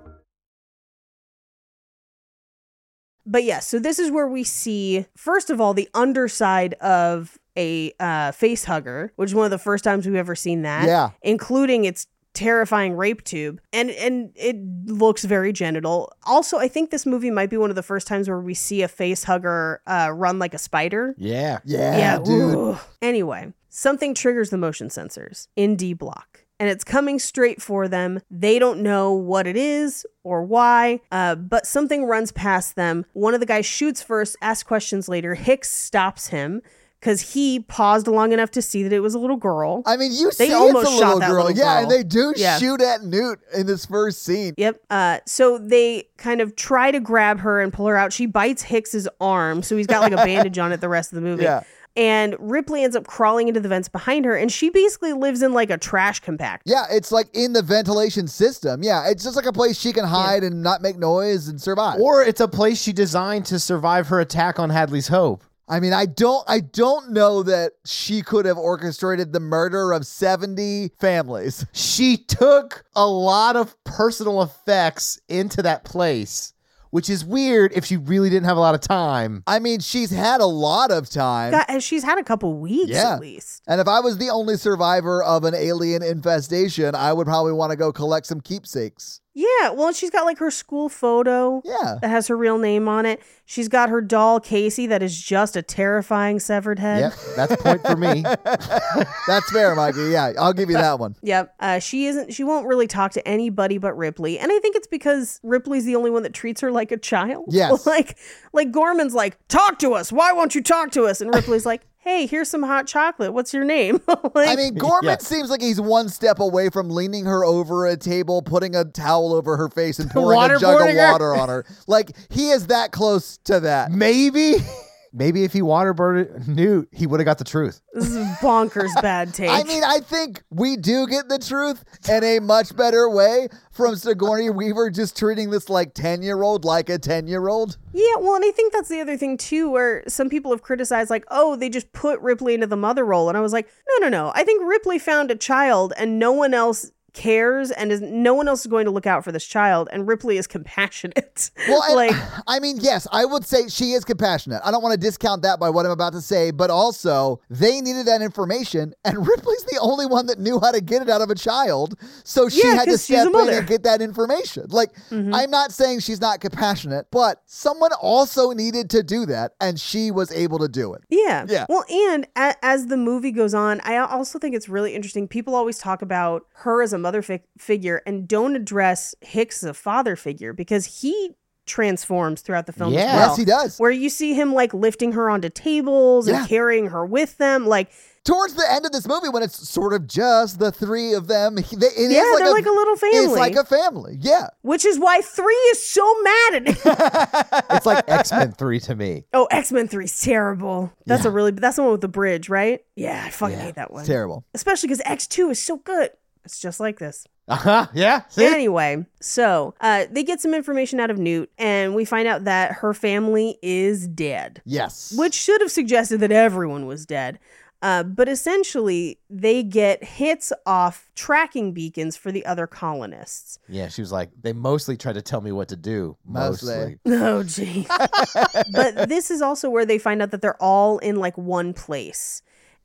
[SPEAKER 3] But yes, so this is where we see, first of all, the underside of a uh, face hugger, which is one of the first times we've ever seen that.
[SPEAKER 1] Yeah.
[SPEAKER 3] Including its terrifying rape tube. And and it looks very genital. Also, I think this movie might be one of the first times where we see a face hugger uh, run like a spider.
[SPEAKER 2] Yeah.
[SPEAKER 1] Yeah,
[SPEAKER 3] ooh. Anyway, something triggers the motion sensors in D block. And it's coming straight for them. They don't know what it is or why, uh, but something runs past them. One of the guys shoots first, asks questions later. Hicks stops him because he paused long enough to see that it was a little girl.
[SPEAKER 1] I mean, you
[SPEAKER 3] They
[SPEAKER 1] see
[SPEAKER 3] almost
[SPEAKER 1] it's a
[SPEAKER 3] shot
[SPEAKER 1] little
[SPEAKER 3] that
[SPEAKER 1] girl.
[SPEAKER 3] little
[SPEAKER 1] Yeah,
[SPEAKER 3] girl.
[SPEAKER 1] and they do
[SPEAKER 3] Yeah.
[SPEAKER 1] shoot at Newt in this first scene.
[SPEAKER 3] Yep. Uh, so they kind of try to grab her and pull her out. She bites Hicks's arm, so he's got like a bandage on it the rest of the movie.
[SPEAKER 1] Yeah.
[SPEAKER 3] And Ripley ends up crawling into the vents behind her, and she basically lives in like a trash compactor.
[SPEAKER 1] Yeah, it's like in the ventilation system. Yeah, it's just like a place she can hide and not make noise and survive.
[SPEAKER 2] Or it's a place she designed to survive her attack on Hadley's Hope.
[SPEAKER 1] I mean, I don't I don't know that she could have orchestrated the murder of 70 families.
[SPEAKER 2] She took a lot of personal effects into that place, which is weird if she really didn't have a lot of time.
[SPEAKER 1] I mean, she's had a lot of time.
[SPEAKER 3] God, she's had a couple weeks
[SPEAKER 1] Yeah.
[SPEAKER 3] at least.
[SPEAKER 1] And if I was the only survivor of an alien infestation, I would probably want to go collect some keepsakes.
[SPEAKER 3] Yeah. Well, she's got like her school photo
[SPEAKER 1] Yeah.
[SPEAKER 3] that has her real name on it. She's got her doll Casey that is just a terrifying severed head.
[SPEAKER 2] Yep, that's a point for me.
[SPEAKER 1] That's fair, Mikey. Yeah, I'll give you that one.
[SPEAKER 3] Yep. Uh, she isn't. She won't really talk to anybody but Ripley, and I think it's because Ripley's the only one that treats her like a child.
[SPEAKER 1] Yes.
[SPEAKER 3] like, like Gorman's like, talk to us. Why won't you talk to us? And Ripley's like, hey, here's some hot chocolate. What's your name? like,
[SPEAKER 1] I mean, Gorman
[SPEAKER 2] Yeah.
[SPEAKER 1] seems like he's one step away from leaning her over a table, putting a towel over her face, and pouring a jug of
[SPEAKER 2] Waterboarding her.
[SPEAKER 1] water on her. Like, he is that close to that.
[SPEAKER 2] Maybe. maybe if he waterboarded Newt, he would have got the truth.
[SPEAKER 3] This is bonkers bad take.
[SPEAKER 1] I mean, I think we do get the truth in a much better way from Sigourney Weaver just treating this like 10 year old like a 10 year old.
[SPEAKER 3] yeah, well, and I think that's the other thing too, where some people have criticized, like, oh, they just put Ripley into the mother role, and I was like, no, no, no. I think Ripley found a child, and no one else cares, and is no one else is going to look out for this child, and Ripley is compassionate.
[SPEAKER 1] Well, and-
[SPEAKER 3] like,
[SPEAKER 1] I mean, yes, I would say she is compassionate. I don't want to discount that by what I'm about to say, but also they needed that information, and Ripley's the only one that knew how to get it out of a child, so she
[SPEAKER 3] Yeah,
[SPEAKER 1] had to
[SPEAKER 3] 'cause she's a
[SPEAKER 1] step in
[SPEAKER 3] mother. Mm-hmm.
[SPEAKER 1] and get that information. Like, I'm not saying she's not compassionate, but someone also needed to do that, and she was able to do it.
[SPEAKER 3] Yeah.
[SPEAKER 1] Yeah.
[SPEAKER 3] Well, and a- as the movie goes on, I also think it's really interesting. People always talk about her as a mother fi- figure and don't address Hicks as a father figure because he transforms throughout the film. as
[SPEAKER 2] Yeah.
[SPEAKER 3] well.
[SPEAKER 1] Yes, he does.
[SPEAKER 3] Where you see him like lifting her onto tables
[SPEAKER 1] Yeah.
[SPEAKER 3] and carrying her with them. Like,
[SPEAKER 1] Towards the end of this movie, when it's sort of just the three of them, he- they, it
[SPEAKER 3] yeah,
[SPEAKER 1] is like
[SPEAKER 3] they're
[SPEAKER 1] a,
[SPEAKER 3] like a little family.
[SPEAKER 1] It's like a family. Yeah.
[SPEAKER 3] which is why three is so mad at him.
[SPEAKER 2] It's like X Men Three to me.
[SPEAKER 3] oh, X Men Three is terrible. That's a really that's the one with the bridge, right? Yeah, I fucking
[SPEAKER 2] Yeah.
[SPEAKER 3] hate that one.
[SPEAKER 1] It's terrible.
[SPEAKER 3] Especially because X Two is so good. It's just like this.
[SPEAKER 2] Uh-huh. Yeah. See?
[SPEAKER 3] Anyway, so uh, they get some information out of Newt, and we find out that her family is dead,
[SPEAKER 1] Yes.
[SPEAKER 3] which should have suggested that everyone was dead. Uh, but essentially, they get hits off tracking beacons for the other colonists.
[SPEAKER 2] yeah. She was like, they mostly tried to tell me what to do.
[SPEAKER 1] Mostly.
[SPEAKER 2] Mostly.
[SPEAKER 3] Oh, gee. but this is also where they find out that they're all in like one place.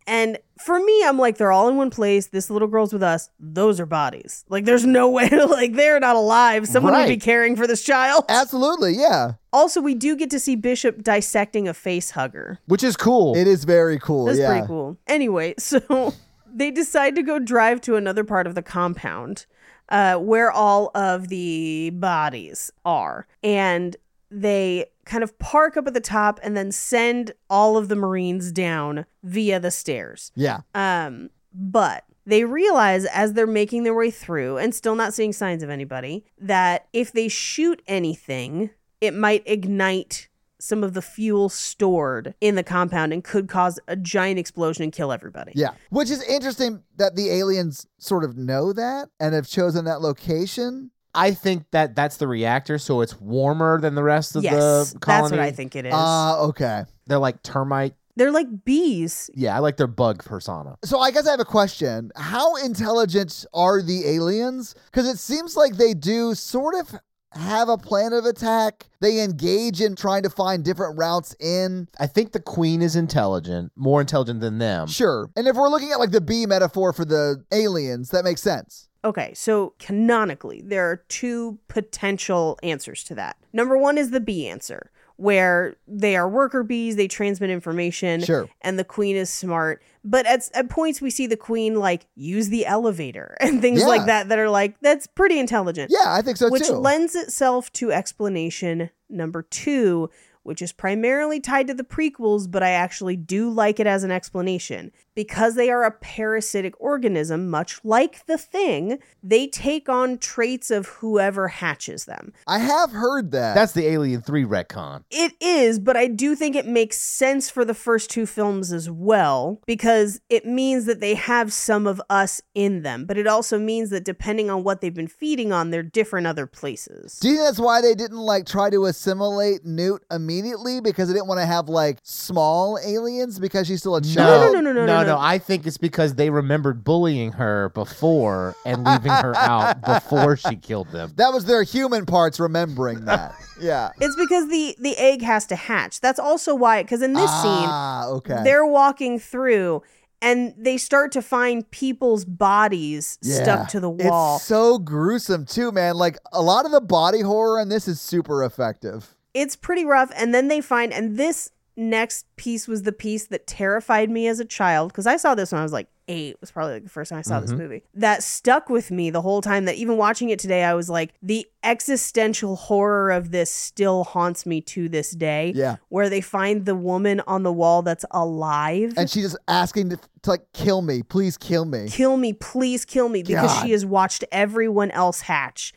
[SPEAKER 3] And for me, I'm like, they're all in one place. This little girl's with us. Those are bodies. Like, there's no way, like, they're not alive. Someone would be
[SPEAKER 2] Right.
[SPEAKER 3] caring for this child.
[SPEAKER 1] Absolutely. Yeah.
[SPEAKER 3] Also, we do get to see Bishop dissecting a face hugger.
[SPEAKER 2] Which is cool.
[SPEAKER 1] It is very cool.
[SPEAKER 3] That's
[SPEAKER 1] yeah.
[SPEAKER 3] pretty cool. Anyway, so they decide to go drive to another part of the compound uh, where all of the bodies are. And they kind of park up at the top and then send all of the Marines down via the stairs.
[SPEAKER 1] Yeah.
[SPEAKER 3] Um, but they realize as they're making their way through and still not seeing signs of anybody that if they shoot anything, it might ignite some of the fuel stored in the compound and could cause a giant explosion and kill everybody.
[SPEAKER 1] Yeah. Which is interesting that the aliens sort of know that and have chosen that location.
[SPEAKER 2] I think that that's the reactor, so it's warmer than the rest of
[SPEAKER 3] yes,
[SPEAKER 2] the colony. uh,
[SPEAKER 3] that's what I think it is.
[SPEAKER 1] Ah, okay.
[SPEAKER 2] They're like termite.
[SPEAKER 3] They're like bees.
[SPEAKER 2] Yeah, I like their bug persona.
[SPEAKER 1] So I guess I have a question. How intelligent are the aliens? Because it seems like they do sort of have a plan of attack. They engage in trying to find different routes in.
[SPEAKER 2] I think the queen is intelligent, more intelligent than them.
[SPEAKER 1] Sure. And if we're looking at like the bee metaphor for the aliens, that makes sense.
[SPEAKER 3] Okay, so canonically, there are two potential answers to that. Number one is the bee answer, where they are worker bees, they transmit information,
[SPEAKER 1] Sure.
[SPEAKER 3] and the queen is smart. But at, at points, we see the queen like use the elevator and things
[SPEAKER 1] Yeah.
[SPEAKER 3] like that that are like, that's pretty intelligent.
[SPEAKER 1] Yeah, I think so
[SPEAKER 3] which
[SPEAKER 1] too.
[SPEAKER 3] lends itself to explanation number two, which is primarily tied to the prequels, but I actually do like it as an explanation. Because they are a parasitic organism, much like the thing, they take on traits of whoever hatches them.
[SPEAKER 1] I have heard that.
[SPEAKER 2] That's the Alien 3 retcon.
[SPEAKER 3] It is, but I do think it makes sense for the first two films as well, because it means that they have some of us in them, but it also means that depending on what they've been feeding on, they're different other places.
[SPEAKER 1] Do you think that's why they didn't like try to assimilate Newt immediately because they didn't want to have like small aliens because she's still a
[SPEAKER 3] no,
[SPEAKER 1] child?
[SPEAKER 3] no, no, no, no, no.
[SPEAKER 2] I think it's because they remembered bullying her before and leaving her out before she killed them.
[SPEAKER 1] That was their human parts remembering that. yeah.
[SPEAKER 3] It's because the the egg has to hatch. That's also why because in this
[SPEAKER 1] ah, okay.
[SPEAKER 3] scene they're walking through and they start to find people's bodies
[SPEAKER 1] Yeah.
[SPEAKER 3] stuck to the wall.
[SPEAKER 1] It's
[SPEAKER 3] It's,
[SPEAKER 1] so gruesome too, man. Like a lot of the body horror in this is super effective.
[SPEAKER 3] pretty rough and then they find and this next piece was the piece that terrified me as a child cuz I saw this when I was like 8 was probably like the first time I saw this movie. That stuck with me the whole time that even watching it today I was like the existential horror of this still haunts me to this day.
[SPEAKER 1] Yeah.
[SPEAKER 3] where they find the woman on the wall that's alive.
[SPEAKER 1] And she's just asking to, to like kill me, please kill me.
[SPEAKER 3] kill me, please kill me, because she has watched everyone else hatch.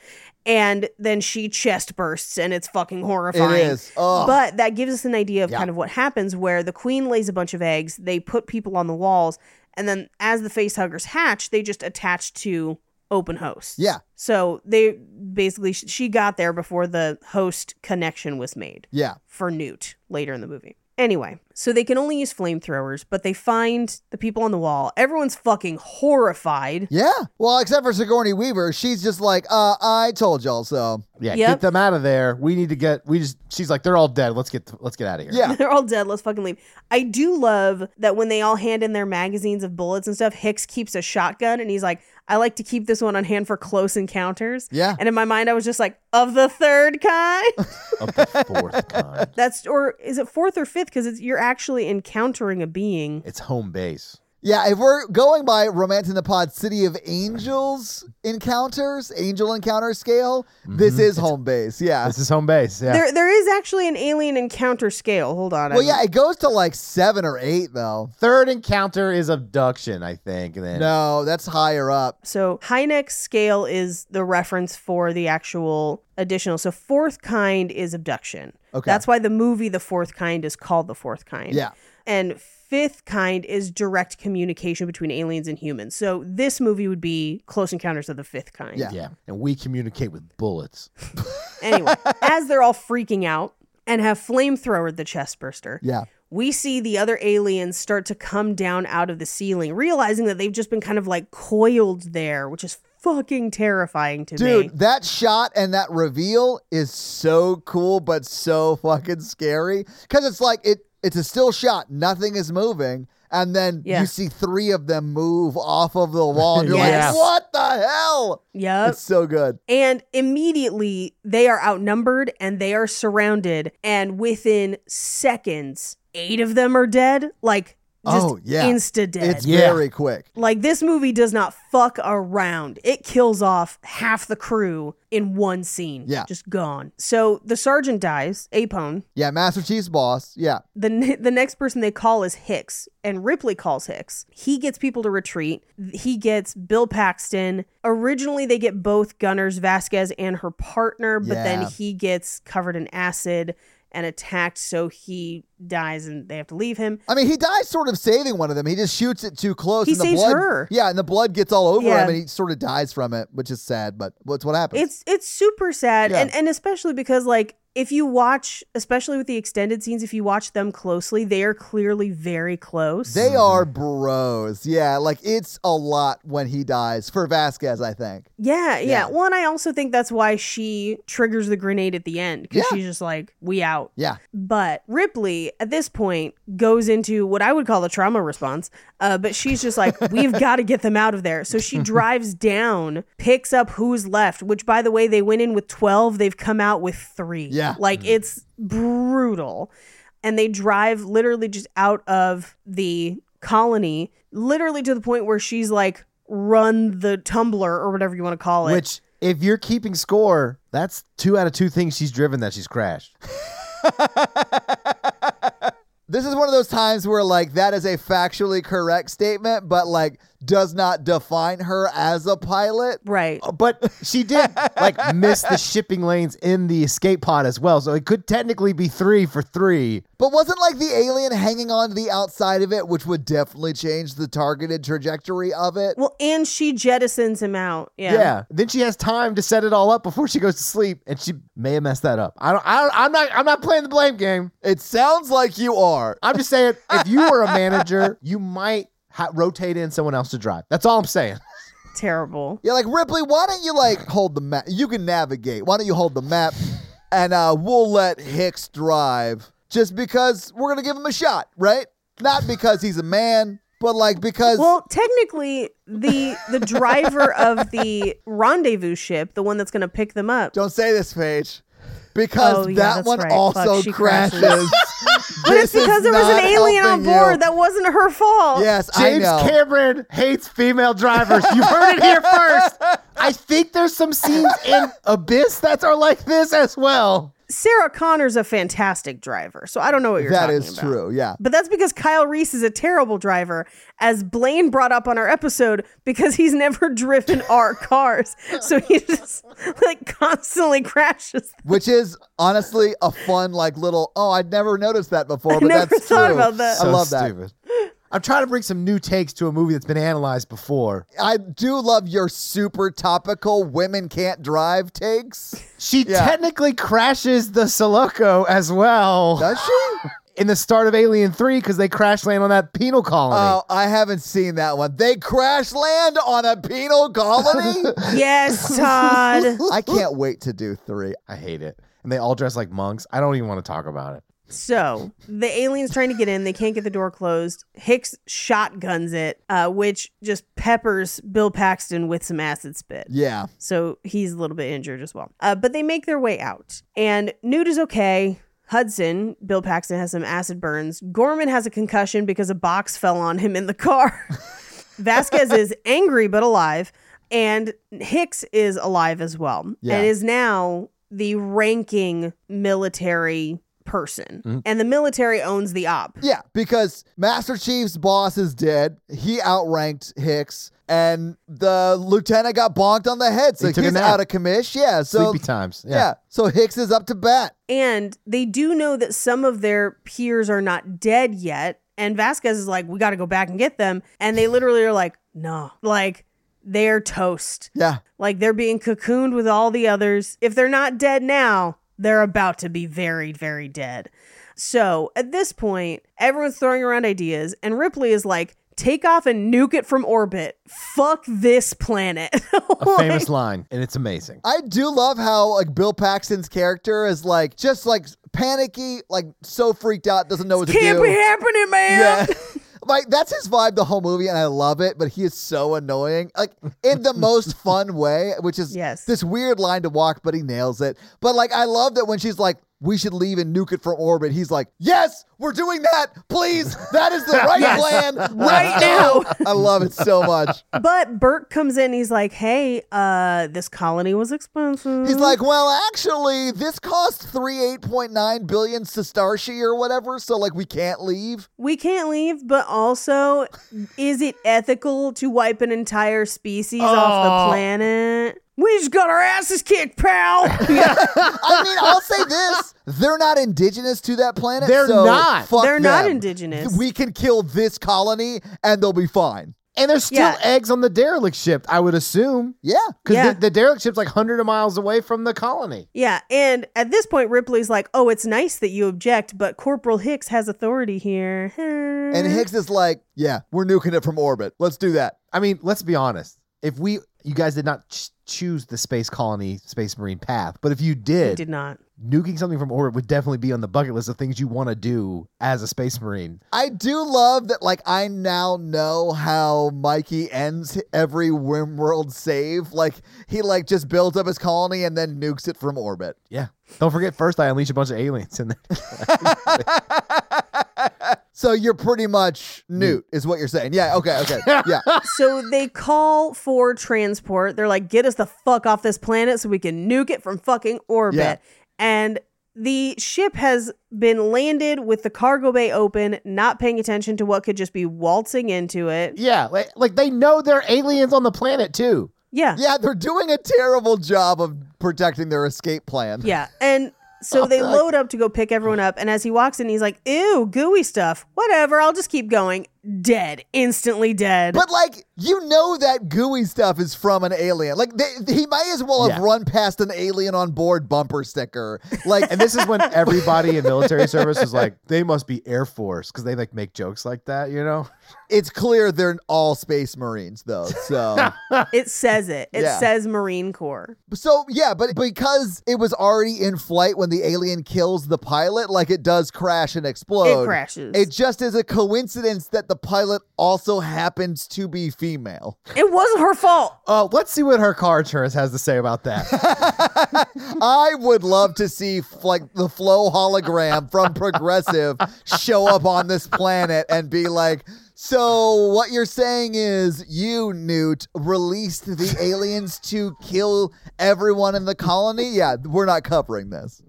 [SPEAKER 3] and then she chest bursts and it's fucking horrifying.
[SPEAKER 1] It is. Oh,
[SPEAKER 3] But that gives us an idea of
[SPEAKER 1] Yeah.
[SPEAKER 3] kind of what happens where the queen lays a bunch of eggs, they put people on the walls, and then as the face huggers hatch, they just attach to open hosts.
[SPEAKER 1] yeah,
[SPEAKER 3] So they basically, sh- she got there before the host connection was made
[SPEAKER 1] yeah.
[SPEAKER 3] for Newt later in the movie. Anyway, so they can only use flamethrowers, but they find the people on the wall. Everyone's fucking horrified.
[SPEAKER 1] Yeah. Well, except for Sigourney Weaver, she's just like, uh, I told y'all so.
[SPEAKER 2] Yeah,
[SPEAKER 3] Yep.
[SPEAKER 2] get them out of there. We need to get. We just. She's like, they're all dead. Let's get. Let's get out of here.
[SPEAKER 1] Yeah.
[SPEAKER 3] They're all dead. Let's fucking leave. I do love that when they all hand in their magazines of bullets and stuff, Hicks keeps a shotgun and he's like, I like to keep this one on hand for close encounters.
[SPEAKER 1] Yeah.
[SPEAKER 3] And in my mind, I was just like, of the third kind?
[SPEAKER 2] Of the fourth kind.
[SPEAKER 3] That's, or is it fourth or fifth? Because you're actually encountering a being.
[SPEAKER 2] It's home base.
[SPEAKER 1] Yeah, if we're going by Romancing the Pod City of Angels encounters, angel encounter scale, this is home base. Yeah.
[SPEAKER 2] This is home base. Yeah.
[SPEAKER 3] There, there is actually an alien encounter scale. Hold on.
[SPEAKER 1] Well,
[SPEAKER 3] I'm-
[SPEAKER 1] yeah, it goes to like seven or eight, though.
[SPEAKER 2] Third encounter is abduction. I think. Then
[SPEAKER 1] No, that's higher up.
[SPEAKER 3] So Hynex scale is the reference for the actual additional. So fourth kind is abduction.
[SPEAKER 1] Okay.
[SPEAKER 3] That's why the movie The Fourth Kind is called The Fourth Kind.
[SPEAKER 1] Yeah.
[SPEAKER 3] And fifth kind is direct communication between aliens and humans. So this movie would be Close Encounters of the Fifth Kind.
[SPEAKER 1] Yeah.
[SPEAKER 2] Yeah, and we communicate with bullets.
[SPEAKER 3] Anyway, as they're all freaking out and have flamethrowered the chestburster,
[SPEAKER 1] Yeah.
[SPEAKER 3] we see the other aliens start to come down out of the ceiling, realizing that they've just been kind of like coiled there, which is fucking terrifying to me.
[SPEAKER 1] Dude, that shot and that reveal is so cool, but so fucking scary. Because it's like it it's a still shot, nothing is moving, and then
[SPEAKER 3] Yeah.
[SPEAKER 1] you see three of them move off of the wall, and you're like,
[SPEAKER 3] Yes.
[SPEAKER 1] "What the hell?"
[SPEAKER 3] Yep.
[SPEAKER 1] it's so good.
[SPEAKER 3] And immediately they are outnumbered and they are surrounded. And within seconds, eight of them are dead. Like, just
[SPEAKER 1] Oh, yeah.
[SPEAKER 3] insta dead.
[SPEAKER 1] It's
[SPEAKER 2] Yeah.
[SPEAKER 1] very quick.
[SPEAKER 3] like, this movie does not fuck around. It kills off half the crew in one scene.
[SPEAKER 1] Yeah.
[SPEAKER 3] Just gone. So the sergeant dies, Apone.
[SPEAKER 1] Yeah, Master Chief's boss. Yeah,
[SPEAKER 3] The, ne- the next person they call is Hicks, and Ripley calls Hicks. He gets people to retreat. He gets Bill Paxton. Originally, they get both Gunners, Vasquez, and her partner, but then
[SPEAKER 1] Yeah.
[SPEAKER 3] he gets covered in acid and attacked, so he dies and they have to leave him.
[SPEAKER 1] I mean, he dies sort of saving one of them. He just shoots it too close.
[SPEAKER 3] He
[SPEAKER 1] and the
[SPEAKER 3] saves
[SPEAKER 1] blood,
[SPEAKER 3] her.
[SPEAKER 1] Yeah, and the blood gets all over
[SPEAKER 3] Yeah.
[SPEAKER 1] him, and he sort of dies from it, which is sad. But what's what happens?
[SPEAKER 3] It's it's super sad,
[SPEAKER 1] Yeah.
[SPEAKER 3] and and especially because like if you watch, especially with the extended scenes, if you watch them closely, they are clearly very close.
[SPEAKER 1] They are bros. Yeah, like it's a lot when he dies for Vasquez, I think.
[SPEAKER 3] Yeah, yeah.
[SPEAKER 1] Yeah.
[SPEAKER 3] Well, and I also think that's why she triggers the grenade at the end because
[SPEAKER 1] Yeah.
[SPEAKER 3] she's just like, we out.
[SPEAKER 1] Yeah.
[SPEAKER 3] But Ripley, at this point, goes into what I would call the trauma response. Uh, but she's just like, we've got to get them out of there. So she drives down, picks up who's left, which, by the way, they went in with 12. They've come out with three.
[SPEAKER 1] Yeah. Mm-hmm.
[SPEAKER 3] Like, it's brutal. And they drive literally just out of the colony, literally to the point where she's like, run the tumbler or whatever you want to call it.
[SPEAKER 2] Which, if you're keeping score, that's two out of two things she's driven that she's crashed.
[SPEAKER 1] This is one of those times where like that is a factually correct statement, but like does not define her as a pilot.
[SPEAKER 3] right.
[SPEAKER 2] But she did like miss the shipping lanes in the escape pod as well, so it could technically be three for three.
[SPEAKER 1] But wasn't like the alien hanging on to the outside of it, which would definitely change the targeted trajectory of it.
[SPEAKER 3] Well, and she jettisons him out. Yeah.
[SPEAKER 2] Yeah. Then she has time to set it all up before she goes to sleep, and she may have messed that up. I don't. I don't I'm not. I'm not playing the blame game.
[SPEAKER 1] It sounds like you are.
[SPEAKER 2] I'm just saying, if you were a manager, you might ha- rotate in someone else to drive. That's all I'm saying.
[SPEAKER 3] Terrible.
[SPEAKER 1] Yeah, like Ripley, why don't you like hold the map? You can navigate. Why don't you hold the map, and uh, we'll let Hicks drive just because we're gonna give him a shot, right? Not because he's a man, but like because
[SPEAKER 3] Well, technically, the the driver of the rendezvous ship, the one that's going to pick them up,
[SPEAKER 1] don't say this, Paige, because
[SPEAKER 3] Oh, yeah,
[SPEAKER 1] that
[SPEAKER 3] that's
[SPEAKER 1] one
[SPEAKER 3] right.
[SPEAKER 1] also
[SPEAKER 3] Fuck, she crashes.
[SPEAKER 1] crashes. but
[SPEAKER 3] it's because there was an alien on board that wasn't her fault.
[SPEAKER 1] yes, I
[SPEAKER 2] James
[SPEAKER 1] know.
[SPEAKER 2] Cameron hates female drivers. You heard it here first. I think there's some scenes in Abyss that are like this as well.
[SPEAKER 3] Sarah Connor's a fantastic driver, so I don't know what you're
[SPEAKER 1] That
[SPEAKER 3] talking
[SPEAKER 1] is
[SPEAKER 3] about.
[SPEAKER 1] true. Yeah.
[SPEAKER 3] But that's because Kyle Reese is a terrible driver, as Blaine brought up on our episode, because he's never driven our cars. So he just like constantly crashes.
[SPEAKER 1] Which is honestly a fun, like little. Oh, I'd never noticed that before. But
[SPEAKER 3] never
[SPEAKER 1] that's
[SPEAKER 3] thought
[SPEAKER 1] true.
[SPEAKER 3] about that.
[SPEAKER 1] I
[SPEAKER 3] So
[SPEAKER 1] love that.
[SPEAKER 2] Stupid. I'm trying to bring some new takes to a movie that's been analyzed before.
[SPEAKER 1] I do love your super topical women can't drive takes.
[SPEAKER 2] She
[SPEAKER 1] Yeah.
[SPEAKER 2] technically crashes the Sulaco as well
[SPEAKER 1] Does she?
[SPEAKER 2] in the start of Alien 3 because they crash land on that penal colony.
[SPEAKER 1] Oh, I haven't seen that one. They crash land on a penal colony.
[SPEAKER 3] Yes, Todd.
[SPEAKER 1] I can't wait to do three.
[SPEAKER 2] I hate it. And they all dress like monks. I don't even want to talk about it.
[SPEAKER 3] So the alien's trying to get in. They can't get the door closed. Hicks shotguns it, uh, which just peppers Bill Paxton with some acid spit.
[SPEAKER 1] Yeah.
[SPEAKER 3] So he's a little bit injured as well. Uh, but they make their way out. And Nude is okay. Hudson, Bill Paxton, has some acid burns. Gorman has a concussion because a box fell on him in the car. Vasquez is angry but alive. And Hicks is alive as well
[SPEAKER 1] Yeah.
[SPEAKER 3] and is now the ranking military person. And the military owns the op.
[SPEAKER 1] Yeah, because Master Chief's boss is dead. He outranked Hicks, and the lieutenant got bonked on the head, so
[SPEAKER 2] He took a
[SPEAKER 1] he's
[SPEAKER 2] nap.
[SPEAKER 1] out of commish. Yeah, so
[SPEAKER 2] Sleepy times.
[SPEAKER 1] yeah. so Hicks is up to bat.
[SPEAKER 3] And they do know that some of their peers are not dead yet. And Vasquez is like, we got to go back and get them. And they literally are like, no, like they're toast.
[SPEAKER 1] Yeah,
[SPEAKER 3] Like they're being cocooned with all the others. If they're not dead now, they're about to be very, very dead. So at this point, everyone's throwing around ideas. And Ripley is like, take off and nuke it from orbit. Fuck this planet.
[SPEAKER 2] A famous line, and it's amazing.
[SPEAKER 1] I do love how like Bill Paxton's character is like just like panicky, like so freaked out, doesn't know what to
[SPEAKER 3] Can't
[SPEAKER 1] do.
[SPEAKER 3] be happening, man.
[SPEAKER 1] Yeah. Like that's his vibe the whole movie, and I love it. But he is so annoying, like in the most fun way, which is
[SPEAKER 3] Yes.
[SPEAKER 1] this weird line to walk, but he nails it. But like I love that when she's like, "We should leave and nuke it from orbit," he's like, "Yes, we're doing that. Please, that is the right
[SPEAKER 3] Yes.
[SPEAKER 1] plan
[SPEAKER 3] Right now.
[SPEAKER 1] I love it so much.
[SPEAKER 3] But Burke comes in. He's like, "Hey, uh, this colony was expensive."
[SPEAKER 1] He's like, "Well, actually, this cost three eight point nine billion sestertia or whatever, so like we can't leave."
[SPEAKER 3] "We can't leave, but also, is it ethical to wipe an entire species
[SPEAKER 1] Oh.
[SPEAKER 3] off the planet?" We just got our asses kicked, pal.
[SPEAKER 1] I mean, I'll say this: they're not indigenous to that planet.
[SPEAKER 2] They're
[SPEAKER 1] so
[SPEAKER 2] not.
[SPEAKER 1] fuck
[SPEAKER 3] They're not
[SPEAKER 1] them.
[SPEAKER 3] indigenous.
[SPEAKER 1] We can kill this colony and they'll be fine.
[SPEAKER 2] And there's still
[SPEAKER 3] Yeah.
[SPEAKER 2] eggs on the derelict ship, I would assume.
[SPEAKER 1] Yeah.
[SPEAKER 2] Because
[SPEAKER 3] Yeah.
[SPEAKER 2] the, the derelict ship's like hundreds of miles away from the colony.
[SPEAKER 3] yeah, and at this point, Ripley's like, "Oh, it's nice that you object, but Corporal Hicks has authority here."
[SPEAKER 1] And
[SPEAKER 3] Mm-hmm.
[SPEAKER 1] Hicks is like, "Yeah, we're nuking it from orbit. Let's do that."
[SPEAKER 2] I mean, let's be honest. If we, you guys did not ch- choose the space colony, space marine path, but if you
[SPEAKER 3] He
[SPEAKER 2] did,
[SPEAKER 3] did not.
[SPEAKER 2] nuking something from orbit would definitely be on the bucket list of things you want to do as a space marine.
[SPEAKER 1] I do love that, like, I now know how Mikey ends every World save. Like, he, like, just builds up his colony and then nukes it from orbit.
[SPEAKER 2] Yeah. Don't forget, first I unleash a bunch of aliens in there.
[SPEAKER 1] So you're pretty much Newt, is what you're saying. Yeah, okay, okay. Yeah.
[SPEAKER 3] So they call for transport. They're like, get us the fuck off this planet so we can nuke it from fucking orbit.
[SPEAKER 1] Yeah.
[SPEAKER 3] And the ship has been landed with the cargo bay open, not paying attention to what could just be waltzing into it.
[SPEAKER 2] yeah. Like, like they know there are aliens on the planet too.
[SPEAKER 3] Yeah.
[SPEAKER 1] Yeah, they're doing a terrible job of protecting their escape plan.
[SPEAKER 3] Yeah. And
[SPEAKER 1] Oh,
[SPEAKER 3] so they load up to go pick everyone up. And as he walks in, he's like, ew, gooey stuff. Whatever. I'll just keep going. Dead. Instantly dead.
[SPEAKER 1] But like you know that gooey stuff is from an alien. Like they, he might as well have
[SPEAKER 2] Yeah.
[SPEAKER 1] run past an alien on board bumper sticker. Like
[SPEAKER 2] And this is when everybody in military service is like, they must be Air Force because they like make jokes like that, you know?
[SPEAKER 1] it's clear they're all space marines though. So
[SPEAKER 3] it says it. It
[SPEAKER 1] Yeah.
[SPEAKER 3] says Marine Corps.
[SPEAKER 1] so yeah, but because it was already in flight when the alien kills the pilot, like it does crash and explode.
[SPEAKER 3] It crashes.
[SPEAKER 1] It just is a coincidence that the pilot also happens to be female.
[SPEAKER 3] it wasn't her fault.
[SPEAKER 2] Uh, let's see what her car insurance has to say about that.
[SPEAKER 1] I would love to see f- like the flow hologram from Progressive show up on this planet and be like, So what you're saying is you, Newt, released the aliens to kill everyone in the colony? Yeah, we're not covering this.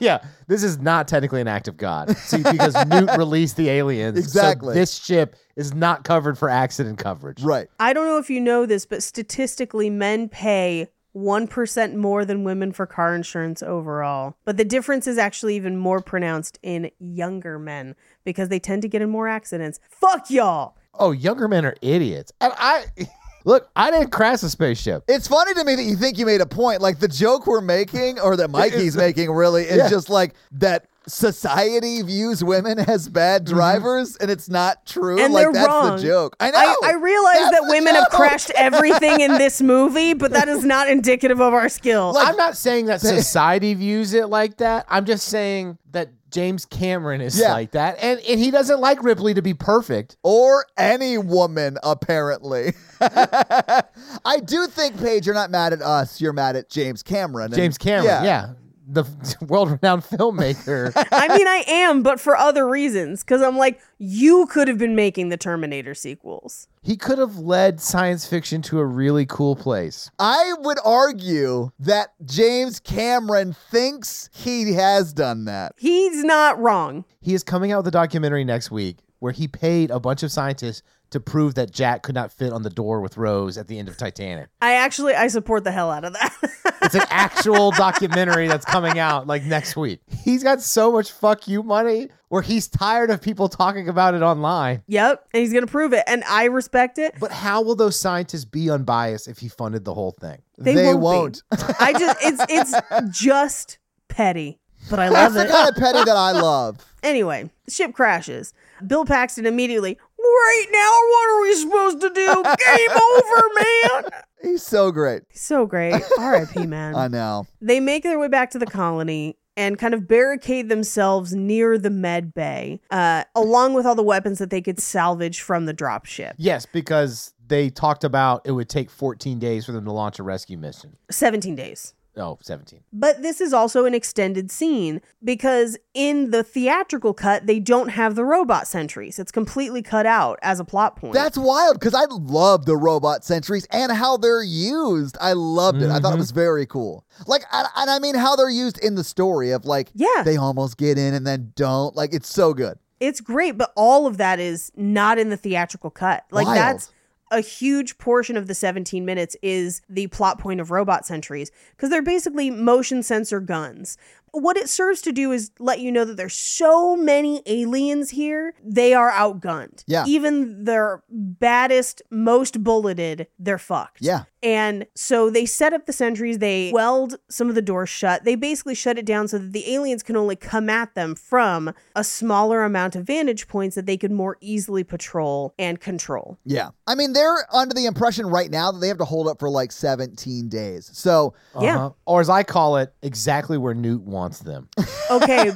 [SPEAKER 2] yeah, this is not technically an act of God. See, because Newt released the aliens. so
[SPEAKER 1] Exactly.
[SPEAKER 2] this ship is not covered for accident coverage.
[SPEAKER 1] Right.
[SPEAKER 3] I don't know if you know this, but statistically, men pay 1% more than women for car insurance overall. But the difference is actually even more pronounced in younger men because they tend to get in more accidents. Fuck y'all.
[SPEAKER 2] Oh, younger men are idiots. And I look, I didn't crash a spaceship.
[SPEAKER 1] It's funny to me that you think you made a point. Like the joke we're making, or that Mikey's making, really, is
[SPEAKER 2] Yeah.
[SPEAKER 1] just like that society views women as bad drivers, and it's not true.
[SPEAKER 3] Mm-hmm. And
[SPEAKER 1] like
[SPEAKER 3] they're
[SPEAKER 1] that's
[SPEAKER 3] wrong.
[SPEAKER 1] the joke. I know.
[SPEAKER 3] I, I realize
[SPEAKER 1] Oh, That's
[SPEAKER 3] that
[SPEAKER 1] the
[SPEAKER 3] women
[SPEAKER 1] joke.
[SPEAKER 3] have crashed everything in this movie, but that is not indicative of our skill.
[SPEAKER 1] Like-
[SPEAKER 2] I'm not saying that society views it like that. I'm just saying that James Cameron is
[SPEAKER 1] Yeah.
[SPEAKER 2] like that. And and he doesn't like Ripley to be perfect.
[SPEAKER 1] Or any woman, apparently. I do think, Paige, you're not mad at us. You're mad at James Cameron. And-
[SPEAKER 2] James Cameron, yeah. The world renowned filmmaker.
[SPEAKER 3] I mean, I am, but for other reasons. Because I'm like, you could have been making the Terminator sequels.
[SPEAKER 2] he could have led science fiction to a really cool place.
[SPEAKER 1] I would argue that James Cameron thinks he has done that.
[SPEAKER 3] He's not wrong.
[SPEAKER 2] He is coming out with a documentary next week where he paid a bunch of scientists to prove that Jack could not fit on the door with Rose at the end of Titanic.
[SPEAKER 3] I actually I support the hell out of that.
[SPEAKER 2] It's an actual documentary that's coming out like next week. He's got so much fuck you money where he's tired of people talking about it online.
[SPEAKER 3] yep, and he's gonna prove it, and I respect it.
[SPEAKER 2] But how will those scientists be unbiased if he funded the whole thing?
[SPEAKER 3] They,
[SPEAKER 1] They
[SPEAKER 3] won't. be. I just it's it's just petty, but I love
[SPEAKER 1] That's
[SPEAKER 3] it.
[SPEAKER 1] the kind of petty that I love.
[SPEAKER 3] Anyway, ship crashes. Bill Paxton immediately. Right now, what are we supposed to do? Game over, man.
[SPEAKER 1] He's so great.
[SPEAKER 3] So great. R.I.P. Man.
[SPEAKER 1] I know.
[SPEAKER 3] They make their way back to the colony and kind of barricade themselves near the med bay, uh, along with all the weapons that they could salvage from the dropship.
[SPEAKER 2] Yes, because they talked about it would take 14 days for them to launch a rescue mission.
[SPEAKER 3] 17 days.
[SPEAKER 2] Oh, 17.
[SPEAKER 3] But this is also an extended scene because in the theatrical cut, they don't have the robot sentries. It's completely cut out as a plot point.
[SPEAKER 1] That's wild because I love the robot sentries and how they're used. I loved it. I
[SPEAKER 3] Mm-hmm.
[SPEAKER 1] thought it was very cool. Like, and, and I mean, how they're used in the story of like,
[SPEAKER 3] Yeah.
[SPEAKER 1] they almost get in and then don't. Like, it's so good.
[SPEAKER 3] it's great, but all of that is not in the theatrical cut. Like
[SPEAKER 1] Wild.
[SPEAKER 3] that's a huge portion of the 17 minutes is the plot point of robot sentries because they're basically motion sensor guns. What it serves to do is let you know that there's so many aliens here, they are outgunned.
[SPEAKER 1] Yeah.
[SPEAKER 3] Even their baddest, most bulleted, they're fucked.
[SPEAKER 1] Yeah.
[SPEAKER 3] And so they set up the sentries, they weld some of the doors shut. They basically shut it down so that the aliens can only come at them from a smaller amount of vantage points that they could more easily patrol and control.
[SPEAKER 1] Yeah. I mean, they're under the impression right now that they have to hold up for like 17 days. So,
[SPEAKER 2] Uh-huh.
[SPEAKER 3] Yeah.
[SPEAKER 2] Or as I call it, exactly where Newt wants them.
[SPEAKER 3] Okay,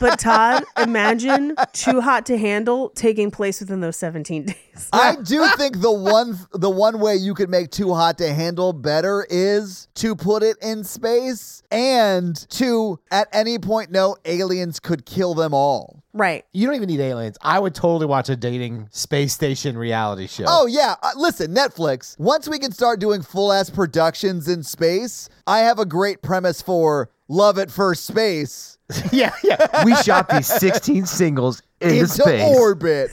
[SPEAKER 3] but Todd, imagine Too Hot to Handle taking place within those 17 days.
[SPEAKER 1] I do think the one the one way you could make too hot to handle better is to put it in space and to at any point know aliens could kill them all.
[SPEAKER 3] Right.
[SPEAKER 2] You don't even need aliens. I would totally watch a dating space station reality show.
[SPEAKER 1] Oh yeah, uh, listen, Netflix. Once we can start doing full ass productions in space, I have a great premise for Love at First Space
[SPEAKER 2] yeah, yeah. We shot these 16 singles into,
[SPEAKER 1] into orbit.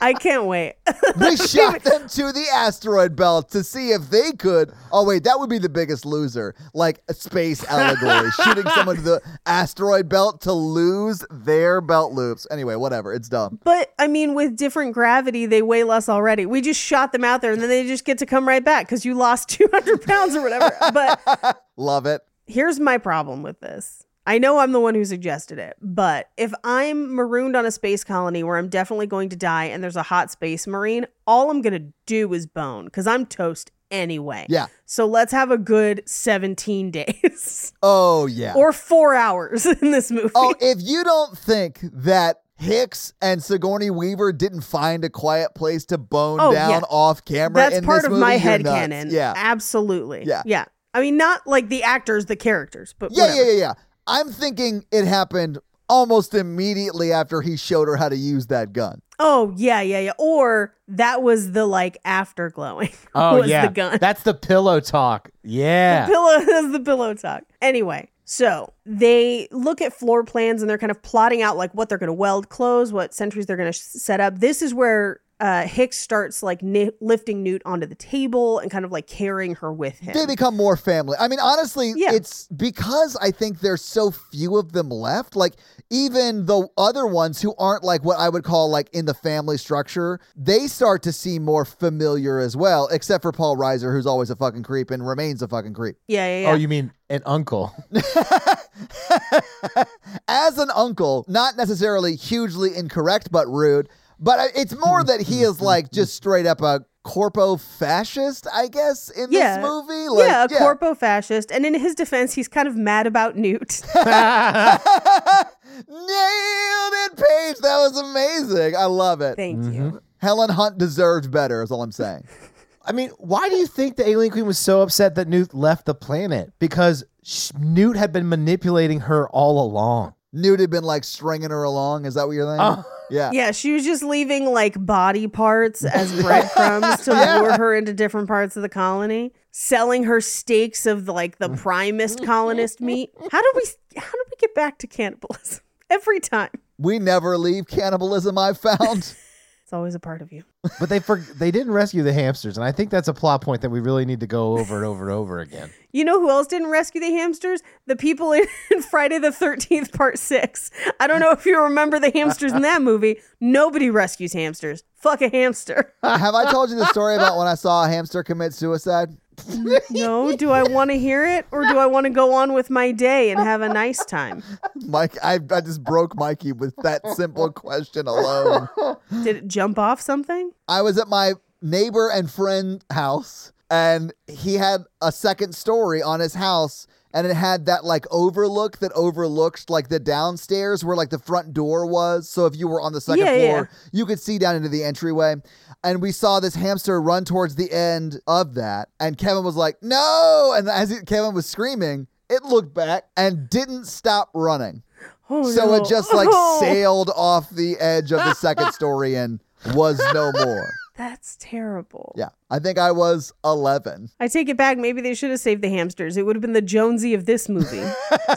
[SPEAKER 3] I can't wait.
[SPEAKER 1] We shot them to the asteroid belt to see if they could. Oh wait, that would be the biggest loser. Like a space allegory, shooting someone to the asteroid belt to lose their belt loops. Anyway, whatever. It's dumb.
[SPEAKER 3] But I mean, with different gravity, they weigh less already. We just shot them out there and then they just get to come right back because you lost 200 pounds or whatever. But
[SPEAKER 1] Love it.
[SPEAKER 3] here's my problem with this. I know I'm the one who suggested it, but if I'm marooned on a space colony where I'm definitely going to die and there's a hot space marine, all I'm going to do is bone because I'm toast anyway.
[SPEAKER 1] Yeah.
[SPEAKER 3] So let's have a good 17 days
[SPEAKER 1] Oh yeah.
[SPEAKER 3] or four hours in this movie.
[SPEAKER 1] Oh, if you don't think that Hicks and Sigourney Weaver didn't find a quiet place to bone
[SPEAKER 3] Oh,
[SPEAKER 1] down
[SPEAKER 3] yeah.
[SPEAKER 1] off camera,
[SPEAKER 3] That's
[SPEAKER 1] in
[SPEAKER 3] part
[SPEAKER 1] this
[SPEAKER 3] of
[SPEAKER 1] movie,
[SPEAKER 3] my
[SPEAKER 1] you're
[SPEAKER 3] head
[SPEAKER 1] nuts.
[SPEAKER 3] canon.
[SPEAKER 1] Yeah,
[SPEAKER 3] Absolutely.
[SPEAKER 1] Yeah.
[SPEAKER 3] Yeah. I mean, not like the actors, the characters, but
[SPEAKER 1] yeah, yeah,
[SPEAKER 3] whatever.
[SPEAKER 1] yeah, yeah. I'm thinking it happened almost immediately after he showed her how to use that gun.
[SPEAKER 3] Oh yeah, yeah, yeah. Or that was the like afterglowing.
[SPEAKER 2] Oh
[SPEAKER 3] was
[SPEAKER 2] yeah,
[SPEAKER 3] the gun.
[SPEAKER 2] that's the pillow talk. Yeah,
[SPEAKER 3] pillow that's the pillow talk. Anyway, so they look at floor plans and they're kind of plotting out like what they're going to weld close, what sentries they're going to set up. This is where uh, Hicks starts like ni- lifting Newt onto the table and kind of like carrying her with him.
[SPEAKER 1] They become more family. I mean, honestly,
[SPEAKER 3] Yeah.
[SPEAKER 1] it's because I think there's so few of them left. Like, even the other ones who aren't like what I would call like in the family structure, they start to seem more familiar as well, except for Paul Reiser, who's always a fucking creep and remains a fucking creep.
[SPEAKER 3] yeah, yeah, yeah.
[SPEAKER 2] Oh, you mean an uncle?
[SPEAKER 1] as an uncle, not necessarily hugely incorrect, but rude. But I- it's more that he is like just straight up a corpo fascist, I guess, in
[SPEAKER 3] Yeah.
[SPEAKER 1] this movie. Like,
[SPEAKER 3] yeah, a corpo fascist. And in his defense, he's kind of mad about Newt.
[SPEAKER 1] Nailed it, Paige. That was amazing. I love it.
[SPEAKER 3] Thank
[SPEAKER 2] Mm-hmm.
[SPEAKER 3] you.
[SPEAKER 1] Helen Hunt deserved better, is all I'm saying.
[SPEAKER 2] I mean, why do you think the alien queen was so upset that Newt left the planet? Because sh- Newt had been manipulating her all along.
[SPEAKER 1] Newt had been like stringing her along. Is that what you're thinking?
[SPEAKER 2] Oh.
[SPEAKER 1] Yeah.
[SPEAKER 3] Yeah, she was just leaving like body parts as breadcrumbs to lure her into different parts of the colony, selling her steaks of like the primest colonist meat. How do we how do we get back to cannibalism? Every time.
[SPEAKER 1] We never leave cannibalism, I've found.
[SPEAKER 3] It's always a part of you.
[SPEAKER 2] But they for- they didn't rescue the hamsters, and I think that's a plot point that we really need to go over and over and over again.
[SPEAKER 3] You know who else didn't rescue the hamsters? The people in, in Friday the 13th, part six. I don't know if you remember the hamsters in that movie. Nobody rescues hamsters. Fuck a hamster.
[SPEAKER 1] Have I told you the story about when I saw a hamster commit suicide?
[SPEAKER 3] No, do I want to hear it or do I want to go on with my day and have a nice time?
[SPEAKER 1] Mike, I, I just broke Mikey with that simple question alone.
[SPEAKER 3] Did it jump off something?
[SPEAKER 1] I was at my neighbor and friend house, and he had a second story on his house, and it had that like overlook that overlooked like the downstairs where like the front door was. So if you were on the second
[SPEAKER 3] Yeah, yeah,
[SPEAKER 1] floor, you could see down into the entryway. And we saw this hamster run towards the end of that, and Kevin was like, "No!" And as he, Kevin was screaming, it looked back and didn't stop running.
[SPEAKER 3] Oh,
[SPEAKER 1] So
[SPEAKER 3] no.
[SPEAKER 1] it just like
[SPEAKER 3] Oh,
[SPEAKER 1] sailed off the edge of the second story and was no more.
[SPEAKER 3] That's terrible.
[SPEAKER 1] Yeah. I think I was 11.
[SPEAKER 3] I take it back. Maybe they should have saved the hamsters. It would have been the Jonesy of this movie.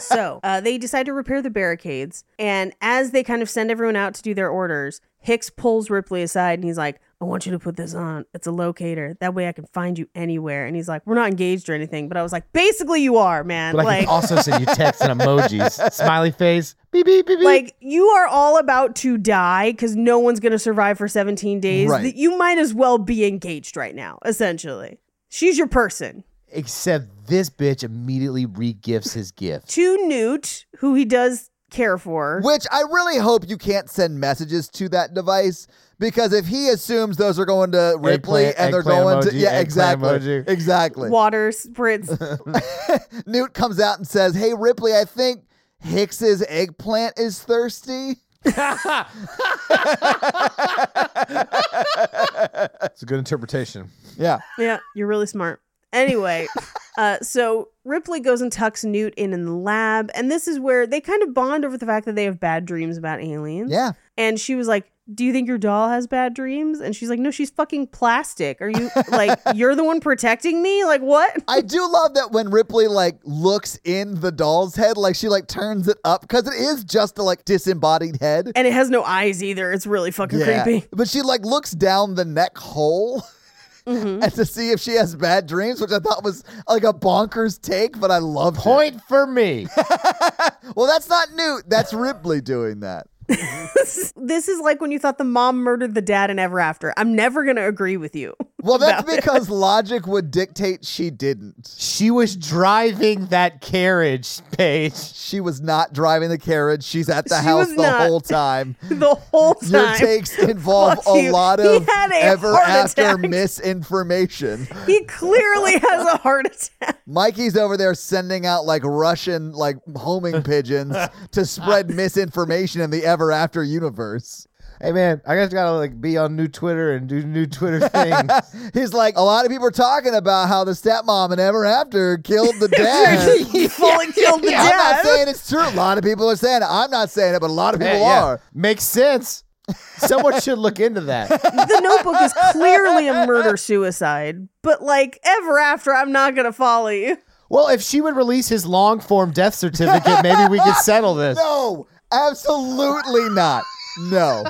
[SPEAKER 3] so uh, they decide to repair the barricades. And as they kind of send everyone out to do their orders, Hicks pulls Ripley aside and he's like, I want you to put this on. It's a locator. That way I can find you anywhere. And he's like, We're not engaged or anything. But I was like, Basically, you are, man.
[SPEAKER 2] But I
[SPEAKER 3] like,
[SPEAKER 2] can also send you texts and emojis, smiley face, beep beep beep beep.
[SPEAKER 3] like you are all about to die because no one's going to survive for 17 days
[SPEAKER 1] Right.
[SPEAKER 3] Th- you might as well be engaged right now essentially she's your person
[SPEAKER 2] Except this bitch immediately regifts his gift.
[SPEAKER 3] to newt who he does care for
[SPEAKER 1] Which I really hope you can't send messages to that device because if he assumes those are going to Ripley
[SPEAKER 2] Eggplant-
[SPEAKER 1] and they're
[SPEAKER 2] eggplant
[SPEAKER 1] going to
[SPEAKER 2] emoji,
[SPEAKER 1] yeah
[SPEAKER 2] eggplant
[SPEAKER 1] exactly
[SPEAKER 2] emoji.
[SPEAKER 1] exactly
[SPEAKER 3] water spritz
[SPEAKER 1] Newt comes out and says, "Hey Ripley, I think Hicks's eggplant is thirsty."
[SPEAKER 2] It's a good interpretation.
[SPEAKER 1] Yeah,
[SPEAKER 3] yeah you're really smart anyway uh, so ripley goes and tucks newt in in the lab and this is where they kind of bond over the fact that they have bad dreams about aliens
[SPEAKER 1] yeah.
[SPEAKER 3] and she was like do you think your doll has bad dreams and she's like no she's fucking plastic are you like you're the one protecting me like what
[SPEAKER 1] I do love that when Ripley like looks in the doll's head, like she like turns it up because it is just a like disembodied head.
[SPEAKER 3] and it has no eyes either. It's really fucking creepy.
[SPEAKER 1] But she like looks down the neck hole
[SPEAKER 3] Mm-hmm.
[SPEAKER 1] and to see if she has bad dreams, which I thought was like a bonkers take, but I love
[SPEAKER 2] Point for me.
[SPEAKER 1] Well, that's not Newt. That's Ripley doing that.
[SPEAKER 3] This is like when you thought the mom murdered the dad in Ever After. I'm never gonna agree with you.
[SPEAKER 1] Well, that's
[SPEAKER 3] About it.
[SPEAKER 1] because logic would dictate she didn't.
[SPEAKER 2] She was driving that carriage, Paige.
[SPEAKER 1] She was not driving the carriage. She's at the
[SPEAKER 3] She
[SPEAKER 1] house
[SPEAKER 3] was
[SPEAKER 1] the
[SPEAKER 3] not.
[SPEAKER 1] whole time.
[SPEAKER 3] The whole time.
[SPEAKER 1] Your takes involve
[SPEAKER 3] Fuck
[SPEAKER 1] a
[SPEAKER 3] you.
[SPEAKER 1] lot
[SPEAKER 3] He
[SPEAKER 1] of
[SPEAKER 3] had a
[SPEAKER 1] ever
[SPEAKER 3] heart
[SPEAKER 1] after
[SPEAKER 3] attack.
[SPEAKER 1] misinformation.
[SPEAKER 3] He clearly has a heart attack.
[SPEAKER 1] Mikey's over there sending out like Russian like homing pigeons to spread misinformation in the ever after universe.
[SPEAKER 2] Hey man, I just gotta like be on new Twitter and do new Twitter things.
[SPEAKER 1] He's like, a lot of people are talking about how the stepmom and ever after killed the dad.
[SPEAKER 3] He fully killed the
[SPEAKER 1] I'm not
[SPEAKER 3] dad.
[SPEAKER 1] saying it's true. A lot of people are saying it. I'm not saying it, but a lot of people
[SPEAKER 2] Yeah, yeah.
[SPEAKER 1] are.
[SPEAKER 2] Makes sense. Someone should look into that.
[SPEAKER 3] the notebook is clearly a murder suicide, but like ever after, I'm not gonna follow you.
[SPEAKER 2] Well, if she would release his long form death certificate, maybe we could settle this.
[SPEAKER 1] No, absolutely not. No.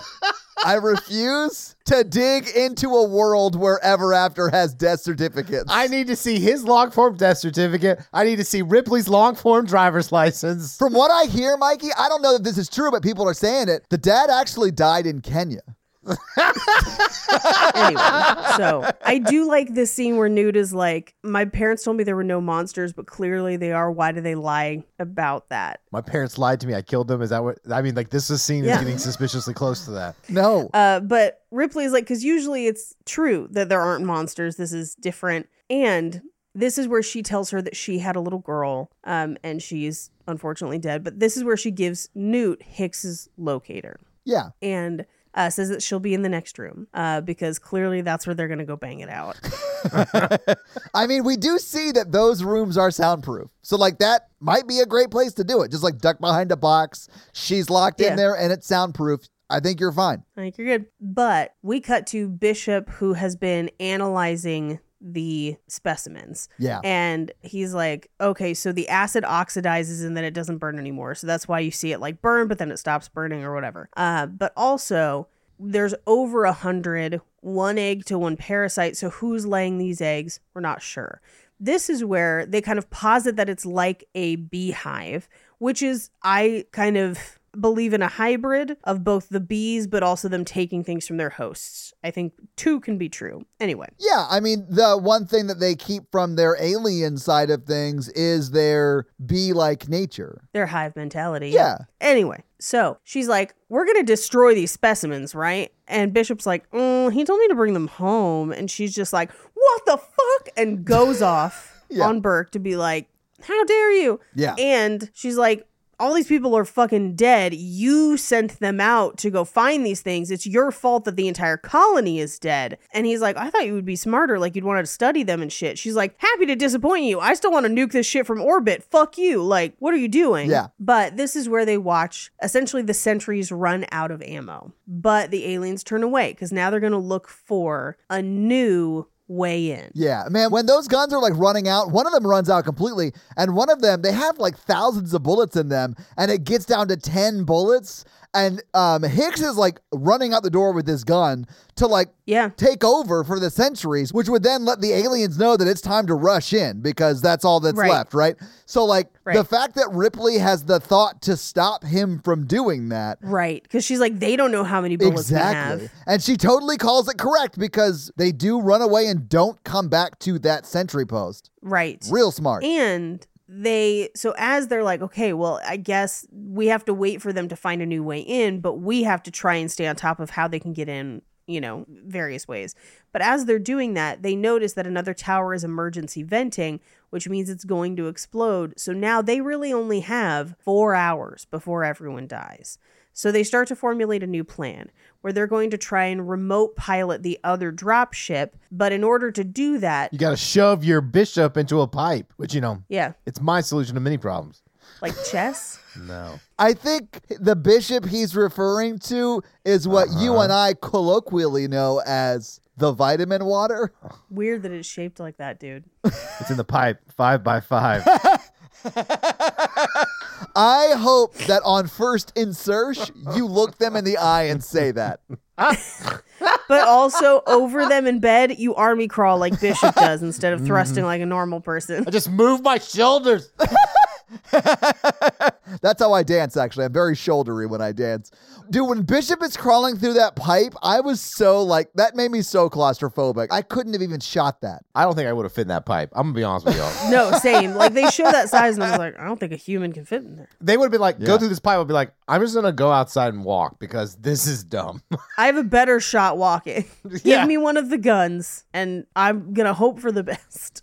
[SPEAKER 1] I refuse to dig into a world where Ever After has death certificates.
[SPEAKER 2] I need to see his long form death certificate. I need to see Ripley's long form driver's license.
[SPEAKER 1] From what I hear, Mikey, I don't know that this is true, but people are saying it. The dad actually died in Kenya.
[SPEAKER 3] Anyway, so I do like this scene where Nude is like, "My parents told me there were no monsters, but clearly they are. Why do they lie about that?"
[SPEAKER 2] My parents lied to me. I killed them. Is that what? I mean, like this is scene
[SPEAKER 3] Yeah.
[SPEAKER 2] is getting suspiciously close to that.
[SPEAKER 1] No.
[SPEAKER 3] Uh, but Ripley's like, because usually it's true that there aren't monsters. This is different. And this is where she tells her that she had a little girl um, and she's unfortunately dead. But this is where she gives Newt Hicks's locator
[SPEAKER 1] yeah.
[SPEAKER 3] and uh, says that she'll be in the next room uh, because clearly that's where they're going to go bang it out.
[SPEAKER 1] I mean, we do see that those rooms are soundproof. So, like, that might be a great place to do it. Just like duck behind a box. She's locked
[SPEAKER 3] Yeah.
[SPEAKER 1] in there and it's soundproof. I think you're fine.
[SPEAKER 3] I think you're good. But we cut to Bishop, who has been analyzing the specimens.
[SPEAKER 1] Yeah.
[SPEAKER 3] And he's like, okay, so the acid oxidizes and then it doesn't burn anymore. So that's why you see it like burn, but then it stops burning or whatever. Uh, but also, there's over a hundred, one egg to one parasite. So who's laying these eggs? We're not sure. This is where they kind of posit that it's like a beehive, which is, I kind of believe in a hybrid of both the bees, but also them taking things from their hosts. I think two can be true. Anyway.
[SPEAKER 1] Yeah, I mean, the one thing that they keep from their alien side of things is their bee like nature.
[SPEAKER 3] their hive mentality.
[SPEAKER 1] Yeah.
[SPEAKER 3] Anyway, so she's like, "We're gonna destroy these specimens, right?" And Bishop's like, mm, "He told me to bring them home," and she's just like, "What the fuck?" and goes off
[SPEAKER 1] Yeah.
[SPEAKER 3] on Burke to be like, "How dare you?"
[SPEAKER 1] Yeah.
[SPEAKER 3] And she's like, all these people are fucking dead. You sent them out to go find these things. It's your fault that the entire colony is dead. And he's like, I thought you would be smarter. Like, you'd want to study them and shit. She's like, happy to disappoint you. I still want to nuke this shit from orbit. Fuck you. Like, what are you doing?
[SPEAKER 1] Yeah.
[SPEAKER 3] But this is where they watch essentially the sentries run out of ammo. But the aliens turn away because now they're going to look for a new way in.
[SPEAKER 1] Yeah, man, when those guns are like running out, one of them runs out completely, and one of them, they have like thousands of bullets in them, and it gets down to 10 bullets. And um, Hicks is like running out the door with his gun to like
[SPEAKER 3] Yeah.
[SPEAKER 1] take over for the centuries, which would then let the aliens know that it's time to rush in because that's all that's
[SPEAKER 3] Right.
[SPEAKER 1] left, right? So, like, the
[SPEAKER 3] Right.
[SPEAKER 1] fact that Ripley has the thought to stop him from doing that
[SPEAKER 3] Right. Because she's like, they don't know how many bullets we
[SPEAKER 1] Exactly.
[SPEAKER 3] have.
[SPEAKER 1] And she totally calls it correct because they do run away and don't come back to that sentry post.
[SPEAKER 3] Right.
[SPEAKER 1] Real smart.
[SPEAKER 3] And they, so as they're like, okay, well, I guess we have to wait for them to find a new way in, but we have to try and stay on top of how they can get in, you know, various ways. But as they're doing that, they notice that another tower is emergency venting, which means it's going to explode. So now they really only have four hours before everyone dies. So they start to formulate a new plan where they're going to try and remote pilot the other dropship. But in order to do that,
[SPEAKER 2] You got to shove your bishop into a pipe, which you know,
[SPEAKER 3] yeah,
[SPEAKER 2] it's my solution to many problems.
[SPEAKER 3] like chess.
[SPEAKER 2] No.
[SPEAKER 1] I think the bishop he's referring to is what you and I colloquially know as the vitamin water.
[SPEAKER 3] Weird that it's shaped like that, dude.
[SPEAKER 2] It's in the pipe, five by five.
[SPEAKER 1] I hope that on first insertion, you look them in the eye and say that.
[SPEAKER 3] But also over them in bed, you army crawl like Bishop does instead of thrusting like a normal person.
[SPEAKER 2] I just move my shoulders.
[SPEAKER 1] That's how I dance, actually. I'm very shouldery when I dance. Dude, when Bishop is crawling through that pipe, I was so like, that made me so claustrophobic. I couldn't have even shot that.
[SPEAKER 2] I don't think I would have fit in that pipe. I'm gonna be honest with y'all.
[SPEAKER 3] No, same. Like they show that size, and I was like, I don't think a human can fit in there.
[SPEAKER 2] They would have been like,
[SPEAKER 1] Yeah.
[SPEAKER 2] go through this pipe. I'd be like, I'm just gonna go outside and walk because this is dumb.
[SPEAKER 3] I have a better shot walking. Give
[SPEAKER 2] Yeah.
[SPEAKER 3] me one of the guns, and I'm gonna hope for the best.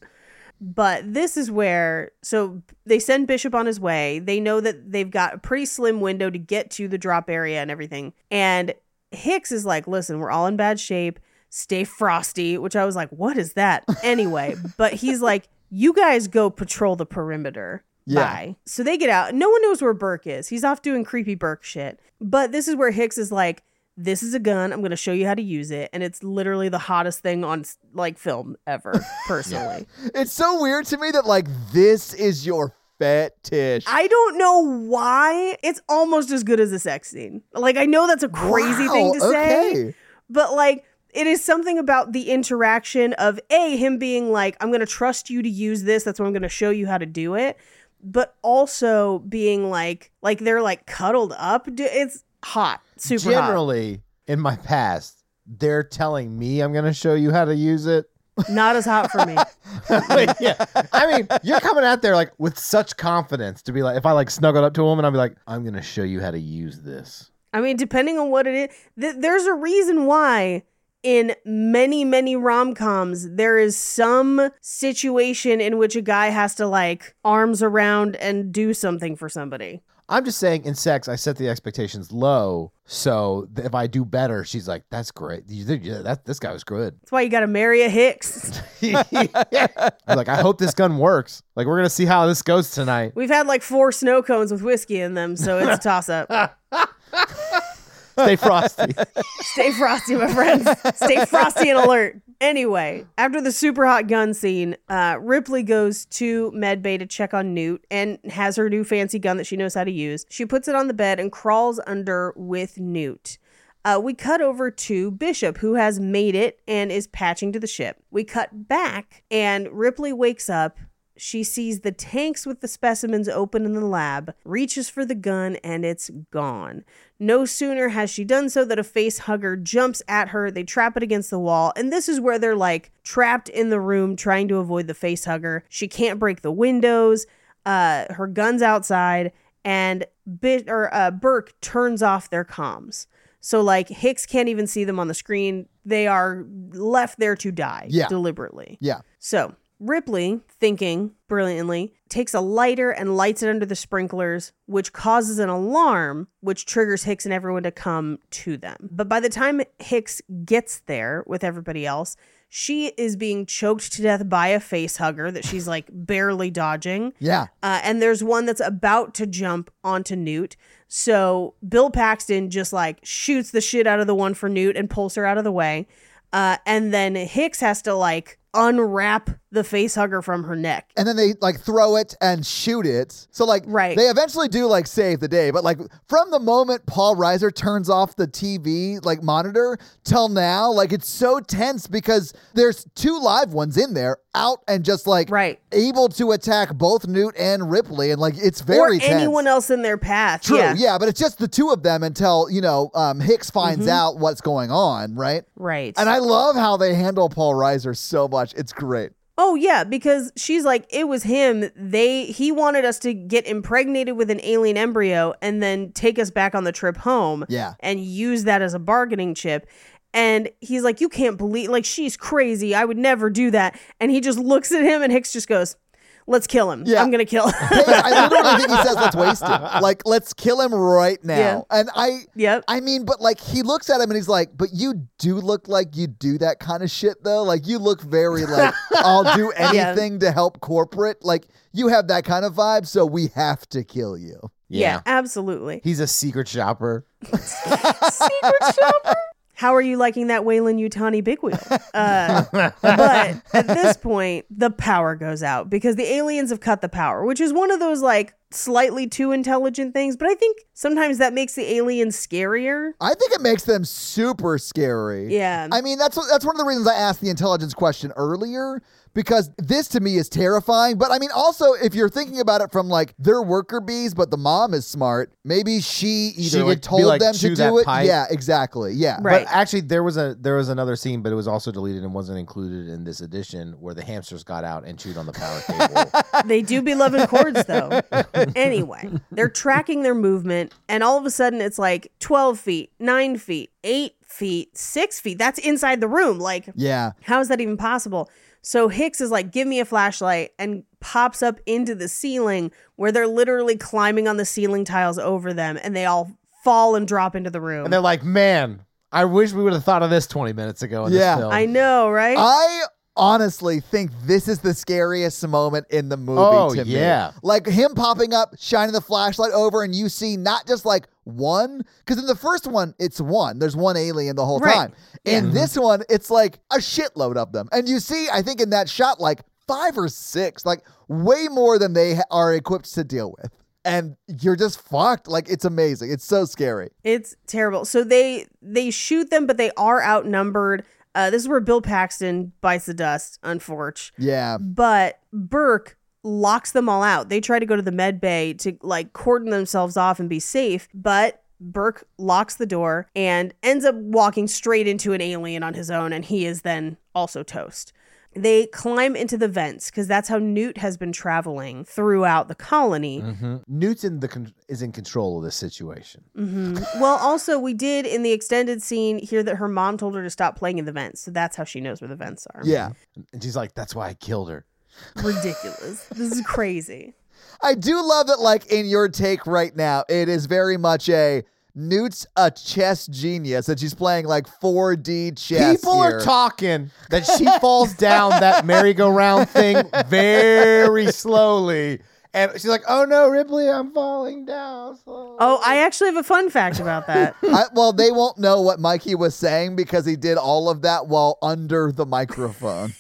[SPEAKER 3] But this is where so they send Bishop on his way. They know that they've got a pretty slim window to get to the drop area and everything. And Hicks is like, listen, we're all in bad shape. Stay frosty, which I was like, what is that? Anyway, but he's like, you guys go patrol the perimeter.
[SPEAKER 1] Yeah.
[SPEAKER 3] Bye. So they get out. No one knows where Burke is. He's off doing creepy Burke shit. But this is where Hicks is like, this is a gun. I'm going to show you how to use it. And it's literally the hottest thing on like film ever, personally.
[SPEAKER 1] It's so weird to me that like this is your fetish.
[SPEAKER 3] I don't know why it's almost as good as a sex scene. Like, I know that's a crazy
[SPEAKER 1] Wow,
[SPEAKER 3] thing to say,
[SPEAKER 1] okay.
[SPEAKER 3] but like, it is something about the interaction of A, him being like, I'm going to trust you to use this. That's what I'm going to show you how to do it. But also being like, like they're like cuddled up. D- It's hot, super hot.
[SPEAKER 2] Generally, in my past, they're telling me I'm going to show you how to use it.
[SPEAKER 3] Not as hot for me.
[SPEAKER 2] Like, yeah. I mean, you're coming out there like with such confidence to be like, if I like snuggled up to a woman, I'd be like, I'm going to show you how to use this.
[SPEAKER 3] I mean, depending on what it is, th- there's a reason why in many, many rom coms, there is some situation in which a guy has to like arms around and do something for somebody.
[SPEAKER 2] I'm just saying, in sex, I set the expectations low. So th- if I do better, she's like, that's great. You did- yeah, that, this guy was good.
[SPEAKER 3] That's why you got to marry a Hicks.
[SPEAKER 2] I'm like, I hope this gun works. Like, we're going to see how this goes tonight.
[SPEAKER 3] We've had like four snow cones with whiskey in them, so it's a toss up.
[SPEAKER 2] Stay frosty.
[SPEAKER 3] Stay frosty, my friends. Stay frosty and alert. Anyway, after the super hot gun scene, uh, Ripley goes to Medbay to check on Newt and has her new fancy gun that she knows how to use. She puts it on the bed and crawls under with Newt. Uh, we cut over to Bishop, who has made it and is patching to the ship. We cut back, and Ripley wakes up. She sees the tanks with the specimens open in the lab, reaches for the gun, and it's gone. No sooner has she done so that a face hugger jumps at her. They trap it against the wall, and this is where they're like trapped in the room trying to avoid the face hugger. She can't break the windows. Uh, her gun's outside, and Bi- or uh, Burke turns off their comms. So like Hicks can't even see them on the screen. They are left there to die
[SPEAKER 1] Yeah.
[SPEAKER 3] deliberately.
[SPEAKER 1] yeah.
[SPEAKER 3] So Ripley, thinking brilliantly, takes a lighter and lights it under the sprinklers, which causes an alarm, which triggers Hicks and everyone to come to them. But by the time Hicks gets there with everybody else, she is being choked to death by a face hugger that she's like barely dodging.
[SPEAKER 1] Yeah.
[SPEAKER 3] Uh, and there's one that's about to jump onto Newt. So Bill Paxton just like shoots the shit out of the one for Newt and pulls her out of the way. Uh, and then Hicks has to like unwrap the face hugger from her neck.
[SPEAKER 1] And then they like throw it and shoot it. So like
[SPEAKER 3] Right.
[SPEAKER 1] they eventually do like save the day, but like from the moment Paul Reiser turns off the TV like monitor till now, like it's so tense because there's two live ones in there out and just like
[SPEAKER 3] Right.
[SPEAKER 1] able to attack both Newt and Ripley and like it's very
[SPEAKER 3] or
[SPEAKER 1] tense.
[SPEAKER 3] anyone else in their path.
[SPEAKER 1] True,
[SPEAKER 3] Yeah.
[SPEAKER 1] yeah. but it's just the two of them until, you know, um, Hicks finds
[SPEAKER 3] Mm-hmm.
[SPEAKER 1] out what's going on, right?
[SPEAKER 3] Right.
[SPEAKER 1] And I love how they handle Paul Reiser so much. It's great.
[SPEAKER 3] Oh yeah, because she's like, it was him. They he wanted us to get impregnated with an alien embryo and then take us back on the trip home.
[SPEAKER 1] Yeah.
[SPEAKER 3] And use that as a bargaining chip. And he's like, You can't believe like she's crazy. I would never do that. And he just looks at him and Hicks just goes, Let's kill him.
[SPEAKER 1] Yeah.
[SPEAKER 3] I'm gonna kill
[SPEAKER 1] Hey,
[SPEAKER 3] him.
[SPEAKER 1] I literally think he says let's waste him. Like, let's kill him right now.
[SPEAKER 3] Yeah.
[SPEAKER 1] And I
[SPEAKER 3] yep.
[SPEAKER 1] I mean, but like he looks at him and he's like, But you do look like you do that kind of shit though. Like you look very like I'll do
[SPEAKER 3] Yeah.
[SPEAKER 1] anything to help corporate. Like you have that kind of vibe, so we have to kill you.
[SPEAKER 3] yeah absolutely.
[SPEAKER 2] He's a secret shopper.
[SPEAKER 3] secret shopper. How are you liking that Waylon Utani big wheel? Uh, but at this point, the power goes out because the aliens have cut the power, which is one of those like slightly too intelligent things. But I think sometimes that makes the aliens scarier.
[SPEAKER 1] I think it makes them super scary.
[SPEAKER 3] Yeah.
[SPEAKER 1] I mean, that's that's one of the reasons I asked the intelligence question earlier because this to me is terrifying. But I mean, also if you're thinking about it from like they're worker bees, but the mom is smart. Maybe she
[SPEAKER 2] She
[SPEAKER 1] either
[SPEAKER 2] would
[SPEAKER 1] like
[SPEAKER 2] be
[SPEAKER 1] told
[SPEAKER 2] like,
[SPEAKER 1] them to
[SPEAKER 2] "Chew that
[SPEAKER 1] do it.
[SPEAKER 2] pipe."
[SPEAKER 1] Yeah, exactly. Yeah.
[SPEAKER 3] Right.
[SPEAKER 2] But actually, there was a there was another scene, but it was also deleted and wasn't included in this edition where the hamsters got out and chewed on the power cable.
[SPEAKER 3] they do be loving chords though. anyway, they're tracking their movement, and all of a sudden it's like 12 feet, 9 feet, 8 feet, 6 feet. That's inside the room. Like,
[SPEAKER 1] Yeah.
[SPEAKER 3] How is that even possible? So Hicks is like, give me a flashlight, and pops up into the ceiling where they're literally climbing on the ceiling tiles over them and they all fall and drop into the room.
[SPEAKER 2] and they're like, "Ah." "Man, I wish we would have thought of this 20 minutes ago." In
[SPEAKER 1] Yeah.
[SPEAKER 2] this film.
[SPEAKER 3] I know, right?
[SPEAKER 1] I honestly think this is the scariest moment in the movie
[SPEAKER 2] Oh,
[SPEAKER 1] to me.
[SPEAKER 2] yeah.
[SPEAKER 1] Like him popping up, shining the flashlight over, and you see not just like one, because in the first one, it's one. There's one alien the whole
[SPEAKER 3] Right.
[SPEAKER 1] time. In this one, it's like a shitload of them. And you see, I think in that shot, like five or six, like way more than they ha- are equipped to deal with. And you're just fucked. Like it's amazing. It's so scary.
[SPEAKER 3] It's terrible. So they they shoot them, but they are outnumbered. Uh, this is where Bill Paxton bites the dust, unfortunately.
[SPEAKER 1] Yeah.
[SPEAKER 3] But Burke locks them all out. They try to go to the med bay to like cordon themselves off and be safe, but Burke locks the door and ends up walking straight into an alien on his own, and he is then also toast. They climb into the vents because that's how Newt has been traveling throughout the colony.
[SPEAKER 2] Mm-hmm. Newton the con- is in control of this situation.
[SPEAKER 3] Mm. Well, also, we did in the extended scene hear that her mom told her to stop playing in the vents. So that's how she knows where the vents are.
[SPEAKER 1] Yeah.
[SPEAKER 2] And she's like, that's why I killed her.
[SPEAKER 3] Ridiculous. this is crazy.
[SPEAKER 1] I do love that, like, in your take right now, it is very much a Newt's a chess genius and she's playing like 4D chess.
[SPEAKER 2] People
[SPEAKER 1] here.
[SPEAKER 2] are talking that she falls down that merry-go-round thing very slowly. And she's like, oh no, Ripley, I'm falling down. slowly."
[SPEAKER 3] Oh, I actually have a fun fact about that.
[SPEAKER 1] I, well, they won't know what Mikey was saying because he did all of that while under the microphone.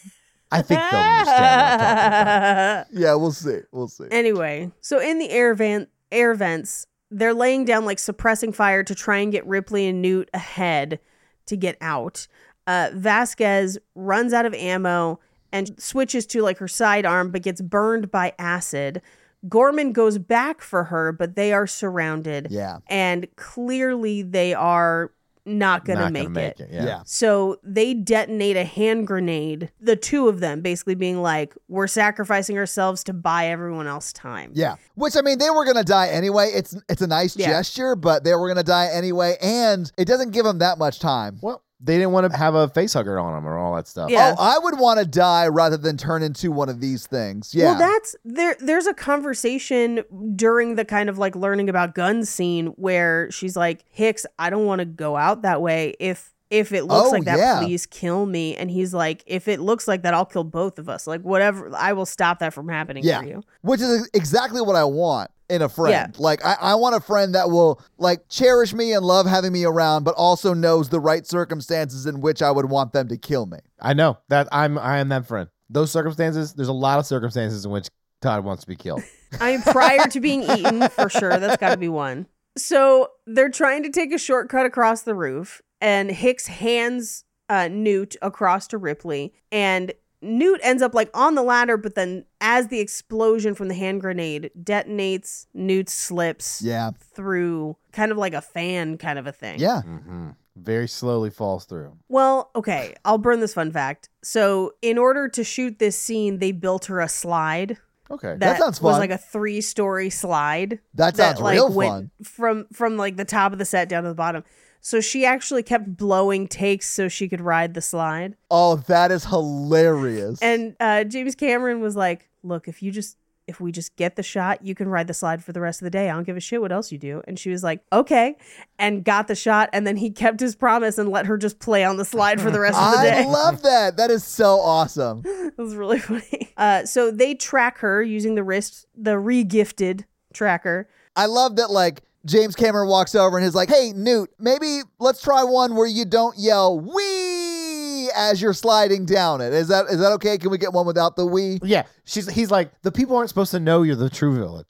[SPEAKER 2] I think they'll understand what I'm talking about.
[SPEAKER 1] yeah, we'll see. We'll see.
[SPEAKER 3] anyway, so in the air, van- air vents, they're laying down, like suppressing fire to try and get Ripley and Newt ahead to get out. Uh, Vasquez runs out of ammo and switches to like her sidearm, but gets burned by acid. Gorman goes back for her, but they are surrounded.
[SPEAKER 1] Yeah.
[SPEAKER 3] And clearly they are not going to
[SPEAKER 2] Not
[SPEAKER 3] make, it.
[SPEAKER 2] Yeah.
[SPEAKER 1] Yeah.
[SPEAKER 3] So they detonate a hand grenade, the two of them basically being like, we're sacrificing ourselves to buy everyone else time.
[SPEAKER 1] Yeah. Which I mean they were going to die anyway. It's it's a nice
[SPEAKER 3] Yeah.
[SPEAKER 1] gesture, but they were going to die anyway and it doesn't give them that much time.
[SPEAKER 2] Well, they didn't want to have a facehugger on him or all that stuff.
[SPEAKER 3] Yeah.
[SPEAKER 1] Oh, I would want to die rather than turn into one of these things. Yeah.
[SPEAKER 3] Well, that's there. There's a conversation during the kind of like learning about guns scene where she's like, "Hicks, I don't want to go out that way. If if it looks
[SPEAKER 1] Oh,
[SPEAKER 3] like that,
[SPEAKER 1] yeah.
[SPEAKER 3] please kill me." And he's like, "If it looks like that, I'll kill both of us. Like whatever, I will stop that from happening
[SPEAKER 1] Yeah.
[SPEAKER 3] for you."
[SPEAKER 1] which is exactly what I want in a friend. Like I, I want a friend that will like cherish me and love having me around, but also knows the right circumstances in which I would want them to kill me.
[SPEAKER 2] I know that I'm I am that friend. Those circumstances, there's a lot of circumstances in which Todd wants to be killed.
[SPEAKER 3] I mean, prior to being eaten, for sure. That's got to be one. So they're trying to take a shortcut across the roof, and Hicks hands uh, Newt across to Ripley, and Newt ends up like on the ladder, but then as the explosion from the hand grenade detonates, Newt slips
[SPEAKER 1] Yeah.
[SPEAKER 3] through kind of like a fan kind of a thing.
[SPEAKER 1] Yeah.
[SPEAKER 2] Mm-hmm. Very slowly falls through.
[SPEAKER 3] Well, okay, I'll burn this fun fact. So, in order to shoot this scene, they built her a slide.
[SPEAKER 2] Okay.
[SPEAKER 3] that,
[SPEAKER 1] sounds
[SPEAKER 3] was
[SPEAKER 1] fun.
[SPEAKER 3] like a three story slide.
[SPEAKER 1] That sounds real fun.
[SPEAKER 3] From from like the top of the set down to the bottom. So she actually kept blowing takes so she could ride the slide.
[SPEAKER 1] Oh, that is hilarious.
[SPEAKER 3] And uh, James Cameron was like, "Look, if you just if we just get the shot, you can ride the slide for the rest of the day. I don't give a shit what else you do." And she was like, "Okay," and got the shot. And then he kept his promise and let her just play on the slide for the rest of the
[SPEAKER 1] I
[SPEAKER 3] day.
[SPEAKER 1] love that. That is so awesome.
[SPEAKER 3] It was really funny. Uh, so they track her using the wrist, the regifted tracker.
[SPEAKER 1] I love that like James Cameron walks over and is like, "Hey, Newt, maybe let's try one where you don't yell wee as you're sliding down it. Is that is that okay? Can we get one without the wee?"
[SPEAKER 2] Yeah, she's he's like the people aren't supposed to know you're the true villain.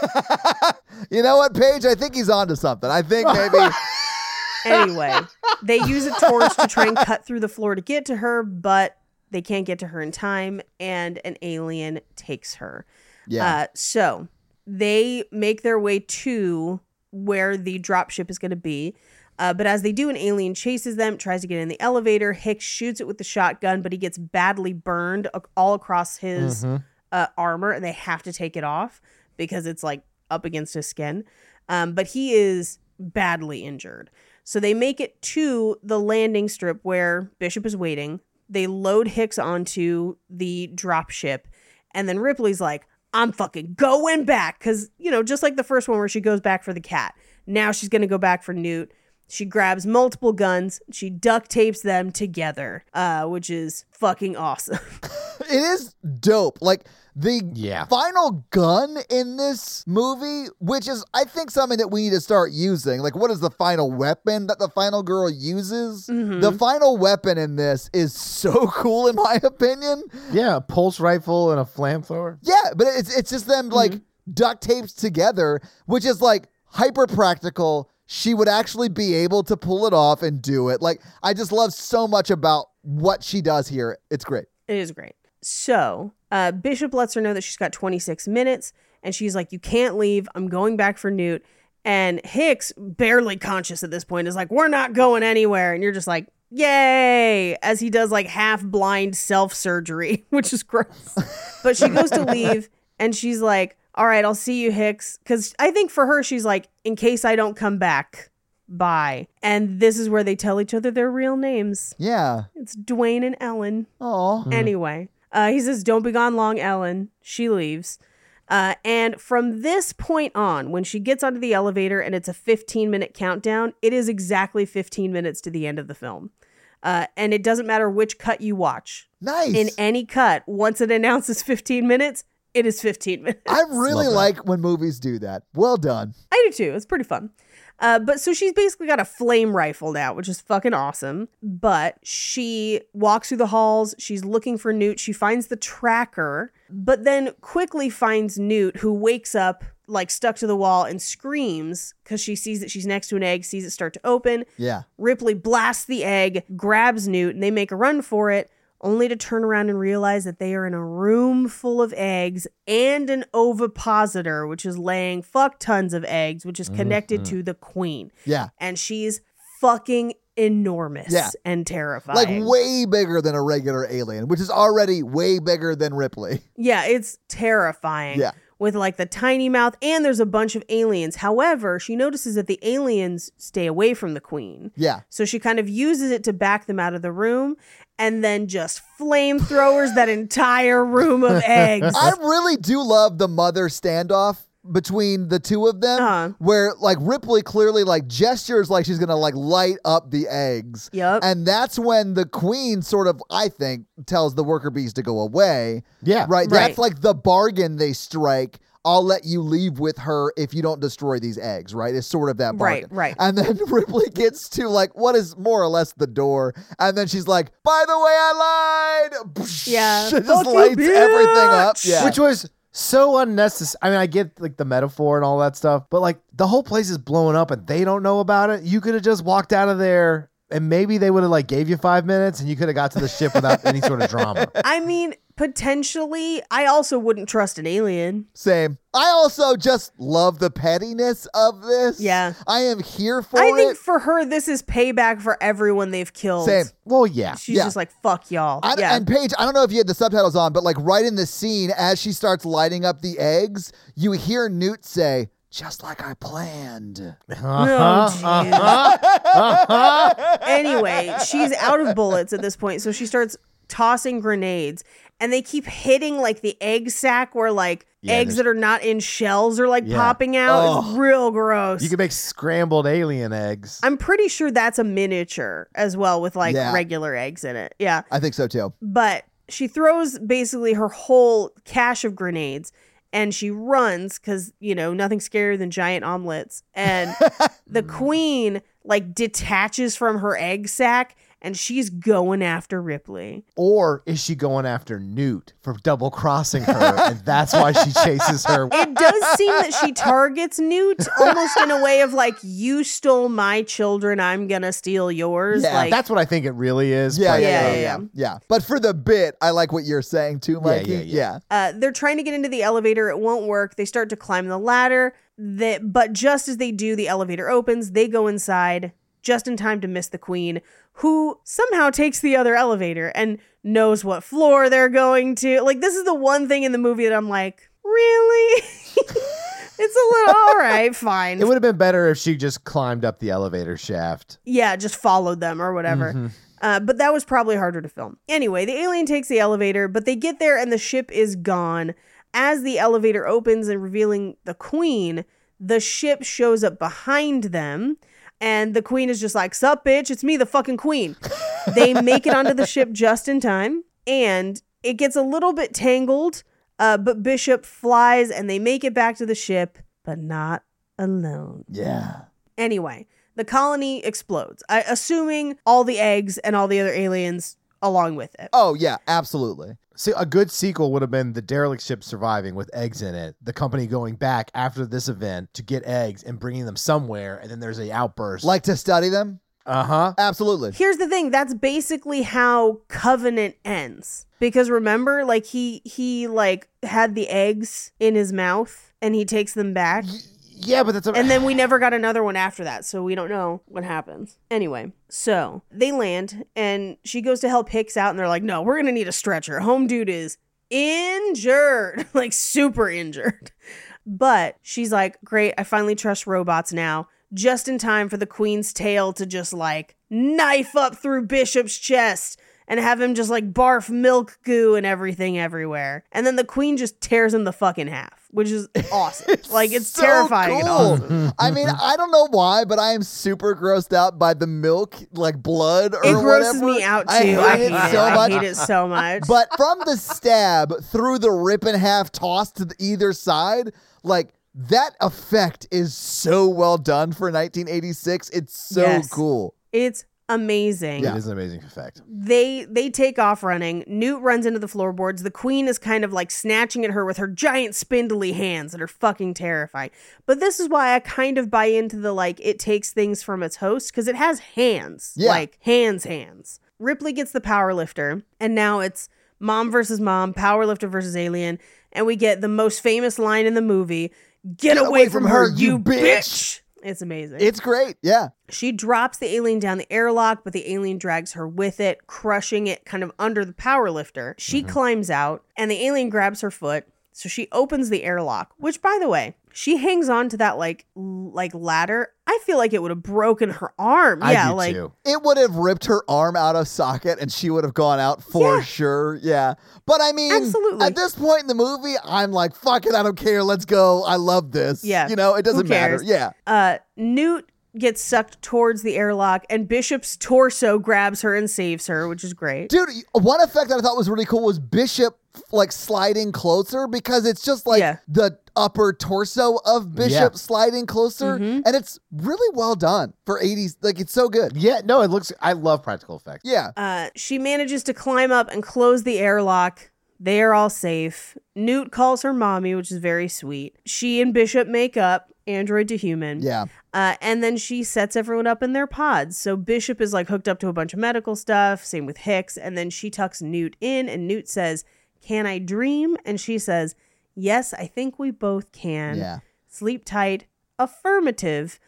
[SPEAKER 1] you know what, Paige? I think he's onto something. I think maybe
[SPEAKER 3] Anyway, they use a torch to try and cut through the floor to get to her, but they can't get to her in time, and an alien takes her.
[SPEAKER 1] yeah.
[SPEAKER 3] Uh, so they make their way to where the dropship is going to be. Uh, but as they do, an alien chases them, tries to get in the elevator. Hicks shoots it with the shotgun, but he gets badly burned a- all across
[SPEAKER 2] Mm-hmm.
[SPEAKER 3] his uh, armor, and they have to take it off because it's like up against his skin. Um, but he is badly injured. So they make it to the landing strip where Bishop is waiting. They load Hicks onto the dropship, and then Ripley's like, I'm fucking going back. Cause, you know, just like the first one where she goes back for the cat, now she's gonna go back for Newt. She grabs multiple guns. She duct tapes them together, uh, which is fucking awesome.
[SPEAKER 1] It is dope. Like the
[SPEAKER 2] Yeah.
[SPEAKER 1] final gun in this movie, which is I think something that we need to start using. Like what is the final weapon that the final girl uses? The final weapon in this is so cool in my opinion.
[SPEAKER 2] Yeah, a pulse rifle and a flamethrower.
[SPEAKER 1] Yeah, but it's it's just them like duct taped together, which is like hyper practical. She would actually be able to pull it off and do it. Like I just love so much about what she does here. It's great.
[SPEAKER 3] It is great. So uh, Bishop lets her know that she's got 26 minutes, and she's like, "You can't leave. I'm going back for Newt." And Hicks, barely conscious at this point, is like, "We're not going anywhere." And you're just like, "Yay!" As he does like half blind self surgery, which is gross. but she goes to leave, and she's like, "All right, I'll see you, Hicks." Because I think for her, she's like, "In case I don't come back." Bye. And this is where they tell each other their real names.
[SPEAKER 1] Yeah.
[SPEAKER 3] It's Dwayne and Ellen.
[SPEAKER 1] Oh.
[SPEAKER 3] Anyway, uh, he says, Don't be gone long, Ellen. She leaves. Uh, and from this point on, when she gets onto the elevator and it's a 15 minute countdown, it is exactly 15 minutes to the end of the film. Uh, and it doesn't matter which cut you watch.
[SPEAKER 1] Nice.
[SPEAKER 3] In any cut, once it announces 15 minutes, it is 15 minutes.
[SPEAKER 1] I really
[SPEAKER 2] Love that.
[SPEAKER 1] like when movies do that. Well done.
[SPEAKER 3] I do too. It's pretty fun. Uh, but so she's basically got a flame rifle now, which is fucking awesome. But she walks through the halls. She's looking for Newt. She finds the tracker, but then quickly finds Newt, who wakes up like stuck to the wall and screams because she sees that she's next to an egg, sees it start to open.
[SPEAKER 1] Yeah.
[SPEAKER 3] Ripley blasts the egg, grabs Newt, and they make a run for it, only to turn around and realize that they are in a room full of eggs and an ovipositor, which is laying fuck tons of eggs, which is connected
[SPEAKER 1] Mm-hmm.
[SPEAKER 3] to the queen.
[SPEAKER 1] Yeah.
[SPEAKER 3] And she's fucking enormous
[SPEAKER 1] Yeah.
[SPEAKER 3] and terrifying.
[SPEAKER 1] Like way bigger than a regular alien, which is already way bigger than Ripley.
[SPEAKER 3] Yeah, it's terrifying.
[SPEAKER 1] Yeah.
[SPEAKER 3] With like the tiny mouth, and there's a bunch of aliens. However, she notices that the aliens stay away from the queen.
[SPEAKER 1] Yeah.
[SPEAKER 3] So she kind of uses it to back them out of the room and then just flamethrowers that entire room of eggs.
[SPEAKER 1] I really do love the mother standoff between the two of them
[SPEAKER 3] Uh-huh.
[SPEAKER 1] where like Ripley clearly like gestures like she's going to like light up the eggs.
[SPEAKER 3] Yup.
[SPEAKER 1] And that's when the queen sort of I think tells the worker bees to go away.
[SPEAKER 2] Yeah.
[SPEAKER 1] Right?
[SPEAKER 3] Right.
[SPEAKER 1] That's like the bargain they strike. I'll let you leave with her if you don't destroy these eggs, right? It's sort of that
[SPEAKER 3] Right,
[SPEAKER 1] bargain.
[SPEAKER 3] right.
[SPEAKER 1] And then Ripley gets to like what is more or less the door, and then she's like, "By the way, I lied."
[SPEAKER 3] Yeah.
[SPEAKER 1] She
[SPEAKER 3] Fuck
[SPEAKER 1] just
[SPEAKER 3] you,
[SPEAKER 1] lights everything up.
[SPEAKER 3] bitch.
[SPEAKER 1] Yeah,
[SPEAKER 2] Which was so unnecessary. I mean, I get like the metaphor and all that stuff, but like the whole place is blowing up and they don't know about it. You could have just walked out of there and maybe they would have like gave you five minutes and you could have got to the ship without any sort of drama.
[SPEAKER 3] I mean, potentially, I also wouldn't trust an alien.
[SPEAKER 1] same. I also just love the pettiness of this.
[SPEAKER 3] Yeah.
[SPEAKER 1] I am here for
[SPEAKER 3] I think
[SPEAKER 1] it.
[SPEAKER 3] for her, this is payback for everyone they've killed.
[SPEAKER 1] Same.
[SPEAKER 2] Well, yeah.
[SPEAKER 3] She's
[SPEAKER 1] Yeah.
[SPEAKER 3] just like, fuck y'all.
[SPEAKER 1] I,
[SPEAKER 3] yeah.
[SPEAKER 1] And Paige, I don't know if you had the subtitles on, but like right in the scene, as she starts lighting up the eggs, you hear Newt say, "Just like I planned."
[SPEAKER 2] Uh-huh,
[SPEAKER 3] Oh, jeez. anyway, she's out of bullets at this point, so she starts tossing grenades, and they keep hitting like the egg sack where like
[SPEAKER 2] Yeah,
[SPEAKER 3] eggs that
[SPEAKER 2] there's-
[SPEAKER 3] are not in shells are like
[SPEAKER 2] Yeah.
[SPEAKER 3] popping out. It's real gross.
[SPEAKER 2] You could make scrambled alien eggs.
[SPEAKER 3] I'm pretty sure that's a miniature as well with like
[SPEAKER 1] Yeah.
[SPEAKER 3] regular eggs in it. Yeah.
[SPEAKER 1] I think so too.
[SPEAKER 3] But she throws basically her whole cache of grenades and she runs because, you know, nothing scarier than giant omelets. And the queen like detaches from her egg sack and she's going after Ripley.
[SPEAKER 2] Or is she going after Newt for double crossing her and that's why she chases her?
[SPEAKER 3] It does seem that she targets Newt almost in a way of like, you stole my children, I'm gonna steal yours.
[SPEAKER 1] Yeah,
[SPEAKER 3] like,
[SPEAKER 2] That's what I think it really is.
[SPEAKER 1] Yeah,
[SPEAKER 2] but, um,
[SPEAKER 1] yeah,
[SPEAKER 3] Yeah,
[SPEAKER 1] yeah,
[SPEAKER 3] yeah,
[SPEAKER 1] yeah, yeah. But for the bit, I like what you're saying too, Mikey.
[SPEAKER 2] yeah,
[SPEAKER 1] Yeah,
[SPEAKER 2] yeah.
[SPEAKER 3] Uh, they're trying to get into the elevator. It won't work. They start to climb the ladder. That, but just as they do, the elevator opens. They go inside just in time to miss the queen, who somehow takes the other elevator and knows what floor they're going to. Like this is the one thing in the movie that I'm like, really? it's a little all right, fine.
[SPEAKER 2] It would have been better if she just climbed up the elevator shaft.
[SPEAKER 3] yeah, just followed them or whatever. Uh, but that was probably harder to film. Anyway, the alien takes the elevator, but they get there and the ship is gone. As the elevator opens and revealing the queen, the ship shows up behind them. and the queen is just like, Sup, bitch, it's me, the fucking queen. they make it onto the ship just in time, and it gets a little bit tangled, uh, but Bishop flies and they make it back to the ship, but not alone.
[SPEAKER 1] Yeah.
[SPEAKER 3] Anyway, the colony explodes, I, assuming all the eggs and all the other aliens along with it.
[SPEAKER 1] Oh yeah, absolutely.
[SPEAKER 2] See, a good sequel would have been the derelict ship surviving with eggs in it. The company going back after this event to get eggs and bringing them somewhere, and then there's a outburst.
[SPEAKER 1] Like to study them?
[SPEAKER 2] uh huh.
[SPEAKER 1] Absolutely.
[SPEAKER 3] Here's the thing, that's basically how Covenant ends. Because remember, like he he like had the eggs in his mouth and he takes them back.
[SPEAKER 2] Yeah, but that's a-
[SPEAKER 3] And then we never got another one after that, so we don't know what happens. Anyway, so they land and she goes to help Hicks out, and they're like, no, we're going to need a stretcher. Home dude is injured, like super injured. But she's like, great, I finally trust robots now, just in time for the queen's tail to just like knife up through Bishop's chest. And have him just like barf milk goo and everything everywhere. And then the queen just tears him the fucking half, which is awesome. like it's
[SPEAKER 1] So
[SPEAKER 3] terrifying and
[SPEAKER 1] cool.
[SPEAKER 3] awesome.
[SPEAKER 1] I mean, I don't know why, but I am super grossed out by the milk, like blood or
[SPEAKER 3] It
[SPEAKER 1] whatever.
[SPEAKER 3] grosses me out too.
[SPEAKER 1] I hate it so
[SPEAKER 3] I
[SPEAKER 1] much.
[SPEAKER 3] hate it so much.
[SPEAKER 1] But from the stab through the rip in half toss to the either side, like that effect is so well done for 1986. It's so
[SPEAKER 3] Yes.
[SPEAKER 1] cool.
[SPEAKER 3] it's amazing.
[SPEAKER 2] it is an amazing effect.
[SPEAKER 3] They they take off running. Newt runs into the floorboards. The queen is kind of like snatching at her with her giant spindly hands that are fucking terrifying. But this is why I kind of buy into the like it takes things from its host because it has hands.
[SPEAKER 1] Yeah.
[SPEAKER 3] Like hands, hands. Ripley gets the power lifter, and now it's mom versus mom, power lifter versus alien, and we get the most famous line in the movie. Get, away, from, her, you bitch. It's amazing.
[SPEAKER 1] It's great. Yeah.
[SPEAKER 3] She drops the alien down the airlock, but the alien drags her with it, crushing it kind of under the power lifter. She
[SPEAKER 2] Mm-hmm.
[SPEAKER 3] climbs out, and the alien grabs her foot. So she opens the airlock, which by the way, she hangs on to that like l- like ladder. I feel like it would have broken her arm.
[SPEAKER 2] I
[SPEAKER 3] yeah,
[SPEAKER 2] do
[SPEAKER 3] like
[SPEAKER 2] too.
[SPEAKER 1] It would have ripped her arm out of socket and she would have gone out for
[SPEAKER 3] Yeah.
[SPEAKER 1] sure. Yeah. But I mean,
[SPEAKER 3] Absolutely.
[SPEAKER 1] at this point in the movie, I'm like, fuck it, I don't care. Let's go. I love this.
[SPEAKER 3] Yeah.
[SPEAKER 1] You know, it doesn't
[SPEAKER 3] Who
[SPEAKER 1] matter.
[SPEAKER 3] cares?
[SPEAKER 1] Yeah.
[SPEAKER 3] uh Newt gets sucked towards the airlock and Bishop's torso grabs her and saves her, which is great.
[SPEAKER 1] Dude, one effect that I thought was really cool was Bishop like sliding closer because it's just like
[SPEAKER 3] Yeah.
[SPEAKER 1] the upper torso of Bishop
[SPEAKER 2] Yeah.
[SPEAKER 1] sliding closer. And it's really well done for 80s. Like, it's so good.
[SPEAKER 2] Yeah, no, it looks. I love practical effects.
[SPEAKER 1] Yeah.
[SPEAKER 3] Uh, she manages to climb up and close the airlock. They are all safe. Newt calls her mommy, which is very sweet. She and Bishop make up, android to human.
[SPEAKER 1] Yeah.
[SPEAKER 3] Uh, and then she sets everyone up in their pods. So Bishop is like hooked up to a bunch of medical stuff, same with Hicks. And then she tucks Newt in, and Newt says, Can I dream? And she says, Yes, I think we both can.
[SPEAKER 1] Yeah.
[SPEAKER 3] Sleep tight, affirmative.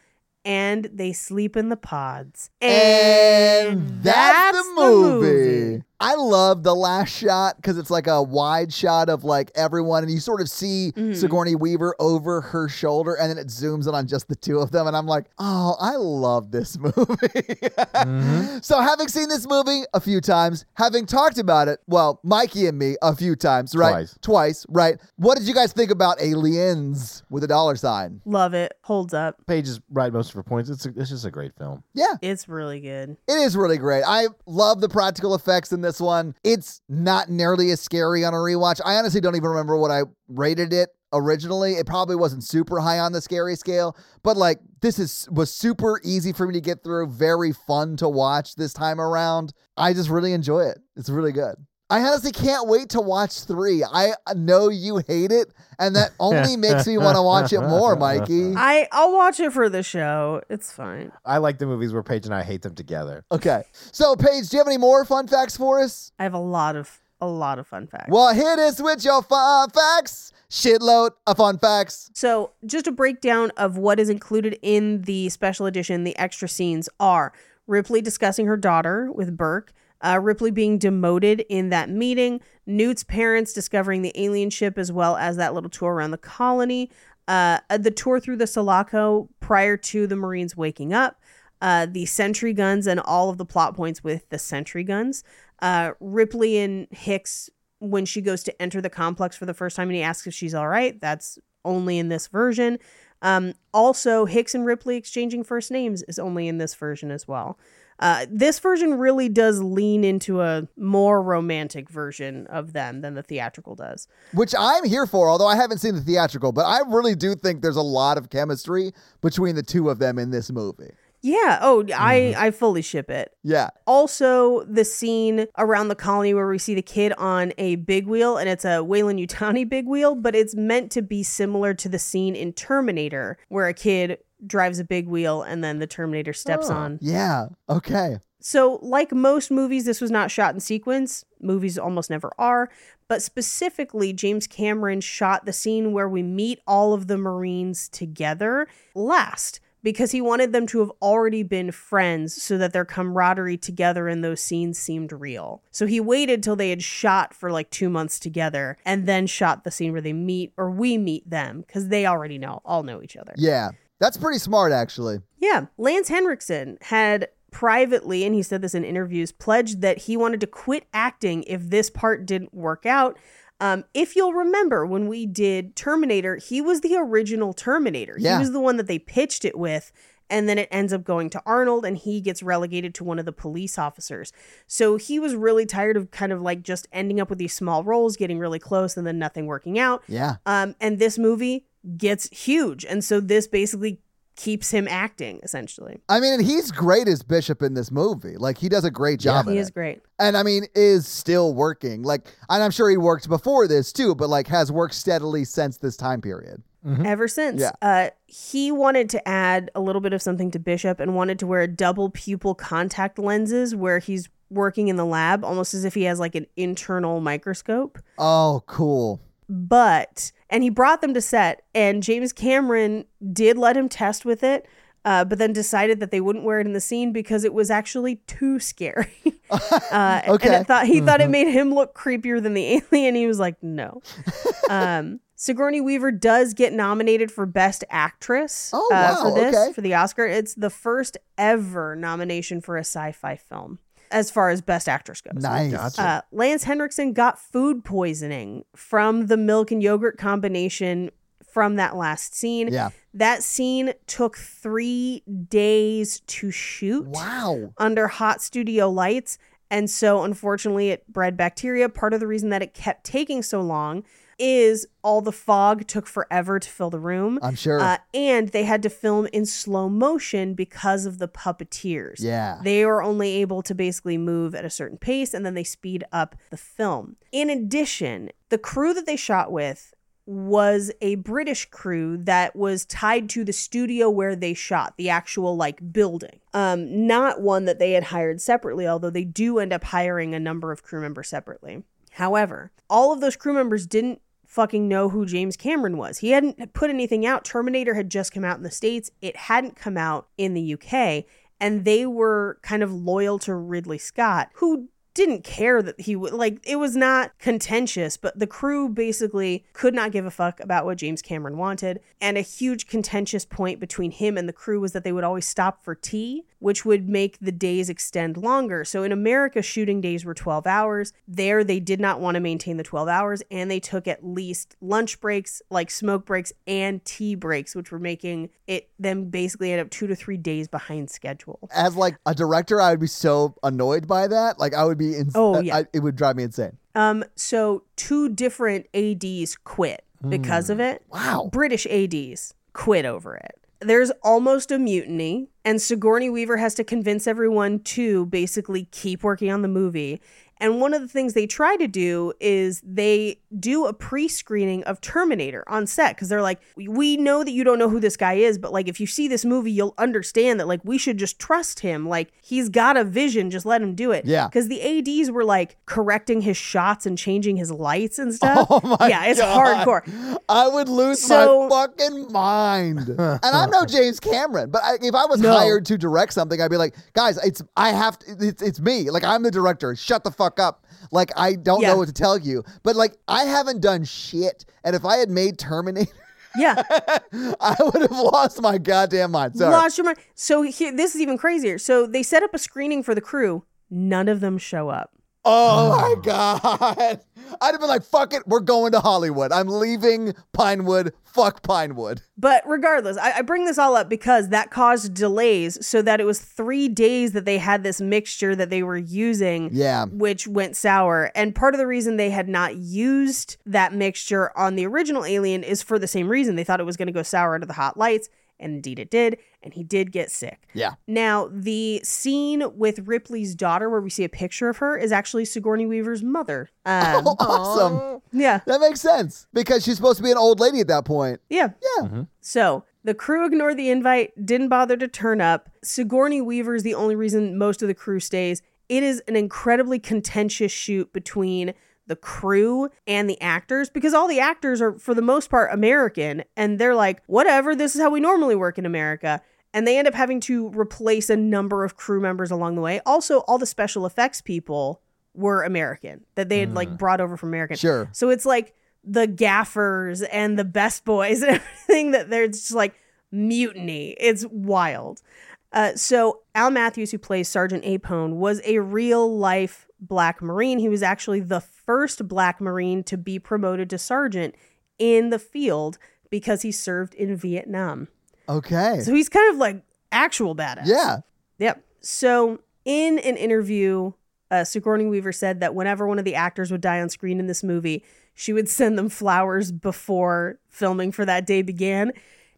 [SPEAKER 3] And they sleep in the pods.
[SPEAKER 1] And that's, the, movie. I love the last shot because it's like a wide shot of like everyone, and you sort of see Sigourney Weaver over her shoulder, and then it zooms in on just the two of them. And I'm like, oh, I love this movie. So, having seen this movie a few times, having talked about it, well, Mikey and me a few times, right?
[SPEAKER 2] Twice.
[SPEAKER 1] Twice, right? What did you guys think about Aliens with a dollar sign?
[SPEAKER 3] Love it. Holds up.
[SPEAKER 2] Paige is right most of her points. It's a, it's just a great film.
[SPEAKER 1] Yeah.
[SPEAKER 3] It's really good.
[SPEAKER 1] It is really great. I love the practical effects in this one. It's not nearly as scary on a rewatch. I honestly don't even remember what I rated it originally. It probably wasn't super high on the scary scale, but like this is was super easy for me to get through, very fun to watch this time around. I just really enjoy it. It's really good. I honestly can't wait to watch 3. I know you hate it and that only makes me want to watch it more, Mikey.
[SPEAKER 3] I I'll watch it for the show. It's fine.
[SPEAKER 2] I like the movies where Paige and I hate them together.
[SPEAKER 1] Okay. So, Paige, do you have any more fun facts for us?
[SPEAKER 3] I have a lot of a lot of fun facts.
[SPEAKER 1] Well, hit us with your fun facts. Shitload of fun facts.
[SPEAKER 3] So, just a breakdown of what is included in the special edition, the extra scenes are Ripley discussing her daughter with Burke, uh, Ripley being demoted in that meeting, Newt's parents discovering the alien ship, as well as that little tour around the colony, uh, the tour through the Sulaco prior to the Marines waking up, uh, the sentry guns, and all of the plot points with the sentry guns, uh, Ripley and Hicks when she goes to enter the complex for the first time and he asks if she's all right. That's only in this version. Um, also, Hicks and Ripley exchanging first names is only in this version as well. Uh, this version really does lean into a more romantic version of them than the theatrical does.
[SPEAKER 1] which I'm here for, although I haven't seen the theatrical, but I really do think there's a lot of chemistry between the two of them in this movie.
[SPEAKER 3] Yeah. Oh, I I fully ship it.
[SPEAKER 1] Yeah.
[SPEAKER 3] Also, the scene around the colony where we see the kid on a big wheel, and it's a Wayland Utani big wheel, but it's meant to be similar to the scene in Terminator where a kid drives a big wheel and then the Terminator steps
[SPEAKER 1] Oh.
[SPEAKER 3] on.
[SPEAKER 1] Yeah. Okay.
[SPEAKER 3] So, like most movies, this was not shot in sequence. Movies almost never are. But specifically, James Cameron shot the scene where we meet all of the Marines together last because he wanted them to have already been friends so that their camaraderie together in those scenes seemed real. So he waited till they had shot for like two months together and then shot the scene where they meet or we meet them because they already know, all know each other.
[SPEAKER 1] Yeah. That's pretty smart, actually.
[SPEAKER 3] Yeah. Lance Henriksen had privately, and he said this in interviews, pledged that he wanted to quit acting if this part didn't work out. Um, if you'll remember, when we did Terminator, he was the original Terminator.
[SPEAKER 1] Yeah.
[SPEAKER 3] He was the one that they pitched it with. And then it ends up going to Arnold, and he gets relegated to one of the police officers. So he was really tired of kind of like just ending up with these small roles, getting really close, and then nothing working out.
[SPEAKER 1] Yeah.
[SPEAKER 3] Um, and this movie gets huge. And so this basically keeps him acting, essentially.
[SPEAKER 1] I mean, and he's great as Bishop in this movie. Like, he does a great job. in
[SPEAKER 3] He is
[SPEAKER 1] it.
[SPEAKER 3] great.
[SPEAKER 1] and I mean, is still working. Like, and I'm sure he worked before this too, but like has worked steadily since this time period.
[SPEAKER 3] Ever since.
[SPEAKER 1] Yeah.
[SPEAKER 3] Uh, he wanted to add a little bit of something to Bishop and wanted to wear double pupil contact lenses where he's working in the lab, almost as if he has like an internal microscope.
[SPEAKER 1] Oh, cool.
[SPEAKER 3] but and he brought them to set and james cameron did let him test with it uh, but then decided that they wouldn't wear it in the scene because it was actually too scary uh, and
[SPEAKER 1] Okay. Mm-hmm.
[SPEAKER 3] it thought he thought it made him look creepier than the alien he was like no um, sigourney weaver does get nominated for best actress
[SPEAKER 1] Oh,
[SPEAKER 3] uh, for
[SPEAKER 1] wow,
[SPEAKER 3] this
[SPEAKER 1] okay.
[SPEAKER 3] for the oscar it's the first ever nomination for a sci-fi film as far as best actress goes
[SPEAKER 1] Nice.
[SPEAKER 3] uh, Lance Henriksen got food poisoning from the milk and yogurt combination from that last scene.
[SPEAKER 1] Yeah.
[SPEAKER 3] That scene took three days to shoot
[SPEAKER 1] Wow.
[SPEAKER 3] under hot studio lights. And so, unfortunately, it bred bacteria. Part of the reason that it kept taking so long is all the fog took forever to fill the room.
[SPEAKER 1] I'm sure.
[SPEAKER 3] Uh, and they had to film in slow motion because of the puppeteers.
[SPEAKER 1] Yeah.
[SPEAKER 3] They were only able to basically move at a certain pace and then they speed up the film. In addition, the crew that they shot with was a British crew that was tied to the studio where they shot, the actual like building. Um not one that they had hired separately, although they do end up hiring a number of crew members separately. However, all of those crew members didn't fucking know who James Cameron was. He hadn't put anything out. Terminator had just come out in the States, it hadn't come out in the UK. And they were kind of loyal to Ridley Scott, who didn't care that he would like it was not contentious but the crew basically could not give a fuck about what James Cameron wanted and a huge contentious point between him and the crew was that they would always stop for tea which would make the days extend longer so in America shooting days were 12 hours there they did not want to maintain the 12 hours and they took at least lunch breaks like smoke breaks and tea breaks which were making it them basically end up 2 to 3 days behind schedule
[SPEAKER 1] As like a director, I would be so annoyed by that. Like, I would be. Ins-
[SPEAKER 3] Oh,
[SPEAKER 1] I-
[SPEAKER 3] yeah.
[SPEAKER 1] I- it would drive me insane.
[SPEAKER 3] Um, so two different ADs quit because of it.
[SPEAKER 1] Wow.
[SPEAKER 3] British ADs quit over it. There's almost a mutiny, and Sigourney Weaver has to convince everyone to basically keep working on the movie. And one of the things they try to do is they do a pre screening of Terminator on set because they're like, we know that you don't know who this guy is, but like if you see this movie, you'll understand that like we should just trust him. Like he's got a vision, just let him do it.
[SPEAKER 1] Yeah.
[SPEAKER 3] Because the ADs were like correcting his shots and changing his lights and stuff.
[SPEAKER 1] Oh my
[SPEAKER 3] yeah, it's
[SPEAKER 1] God.
[SPEAKER 3] hardcore.
[SPEAKER 1] I would lose
[SPEAKER 3] So-
[SPEAKER 1] my fucking mind. and I'm no James Cameron, but I, if I was hired to direct something, I'd be like, guys, it's I have to, it's it's me. Like I'm the director. Shut the fuck up. Like I don't
[SPEAKER 3] Yeah.
[SPEAKER 1] know what to tell you. But like I haven't done shit. And if I had made Terminator,
[SPEAKER 3] Yeah.
[SPEAKER 1] I would have lost my goddamn mind. Sorry.
[SPEAKER 3] Lost your mind. So he, this is even crazier. So they set up a screening for the crew. None of them show up.
[SPEAKER 1] Oh my God. I'd have been like, fuck it, we're going to Hollywood. I'm leaving Pinewood. Fuck Pinewood.
[SPEAKER 3] But regardless, I, I bring this all up because that caused delays so that it was three days that they had this mixture that they were using,
[SPEAKER 1] Yeah.
[SPEAKER 3] which went sour. And part of the reason they had not used that mixture on the original Alien is for the same reason. They thought it was going to go sour under the hot lights, and indeed it did. And he did get sick.
[SPEAKER 1] Yeah.
[SPEAKER 3] Now, the scene with Ripley's daughter, where we see a picture of her, is actually Sigourney Weaver's mother. Um,
[SPEAKER 1] Oh, awesome.
[SPEAKER 3] Yeah.
[SPEAKER 1] That makes sense because she's supposed to be an old lady at that point.
[SPEAKER 3] Yeah.
[SPEAKER 1] Yeah.
[SPEAKER 3] So the crew ignored the invite, didn't bother to turn up. Sigourney Weaver is the only reason most of the crew stays. It is an incredibly contentious shoot between the crew and the actors because all the actors are, for the most part, American and they're like, whatever, this is how we normally work in America. And they end up having to replace a number of crew members along the way. Also, all the special effects people were American that they had like brought over from American.
[SPEAKER 1] Sure.
[SPEAKER 3] So it's like the gaffers and the best boys and everything that they're just like mutiny. It's wild. Uh, so Al Matthews, who plays Sergeant Apone, was a real life Black Marine. He was actually the first Black Marine to be promoted to sergeant in the field because he served in Vietnam.
[SPEAKER 1] Okay.
[SPEAKER 3] So he's kind of like actual badass.
[SPEAKER 1] yeah.
[SPEAKER 3] Yep. So in an interview, uh, Sigourney Weaver said that whenever one of the actors would die on screen in this movie, she would send them flowers before filming for that day began,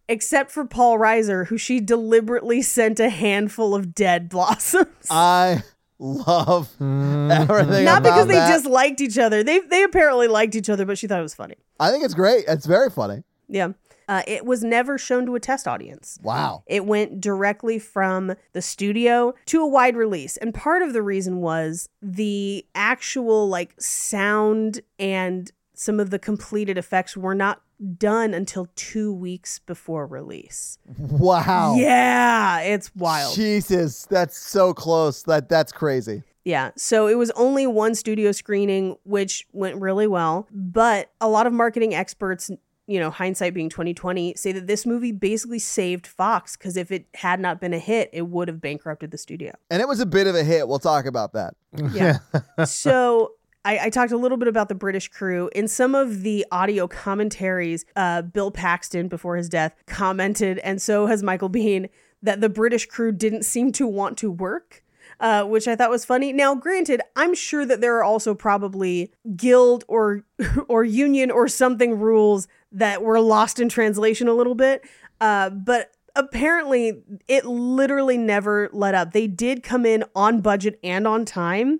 [SPEAKER 3] except for Paul Reiser, who she deliberately sent a handful of dead blossoms.
[SPEAKER 1] I love
[SPEAKER 2] Hmm.
[SPEAKER 1] everything
[SPEAKER 3] Not
[SPEAKER 1] about
[SPEAKER 3] because they
[SPEAKER 1] that.
[SPEAKER 3] disliked each other. They they apparently liked each other, but she thought it was funny.
[SPEAKER 1] I think it's great. It's very funny.
[SPEAKER 3] Yeah. Uh, it was never shown to a test audience.
[SPEAKER 1] Wow.
[SPEAKER 3] It went directly from the studio to a wide release. And part of the reason was the actual like sound and some of the completed effects were not done until 2 weeks before release.
[SPEAKER 1] Wow.
[SPEAKER 3] Yeah, it's wild.
[SPEAKER 1] Jesus, that's so close. That that's crazy.
[SPEAKER 3] Yeah. So it was only one studio screening, which went really well. But a lot of marketing experts, you know, hindsight being 2020, say that this movie basically saved Fox because if it had not been a hit, it would have bankrupted the studio.
[SPEAKER 1] And it was a bit of a hit. We'll talk about that.
[SPEAKER 3] Yeah. so I, I talked a little bit about the British crew. In some of the audio commentaries, uh, Bill Paxton, before his death, commented, and so has Michael Bean, that the British crew didn't seem to want to work. Uh, which I thought was funny. Now, granted, I'm sure that there are also probably guild or or union or something rules that were lost in translation a little bit. Uh, but apparently it literally never let up. They did come in on budget and on time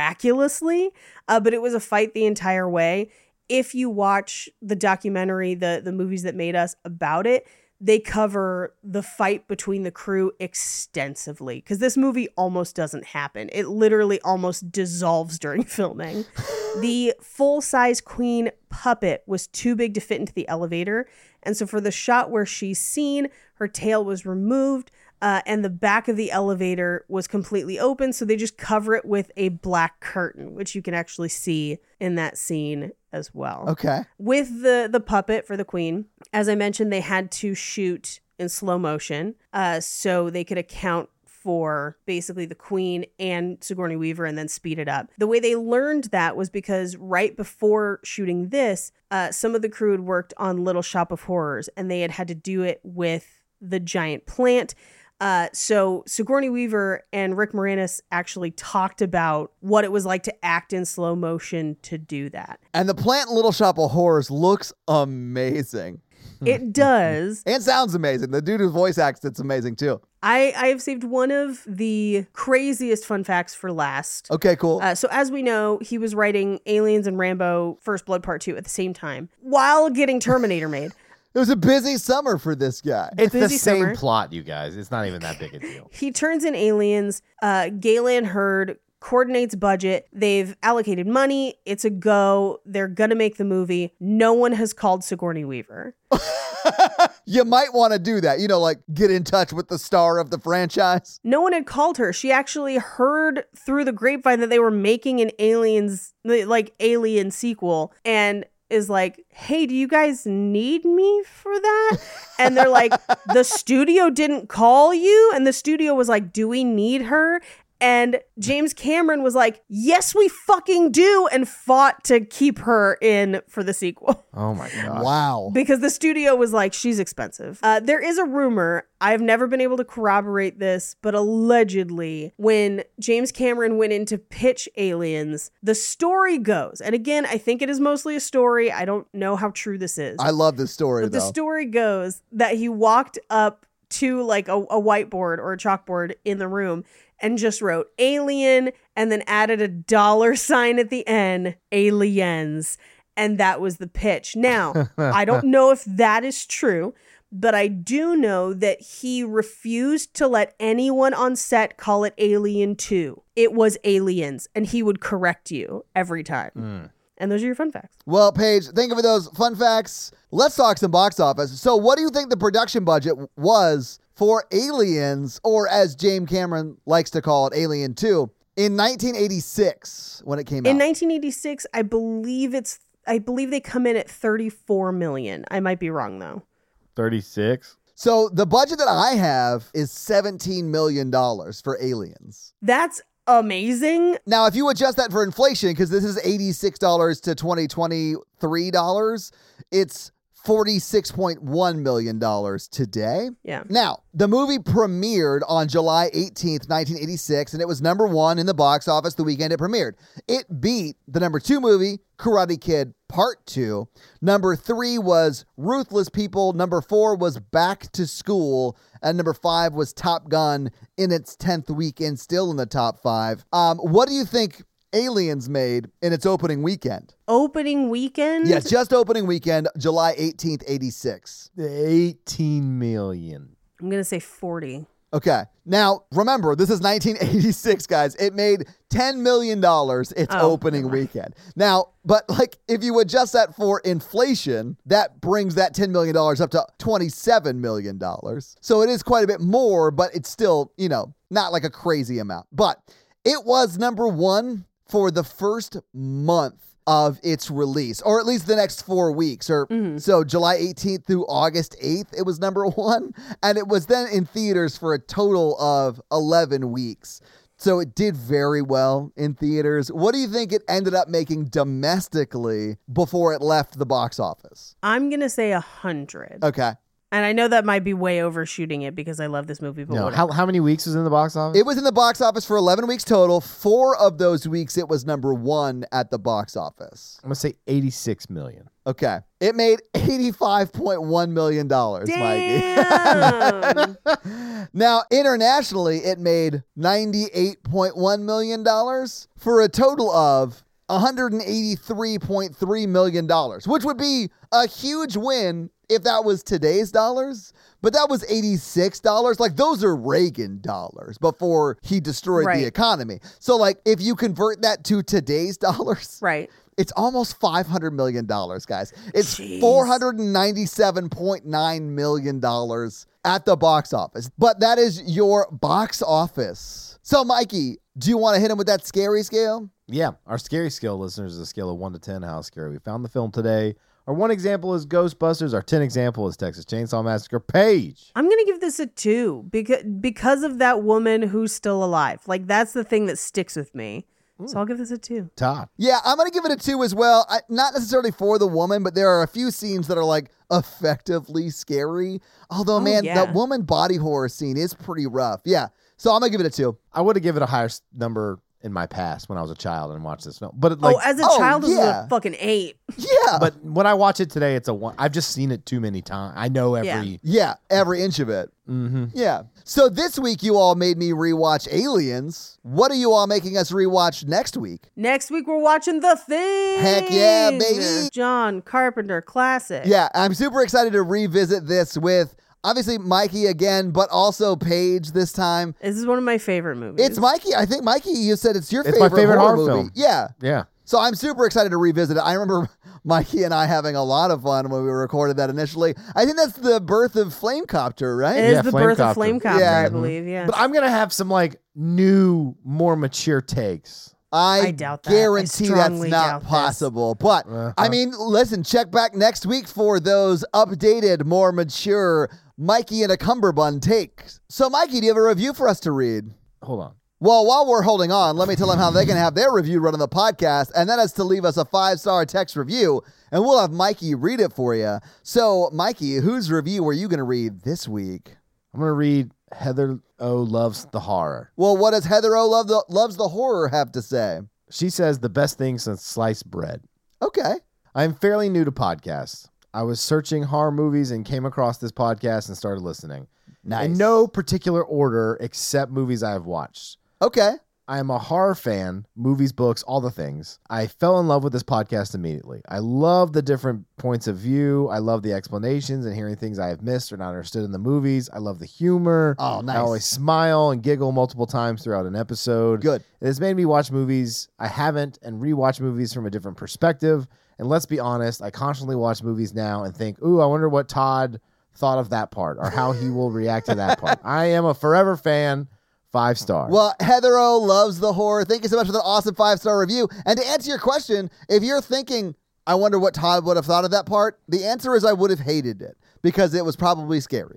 [SPEAKER 3] miraculously, uh, but it was a fight the entire way. If you watch the documentary, the the movies that made us about it, they cover the fight between the crew extensively because this movie almost doesn't happen. It literally almost dissolves during filming. the full size queen puppet was too big to fit into the elevator. And so, for the shot where she's seen, her tail was removed uh, and the back of the elevator was completely open. So, they just cover it with a black curtain, which you can actually see in that scene as well
[SPEAKER 1] Okay.
[SPEAKER 3] with the the puppet for the queen as i mentioned they had to shoot in slow motion uh so they could account for basically the queen and sigourney weaver and then speed it up the way they learned that was because right before shooting this uh some of the crew had worked on little shop of horrors and they had had to do it with the giant plant uh, so Sigourney Weaver and Rick Moranis actually talked about what it was like to act in slow motion to do that.
[SPEAKER 1] And the plant in Little Shop of Horrors looks amazing.
[SPEAKER 3] It does.
[SPEAKER 1] And sounds amazing. The dude who voice acts it's amazing too.
[SPEAKER 3] I, I have saved one of the craziest fun facts for last.
[SPEAKER 1] Okay, cool.
[SPEAKER 3] Uh, so, as we know, he was writing Aliens and Rambo First Blood Part 2 at the same time while getting Terminator made.
[SPEAKER 1] it was a busy summer for this guy.
[SPEAKER 2] It's the
[SPEAKER 3] Busy
[SPEAKER 2] same
[SPEAKER 3] summer.
[SPEAKER 2] plot, you guys. It's not even that big a deal.
[SPEAKER 3] He turns in aliens. Uh, Galen Hurd coordinates budget. They've allocated money. It's a go. They're going to make the movie. No one has called Sigourney Weaver.
[SPEAKER 1] you might want to do that. You know, like get in touch with the star of the franchise.
[SPEAKER 3] No one had called her. She actually heard through the grapevine that they were making an aliens like alien sequel and is like, "Hey, do you guys need me for that?" And they're like, "The studio didn't call you." And the studio was like, "Do we need her?" And James Cameron was like, Yes, we fucking do, and fought to keep her in for the sequel
[SPEAKER 2] Oh my god.
[SPEAKER 1] Wow.
[SPEAKER 3] because the studio was like, She's expensive. Uh, there is a rumor, I've never been able to corroborate this, but allegedly, when James Cameron went in to pitch Aliens, the story goes, and again, I think it is mostly a story. I don't know how true this is.
[SPEAKER 1] I love this story
[SPEAKER 3] But
[SPEAKER 1] though.
[SPEAKER 3] the story goes that he walked up to like a, a whiteboard or a chalkboard in the room and just wrote alien and then added a dollar sign at the end, aliens. And that was the pitch. Now, I don't know if that is true, but I do know that he refused to let anyone on set call it Alien 2. It was Aliens, and he would correct you every time.
[SPEAKER 2] Hmm.
[SPEAKER 3] And those are your fun facts.
[SPEAKER 1] well, Paige, thank you for those fun facts. Let's talk some box office. So, what do you think the production budget w- was for Aliens, or as James Cameron likes to call it, Alien 2, in 1986 when it came
[SPEAKER 3] In
[SPEAKER 1] out?
[SPEAKER 3] 1986, I believe it's I believe they come in at 34 million. I might be wrong though.
[SPEAKER 2] 36.
[SPEAKER 1] so, the budget that I have is $17 million for Aliens.
[SPEAKER 3] That's amazing.
[SPEAKER 1] Now, if you adjust that for inflation, because this is eighty-six dollars to twenty twenty-three dollars, it's forty-six point one million dollars today.
[SPEAKER 3] Yeah.
[SPEAKER 1] Now, the movie premiered on July 18th, 1986, and it was number one in the box office the weekend it premiered. It beat the number two movie, Karate Kid Part 2. Number three was Ruthless People. Number four was Back to School. And number five was Top Gun in its 10th weekend, still in the top five. Um, what do you think Aliens made in its opening weekend?
[SPEAKER 3] Opening weekend.
[SPEAKER 1] Yeah, just opening weekend, July 18th, 86.
[SPEAKER 2] 18 million.
[SPEAKER 3] I'm gonna say 40.
[SPEAKER 1] Okay. Now, remember, this is 1986, guys. It made $10 million its
[SPEAKER 3] Oh,
[SPEAKER 1] opening weekend. Now, but like if you adjust that for inflation, that brings that $10 million up to $27 million. So it is quite a bit more, but it's still, you know, not like a crazy amount. But it was number one for the first month of its release, or at least the next four weeks. Or so July 18th through August 8th, it was number one, and it was then in theaters for a total of 11 weeks. So it did very well in theaters. What do you think it ended up making domestically before it left the box office?
[SPEAKER 3] I'm gonna say a hundred.
[SPEAKER 1] Okay.
[SPEAKER 3] And I know that might be way overshooting it because I love this movie. But
[SPEAKER 2] No,
[SPEAKER 3] whatever.
[SPEAKER 2] how, how many weeks was in the box office?
[SPEAKER 1] It was in the box office for 11 weeks total. Four of those weeks, it was number one at the box office.
[SPEAKER 2] I'm going to say 86 million.
[SPEAKER 1] Okay. It made $85.1 million, Mikey.
[SPEAKER 3] Damn.
[SPEAKER 1] Now, internationally, it made $98.1 million for a total of $183.3 million, which would be a huge win if that was today's dollars. But that was $86. Like, those are Reagan dollars before he destroyed
[SPEAKER 3] Right.
[SPEAKER 1] the economy. So, like, if you convert that to today's dollars,
[SPEAKER 3] right.
[SPEAKER 1] it's almost five hundred million dollars, guys. It's four hundred and ninety-seven point nine million dollars at the box office. But that is your box office. So, Mikey, do you want to hit him with that scary scale?
[SPEAKER 2] Yeah, our scary scale listeners is a scale of 1 to 10 how scary we found the film today. Our one example is Ghostbusters. Our 10 example is Texas Chainsaw Massacre. Page.
[SPEAKER 3] I'm gonna give this a two because because of that woman who's still alive. Like that's the thing that sticks with me. So I'll give this a two.
[SPEAKER 2] Todd.
[SPEAKER 1] Yeah, I'm gonna give it a two as well. I, not necessarily for the woman, but there are a few scenes that are like effectively scary. Although, man,
[SPEAKER 3] yeah.
[SPEAKER 1] that woman body horror scene is pretty rough. Yeah, so I'm gonna give it a two.
[SPEAKER 2] I would have given it a higher s- number in my past when I was a child and watched this film. But it, like uh,
[SPEAKER 3] oh, as a
[SPEAKER 1] oh,
[SPEAKER 3] child, it was
[SPEAKER 1] yeah.
[SPEAKER 3] a fucking eight.
[SPEAKER 1] Yeah,
[SPEAKER 2] but when I watch it today, it's a one. I've just seen it too many times. I know every.
[SPEAKER 3] Yeah.
[SPEAKER 1] yeah, every inch of it.
[SPEAKER 2] hmm
[SPEAKER 1] Yeah. So this week you all made me rewatch Aliens. What are you all making us rewatch next week?
[SPEAKER 3] Next week we're watching The Thing.
[SPEAKER 1] Heck yeah, baby.
[SPEAKER 3] John Carpenter
[SPEAKER 2] Eh.
[SPEAKER 3] classic.
[SPEAKER 1] Yeah, I'm super excited to revisit this with obviously Mikey again, but also Paige this time.
[SPEAKER 3] This is one of my favorite movies.
[SPEAKER 1] It's Mikey. I think Mikey, you said it's your
[SPEAKER 2] It's my
[SPEAKER 1] favorite,
[SPEAKER 2] favorite
[SPEAKER 1] horror,
[SPEAKER 2] horror
[SPEAKER 1] movie.
[SPEAKER 2] film.
[SPEAKER 1] Yeah.
[SPEAKER 2] Yeah.
[SPEAKER 1] So I'm super excited to revisit it. I remember Mikey and I having a lot of fun when we recorded that initially. I think that's the birth of Flamecopter, right?
[SPEAKER 3] It is
[SPEAKER 2] Yeah,
[SPEAKER 3] the
[SPEAKER 2] Flame
[SPEAKER 3] birth of
[SPEAKER 2] Copter.
[SPEAKER 3] Flame Copter,
[SPEAKER 1] Yeah.
[SPEAKER 3] I
[SPEAKER 1] Mhm.
[SPEAKER 3] believe. Yeah.
[SPEAKER 2] But I'm gonna have some like new, more mature takes.
[SPEAKER 1] I,
[SPEAKER 3] I doubt that. I
[SPEAKER 1] guarantee that's
[SPEAKER 3] strongly
[SPEAKER 1] not
[SPEAKER 3] doubt this.
[SPEAKER 1] possible. But I mean, listen, check back next week for those updated, more mature Mikey and a Cumberbund takes. So, Mikey, do you have a review for us to read?
[SPEAKER 2] Hold on.
[SPEAKER 1] Well, while we're holding on, let me tell them how they can have their review run on the podcast, and that is to leave us a five star text review, and we'll have Mikey read it for you. So, Mikey, whose review are you going to read this week?
[SPEAKER 2] I'm gonna read Heather O loves the horror.
[SPEAKER 1] Well, what does Heather O love the, loves the horror have to say?
[SPEAKER 2] She says the best thing since sliced bread.
[SPEAKER 1] Okay,
[SPEAKER 2] I'm fairly new to podcasts. I was searching horror movies and came across this podcast and started listening.
[SPEAKER 1] nice.
[SPEAKER 2] In no particular order except movies I have watched.
[SPEAKER 1] okay,
[SPEAKER 2] I am a horror fan, movies, books, all the things. I fell in love with this podcast immediately. I love the different points of view. I love the explanations and hearing things I have missed or not understood in the movies. I love the humor.
[SPEAKER 1] Oh, nice.
[SPEAKER 2] I always smile and giggle multiple times throughout an episode.
[SPEAKER 1] good.
[SPEAKER 2] It has made me watch movies I haven't and rewatch movies from a different perspective. And let's be honest, I constantly watch movies now and think, ooh, I wonder what Todd thought of that part or how he will react to that part. I am a forever fan, five star.
[SPEAKER 1] Well, Heather O loves the horror. Thank you so much for the awesome five star review. And to answer your question, if you're thinking, I wonder what Todd would have thought of that part, the answer is I would have hated it because it was probably scary.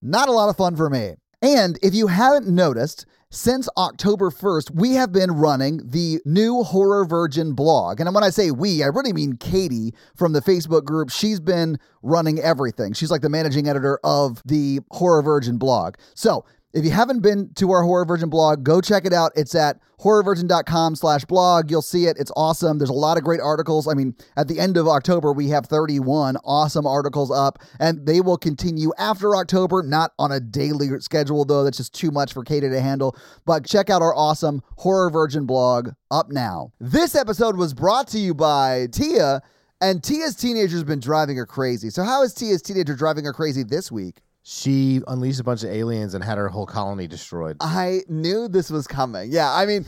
[SPEAKER 1] not a lot of fun for me. And if you haven't noticed, since October 1st, we have been running the new Horror Virgin blog. And when I say we, I really mean Katie from the Facebook group. She's been running everything. She's like the managing editor of the Horror Virgin blog. So if you haven't been to our Horror Virgin blog, go check it out. It's at horrorvirgin.com slash blog. You'll see it. It's awesome. There's a lot of great articles. I mean, at the end of October, we have 31 awesome articles up, and they will continue after October, not on a daily schedule, though. That's just too much for Katie to handle. But check out our awesome Horror Virgin blog up now. This episode was brought to you by Tia, and Tia's teenager's been driving her crazy. So, how is Tia's teenager driving her crazy this week?
[SPEAKER 2] she unleashed a bunch of aliens and had her whole colony destroyed.
[SPEAKER 1] I knew this was coming. Yeah, I mean,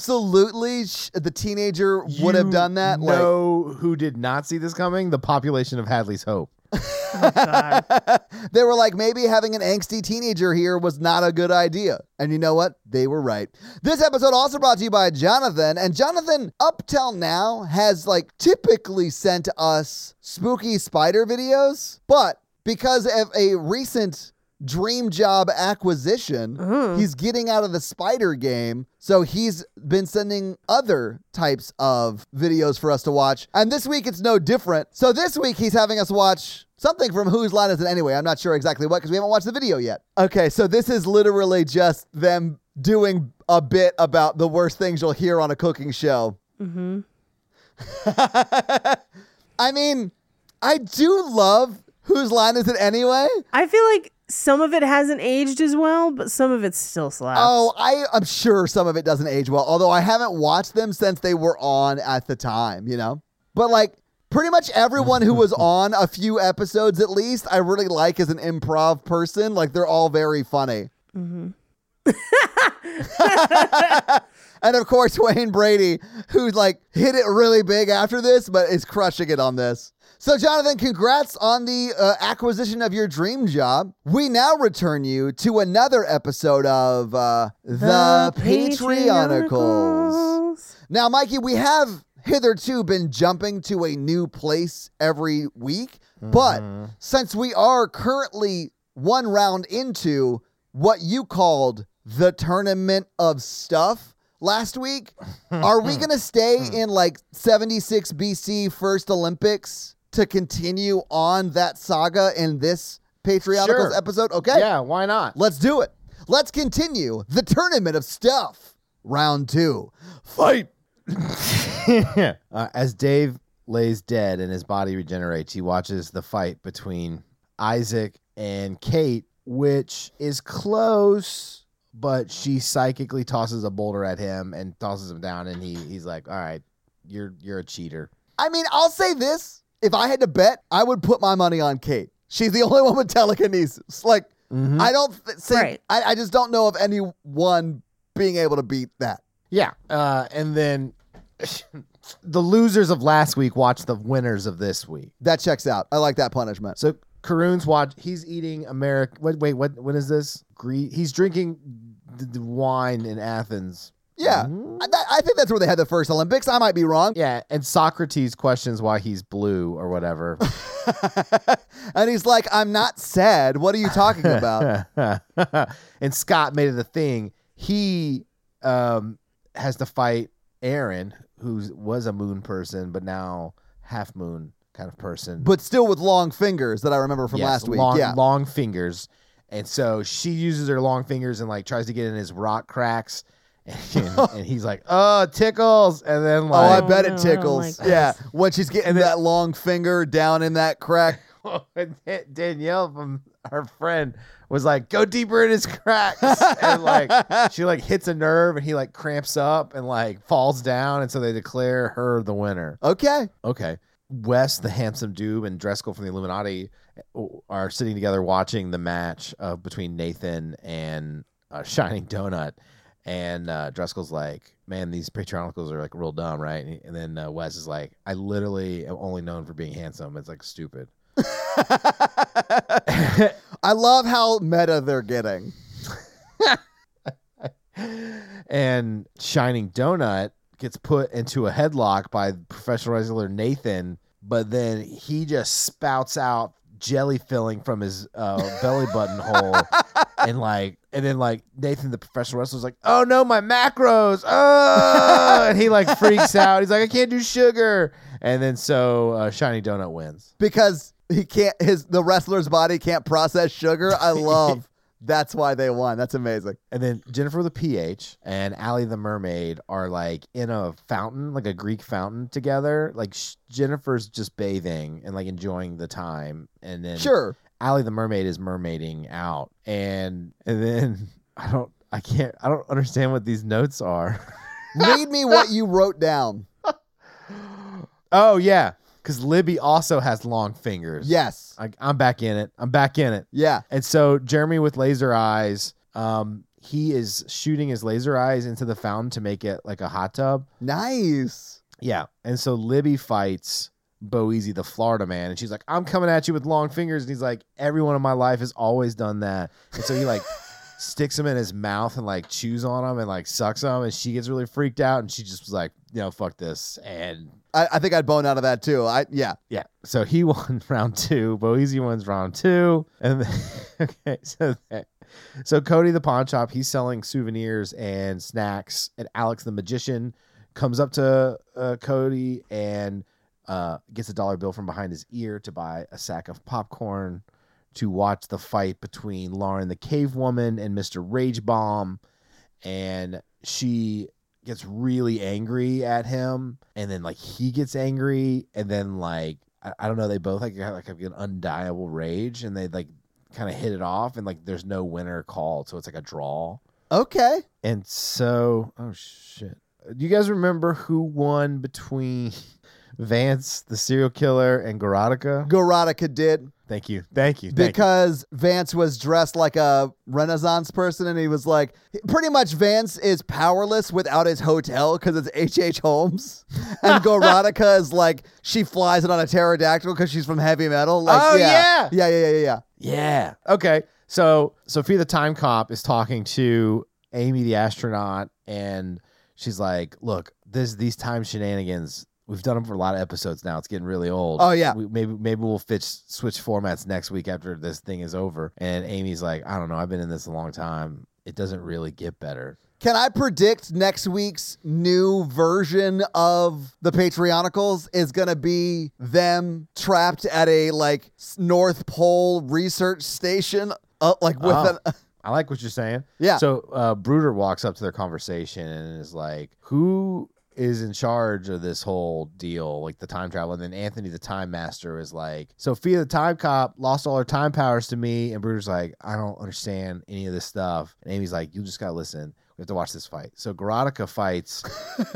[SPEAKER 1] absolutely, sh- the teenager would have done that. like,
[SPEAKER 2] No, who did not see this coming? The population of Hadley's Hope.
[SPEAKER 1] they were like, maybe having an angsty teenager here was not a good idea. And you know what? They were right. This episode also brought to you by Jonathan. And Jonathan, up till now, has like typically sent us spooky spider videos, but because of a recent dream job acquisition. He's getting out of the spider game. So he's been sending other types of videos for us to watch. And this week it's no different. So this week he's having us watch something from Whose Line Is It Anyway? I'm not sure exactly what because we haven't watched the video yet. Okay, so this is literally just them doing a bit about the worst things you'll hear on a cooking show. Mm-hmm. I mean, I do love Whose Line Is It Anyway?
[SPEAKER 3] I feel like Some of it hasn't aged as well, but some of it still slaps.
[SPEAKER 1] Oh, I, I'm sure some of it doesn't age well, although I haven't watched them since they were on at the time, you know? But like pretty much everyone who was on a few episodes at least, I really like as an improv person. Like they're all very funny. and of course, Wayne Brady, who like hit it really big after this, but is crushing it on this. So, Jonathan, congrats on the uh, acquisition of your dream job. We now return you to another episode of uh, The, Patreonicals.
[SPEAKER 3] Patreonicals.
[SPEAKER 1] Now, Mikey, we have hitherto been jumping to a new place every week,
[SPEAKER 2] Mm-hmm.
[SPEAKER 1] but since we are currently one round into what you called the tournament of stuff last week, are we going to stay
[SPEAKER 2] Hmm.
[SPEAKER 1] in like 76 BC first Olympics to continue on that saga in this Patreonicals
[SPEAKER 2] Sure.
[SPEAKER 1] episode? Okay.
[SPEAKER 2] Yeah, why not?
[SPEAKER 1] Let's do it. Let's continue the tournament of stuff. Round two. Fight.
[SPEAKER 2] uh, as Dave lays dead and his body regenerates, he watches the fight between Isaac and Kate, which is close, but she psychically tosses a boulder at him and tosses him down, and he he's like, "All right, you're you're a cheater."
[SPEAKER 1] I mean, I'll say this. If I had to bet, I would put my money on Kate. She's the only one with telekinesis. Like,
[SPEAKER 2] Mm-hmm.
[SPEAKER 1] I don't th- think,
[SPEAKER 3] Right.
[SPEAKER 1] I, I just don't know of anyone being able to beat that.
[SPEAKER 2] Yeah, uh, and then the losers of last week watch the winners of this week.
[SPEAKER 1] That checks out. I like that punishment.
[SPEAKER 2] So Karun's watch. He's eating American. Wait, wait, what? When is this? Gre- he's drinking d- d- wine in Athens. Hmm?
[SPEAKER 1] Yeah.
[SPEAKER 2] Mm-hmm.
[SPEAKER 1] I, that, I think that's where they had the first Olympics. I might be wrong.
[SPEAKER 2] Yeah, and Socrates questions why he's blue or whatever.
[SPEAKER 1] and he's like, I'm not sad. What are you talking about?
[SPEAKER 2] and Scott made it a thing. He um, has to fight Aaron, who was a moon person, but now half moon kind of person.
[SPEAKER 1] but still with long fingers that I remember from
[SPEAKER 2] Yes,
[SPEAKER 1] last week.
[SPEAKER 2] Long,
[SPEAKER 1] yeah.
[SPEAKER 2] long fingers. And so she uses her long fingers and like tries to get in his rock cracks. And, and he's like, oh, tickles. And then
[SPEAKER 1] Oh, I
[SPEAKER 2] like,
[SPEAKER 1] bet
[SPEAKER 3] no, I
[SPEAKER 1] it
[SPEAKER 3] don't
[SPEAKER 1] tickles.
[SPEAKER 3] like
[SPEAKER 1] yeah, when she's getting that long finger down in that crack.
[SPEAKER 2] and Dan- Danielle from her friend was like, go deeper in his cracks. and like, she like hits a nerve and he like cramps up and like falls down. And so they declare her the winner.
[SPEAKER 1] Okay.
[SPEAKER 2] Okay. Wes, the handsome dude, and Dreskel from the Illuminati are sitting together watching the match uh, between Nathan and uh, Shining Donut. And uh, Dreskel's like, man, these patrionicals are like real dumb, right? And, and then uh, Wes is like, I literally am only known for being handsome. It's like stupid.
[SPEAKER 1] I love how meta they're getting.
[SPEAKER 2] and Shining Donut gets put into a headlock by professional wrestler Nathan, but then he just spouts out jelly filling from his uh, belly button hole, and like, and then like Nathan, the professional wrestler's like, "Oh no, my macros!" Oh, and he like freaks out. He's like, "I can't do sugar," and then so uh, Shining Donut wins.
[SPEAKER 1] because he can't his the wrestler's body can't process sugar. I love that's why they won. That's amazing.
[SPEAKER 2] And then Jennifer the PH and Allie the Mermaid are like in a fountain, like a Greek fountain together. Like sh- Jennifer's just bathing and like enjoying the time. And then
[SPEAKER 1] Sure.
[SPEAKER 2] Allie the Mermaid is mermaiding out. And and then I don't I can't I don't understand what these notes are.
[SPEAKER 1] Read me what you wrote down.
[SPEAKER 2] oh yeah. Cause Libby also has long fingers.
[SPEAKER 1] Yes.
[SPEAKER 2] I, I'm back in it. I'm back in it.
[SPEAKER 1] Yeah.
[SPEAKER 2] And so Jeremy with laser eyes, um, he is shooting his laser eyes into the fountain to make it like a hot tub.
[SPEAKER 1] Nice.
[SPEAKER 2] Yeah. And so Libby fights Boezy, the Florida man, and she's like, I'm coming at you with long fingers. And he's like, Everyone in my life has always done that. And so he like sticks him in his mouth and like chews on him and like sucks him. And she gets really freaked out and she just was like, No, fuck this. And
[SPEAKER 1] I, I think I'd bone out of that too. I yeah.
[SPEAKER 2] yeah. So he won round two. Boise wins round two. And then, okay, so that, so Cody the pawn shop, he's selling souvenirs and snacks, and Alex the magician comes up to uh, Cody and uh, gets a dollar bill from behind his ear to buy a sack of popcorn to watch the fight between Lauren the cave woman and Mr. Rage Bomb, and she gets really angry at him and then like he gets angry and then like I, I don't know they both like have like an undiable rage and they like kind of hit it off, and like there's no winner called, so it's like a draw.
[SPEAKER 1] Okay.
[SPEAKER 2] And so, oh shit. Do you guys remember who won between Vance, the serial killer, and Garotica?
[SPEAKER 1] Garotica did
[SPEAKER 2] Thank you. Thank you. Thank you.
[SPEAKER 1] because Vance was dressed like a Renaissance person, and he was like, pretty much Vance is powerless without his hotel because it's H.H. H. Holmes, and Garotica is like she flies it on a pterodactyl because she's from heavy metal. Like,
[SPEAKER 2] Oh,
[SPEAKER 1] yeah, yeah, yeah, yeah, yeah. yeah.
[SPEAKER 2] Yeah. Okay. So Sophia the time cop is talking to Amy the astronaut, and she's like, "Look, this these time shenanigans. We've done them for a lot of episodes now. It's getting really old.
[SPEAKER 1] Oh, yeah.
[SPEAKER 2] We, maybe maybe we'll fitch, switch formats next week after this thing is over." And Amy's like, "I don't know. I've been in this a long time. It doesn't really get better."
[SPEAKER 1] Can I predict next week's new version of the Patreonicals is going to be them trapped at a like s- North Pole research station, uh, like with
[SPEAKER 2] Oh.
[SPEAKER 1] an.
[SPEAKER 2] I like what you're saying.
[SPEAKER 1] Yeah.
[SPEAKER 2] So uh, Bruder walks up to their conversation and is like, "Who is in charge of this whole deal, like the time travel?" And then Anthony, the time master, is like, "Sophia, the time cop, lost all her time powers to me." And Bruder's like, "I don't understand any of this stuff." And Amy's like, "You just gotta listen. We have to watch this fight." So Garotica fights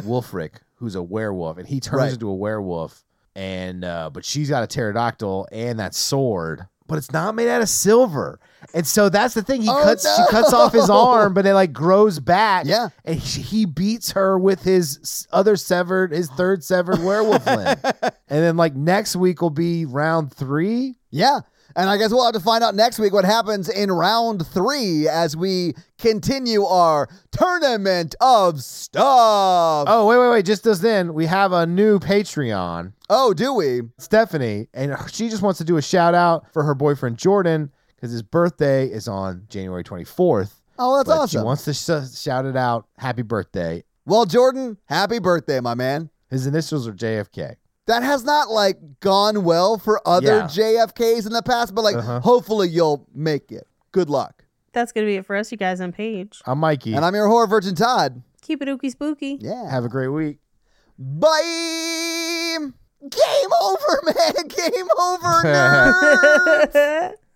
[SPEAKER 2] Wolfric, who's a werewolf, and he turns
[SPEAKER 1] Right.
[SPEAKER 2] into a werewolf. And uh, but she's got a pterodactyl and that sword, but it's not made out of silver. And so that's the thing. He
[SPEAKER 1] Oh,
[SPEAKER 2] cuts
[SPEAKER 1] no.
[SPEAKER 2] she cuts off his arm, but it like grows back.
[SPEAKER 1] Yeah.
[SPEAKER 2] and she, he beats her with his s- other severed, his third severed werewolf limb. And then like next week will be round three.
[SPEAKER 1] Yeah. And I guess we'll have to find out next week what happens in round three as we continue our tournament of stuff. Oh,
[SPEAKER 2] Oh wait, wait, wait! Just as then we have a new Patreon.
[SPEAKER 1] Oh, do we?
[SPEAKER 2] Stephanie, and she just wants to do a shout out for her boyfriend Jordan because his birthday is on January 24th.
[SPEAKER 1] Oh, that's
[SPEAKER 2] but She
[SPEAKER 1] awesome.
[SPEAKER 2] wants to sh- shout it out. Happy birthday.
[SPEAKER 1] well, Jordan, happy birthday, my man.
[SPEAKER 2] His initials are JFK.
[SPEAKER 1] That has not like gone well for other
[SPEAKER 2] Yeah.
[SPEAKER 1] JFKs in the past, but like
[SPEAKER 2] Uh-huh.
[SPEAKER 1] hopefully you'll make it. Good luck.
[SPEAKER 3] That's gonna be it for us, you guys. On page,
[SPEAKER 2] I'm Mikey.
[SPEAKER 1] And I'm your horror virgin Todd.
[SPEAKER 3] keep it ookie spooky.
[SPEAKER 1] Yeah.
[SPEAKER 2] Have a great week.
[SPEAKER 1] Bye. Game over, man. Game over, nerd.